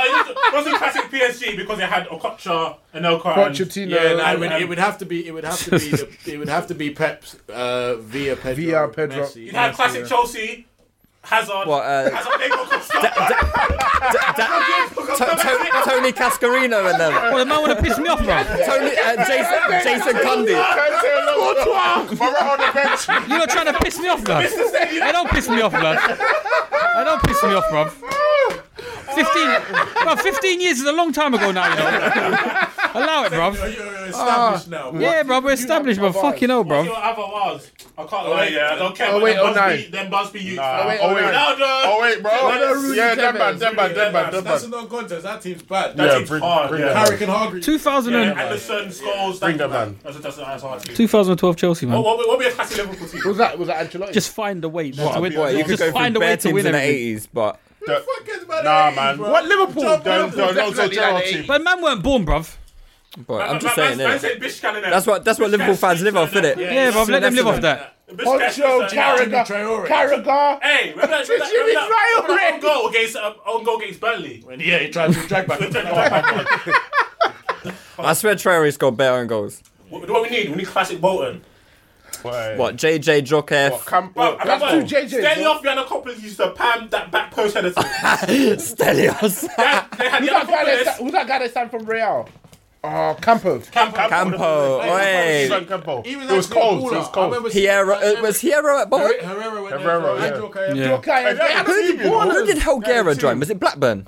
S1: It wasn't classic PSG because it had Okocha and um, Elka.
S5: Pochettino.
S9: Yeah, no, it, would, it would have to be. It would have to be. The, it would have to be Pep's uh, via Pedro.
S5: Via Pedro.
S9: Messi.
S1: You'd have classic Chelsea, Hazard. What? Uh, Hazard, they got
S4: To- To- Tony Cascarino and them.
S7: Well, Oh, the man want to piss me off, bro.
S4: Tony, uh, Jason, Jason Cundy.
S7: You're not trying to piss me off, blood. They don't piss me off, blood. They don't piss me off, bruv. 15, bruv, 15 years is a long time ago now, you know. Allow it, bruv.
S1: Ah,
S9: You're established now.
S7: Yeah, bruv, we're established, bruv. Fucking hell,
S1: What's
S7: bruv.
S1: your other was? I can't
S8: Oh,
S1: lie,
S8: wait.
S1: yeah. I don't care.
S8: Oh,
S1: about
S8: wait,
S1: them
S8: oh, nine.
S1: Busby, them Busby youths.
S8: Nah. Oh, wait.
S1: Ronaldo.
S8: Oh, wait, bro.
S1: Ronaldo,
S8: Yeah,
S1: Rudy
S8: them man,
S1: Gomez.
S8: them man, them man, them
S9: That's
S8: man.
S9: a no contest. That team's bad.
S8: Yeah,
S9: That team's
S8: bring-
S9: hard.
S8: bring
S9: yeah.
S8: that
S9: Carrick and Hargreaves.
S7: 2000
S1: Yeah,
S7: and-
S1: Anderson, Scholes.
S8: Bring
S1: that
S8: them man.
S1: That's, that's, that's hard to do.
S7: 2012 Chelsea,
S1: What,
S7: man.
S1: what, what be a classic Liverpool team?
S5: Was that was that Ancelotti?
S7: Just find a way
S4: What,
S7: to win.
S4: what, you could
S7: Just
S4: go
S7: find
S4: through
S7: a way
S4: bare
S7: to
S4: teams
S7: win
S4: in the
S7: everything.
S4: 80s, but
S8: Nah, man.
S5: What Liverpool?
S8: Don't, don't,
S5: Liverpool
S8: don't. Also,
S5: definitely
S8: Gerrard
S5: had
S8: team.
S7: But man weren't born, bruv.
S4: boy, I'm
S1: Man-
S4: just
S1: man-
S4: saying
S1: man
S4: it.
S1: said Bishkan and them.
S4: That's what that's what Liverpool fans live off, isn't it?
S1: Yeah,
S7: Yeah, bruv, let them live off that.
S5: Poncho, Carragher, Carragher.
S1: Hey, remember that, remember that,
S5: Did you
S1: remember that,
S5: try
S1: remember that
S5: already?
S1: own goal against um, own goal against Burnley?
S9: And yeah, he tried to drag back.
S4: I swear Traore scored bare own goals.
S1: What, what we need? We need classic Bolton.
S4: What, JJ Jokev,
S5: Camp-
S1: Bro, I
S5: That's
S1: remember
S5: two JJs,
S1: Stanley
S5: bro.
S1: off Yana Coppers used to pam that back post header. to-
S4: Stelios,
S1: That- they had
S5: Who's
S1: Yana
S5: that guy that
S1: Coppers,
S5: who's that guy that signed from Real? Oh, Campos.
S1: Campo,
S4: Campo, oi.
S8: Son Campo. It
S9: was
S8: was
S9: actually a
S8: cold. It
S9: baller.
S8: was
S9: I remember
S8: cold.
S4: Hierro, uh, was Hierro at Bolton?
S9: Herrera went
S8: Herrera,
S9: there.
S8: yeah.
S9: Joe Carrick.
S7: Yeah.
S5: Okay, they had a
S4: Who
S5: few
S4: did, who
S5: ballers.
S4: did Helguera join? Was it Blackburn?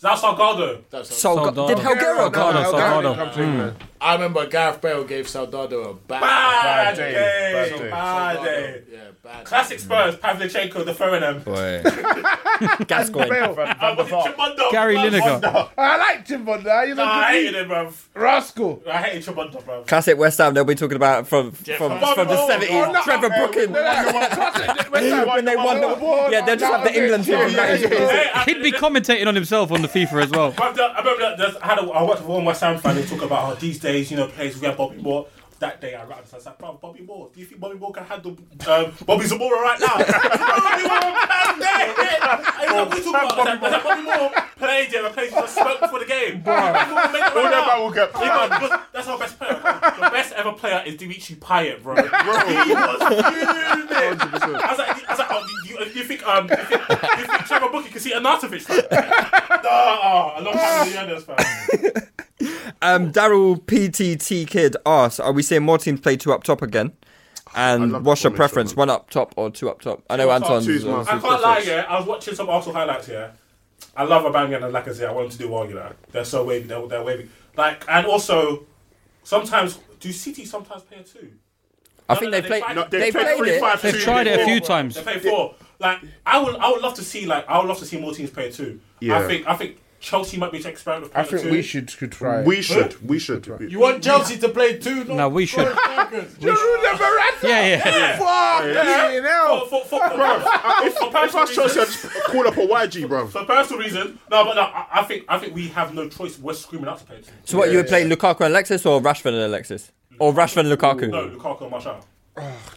S1: That's Salgado.
S4: Sol-
S7: Soldado.
S4: did Helguera
S7: Soldado,
S4: go?
S7: Soldado.
S5: Come to England.
S9: I remember Gareth Bale gave Soldado a bad.
S1: Bad
S8: day,
S1: day,
S8: bad day.
S1: bad day.
S9: Yeah, bad.
S1: Classic Spurs, Pavlichenko, deferring them.
S4: Boy.
S5: Bale.
S4: Gascoigne.
S1: I wanted Chimondo.
S7: Gary
S1: Bruv,
S7: Lineker.
S5: I liked him, but uh, you know,
S1: Nah, I hated him, bruv.
S5: rascal.
S1: I hated Chimondo, bruv.
S4: Classic West Ham, they'll be talking about from from,
S1: Hunt.
S4: from the
S1: Oh,
S4: 70s.
S1: oh, no,
S4: Trevor
S1: okay,
S4: Brooking. when they won the. Yeah, they'll just have the England team. from 90s.
S1: Hey, I-
S7: He'd be commentating on himself on the FIFA as well.
S1: Bruv, I remember that there's- I had a, I watched one West Ham fan. They talk about how these days, you know, players we have Bobby Moore. That day I rapped, I was like, bro, Bobby Moore, do you think Bobby Moore can handle um, Bobby Zamora right now? Bobby Moore, man, there! And we talk about that. Bobby, Bobby Moore played there, and played just smoke before the game. Bobby Moore made the
S8: All
S1: right
S8: that man
S1: now.
S8: will get
S1: He
S8: panned.
S1: goes, "Look, That's our best player. The best ever player is Dimitri Payet, bro. He was fuming. I was like, I was like, oh, do you, do you think um, do you think, do you think Trevor Booker can see Anatovic? fam? Nah, Oh, a long time ago, yeah, that's fam.
S4: Um, Daryl PTT Kid asks Are we seeing more teams play two up top again? And
S8: love
S4: what's your
S8: that one,
S4: preference?
S8: Sean.
S4: One up top or two up top? I know Anton's. uh,
S8: two's
S4: is
S8: mine.
S1: I
S4: obviously
S1: can't lie,
S4: preference.
S1: yeah. I was watching some Arsenal highlights, yeah. I love Abanga and like I said, I want them to do well, you know. They're so wavy, they're, they're wavy. Like, and also, sometimes, do City sometimes play a two?
S4: I
S1: No,
S4: think
S1: no,
S4: they
S1: no,
S4: played.
S1: tried-
S8: No,
S4: They
S8: they played
S4: played
S8: three,
S4: it.
S8: five,
S7: They've
S8: two,
S7: tried it a
S8: four.
S7: few times.
S1: They play four. Like, I would, I would love to see, like, I would love to see more teams play a two. I
S8: Yeah.
S1: think, I think Chelsea might be to experiment with
S5: I
S1: playing a
S5: think
S1: two.
S5: we should could try.
S8: We should. We should.
S9: You want Chelsea to play two?
S7: No, we should. Yeah, yeah.
S5: Fuck
S1: Yeah.
S5: you know.
S1: For, for, for, for,
S8: If
S1: for
S8: if I
S1: personal
S8: was Chelsea, I'd
S1: reasons,
S8: just call up a YG, bro.
S1: for personal reasons, no, but no, I, I think, I think we have no choice. We're screaming out to play a two.
S4: So what you would play Lukaku and Alexis or Rashford and Alexis or Rashford and Lukaku?
S1: No, Lukaku and Martial.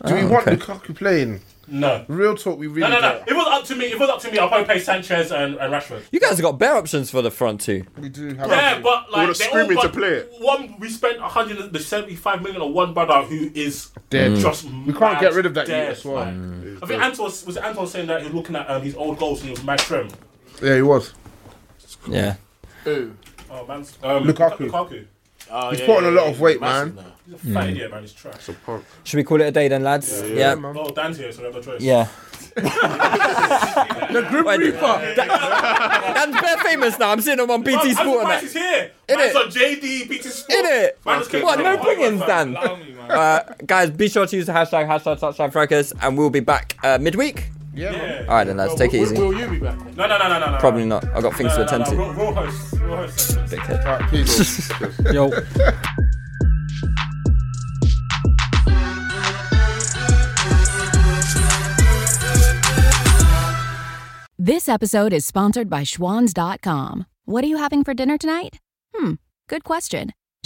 S5: Do we want Lukaku playing?
S1: No.
S5: Real talk, we really
S1: No, no, no.
S5: don't.
S1: If it was up to me, if it was up to me, I'll probably play Sanchez and, and Rashford.
S4: You guys have got better options for the front two.
S5: We do have.
S1: Yeah, but
S8: All
S1: like
S8: the
S1: they all
S8: screaming
S1: but
S8: to play it.
S1: One, we spent 175 million on one brother who is
S5: Dead.
S1: Just
S5: We can't get rid of that
S1: dead,
S5: yet as well.
S1: like.
S8: Mm.
S1: I think Anton was it Anton saying that he was looking at um, his old goals and he was mad trim.
S5: yeah, he was.
S4: Yeah.
S9: Who?
S1: Oh, man. Um,
S5: Lukaku.
S1: Lukaku.
S5: Oh, He's yeah, put on a yeah, lot yeah. of weight, Massive man. now.
S1: He's a fat
S4: Mm.
S1: idiot, man. He's trash.
S4: Should we call it a day then, lads?
S1: Oh, Dan's here, so we have no choice.
S4: Yeah.
S1: the
S4: Grim Reaper. Dan's bare famous now. I'm sitting on my BT Sport.
S1: I'm
S4: and
S1: surprised
S4: that.
S1: he's here.
S4: In
S1: Man's
S4: it.
S1: on JD, BT Sport.
S4: In it?
S1: Man, just came
S4: What?
S1: from
S4: No
S1: Hawaii,
S4: bringings,
S1: man.
S4: Dan.
S1: Allow me, man.
S4: Uh, guys, be sure to use the hashtag hashtag touchdown fracas, and we'll be back uh, midweek.
S5: Yeah.
S4: All right, then, lads, take it easy.
S9: Will you be back?
S1: No, no, no, no, no, no.
S4: Probably not. I've got things to attend to.
S1: Raw, raw host. Raw host.
S4: Dickhead. Yo.
S7: This episode is sponsored by Schwans.com. What are you having for dinner tonight? Hmm, good question.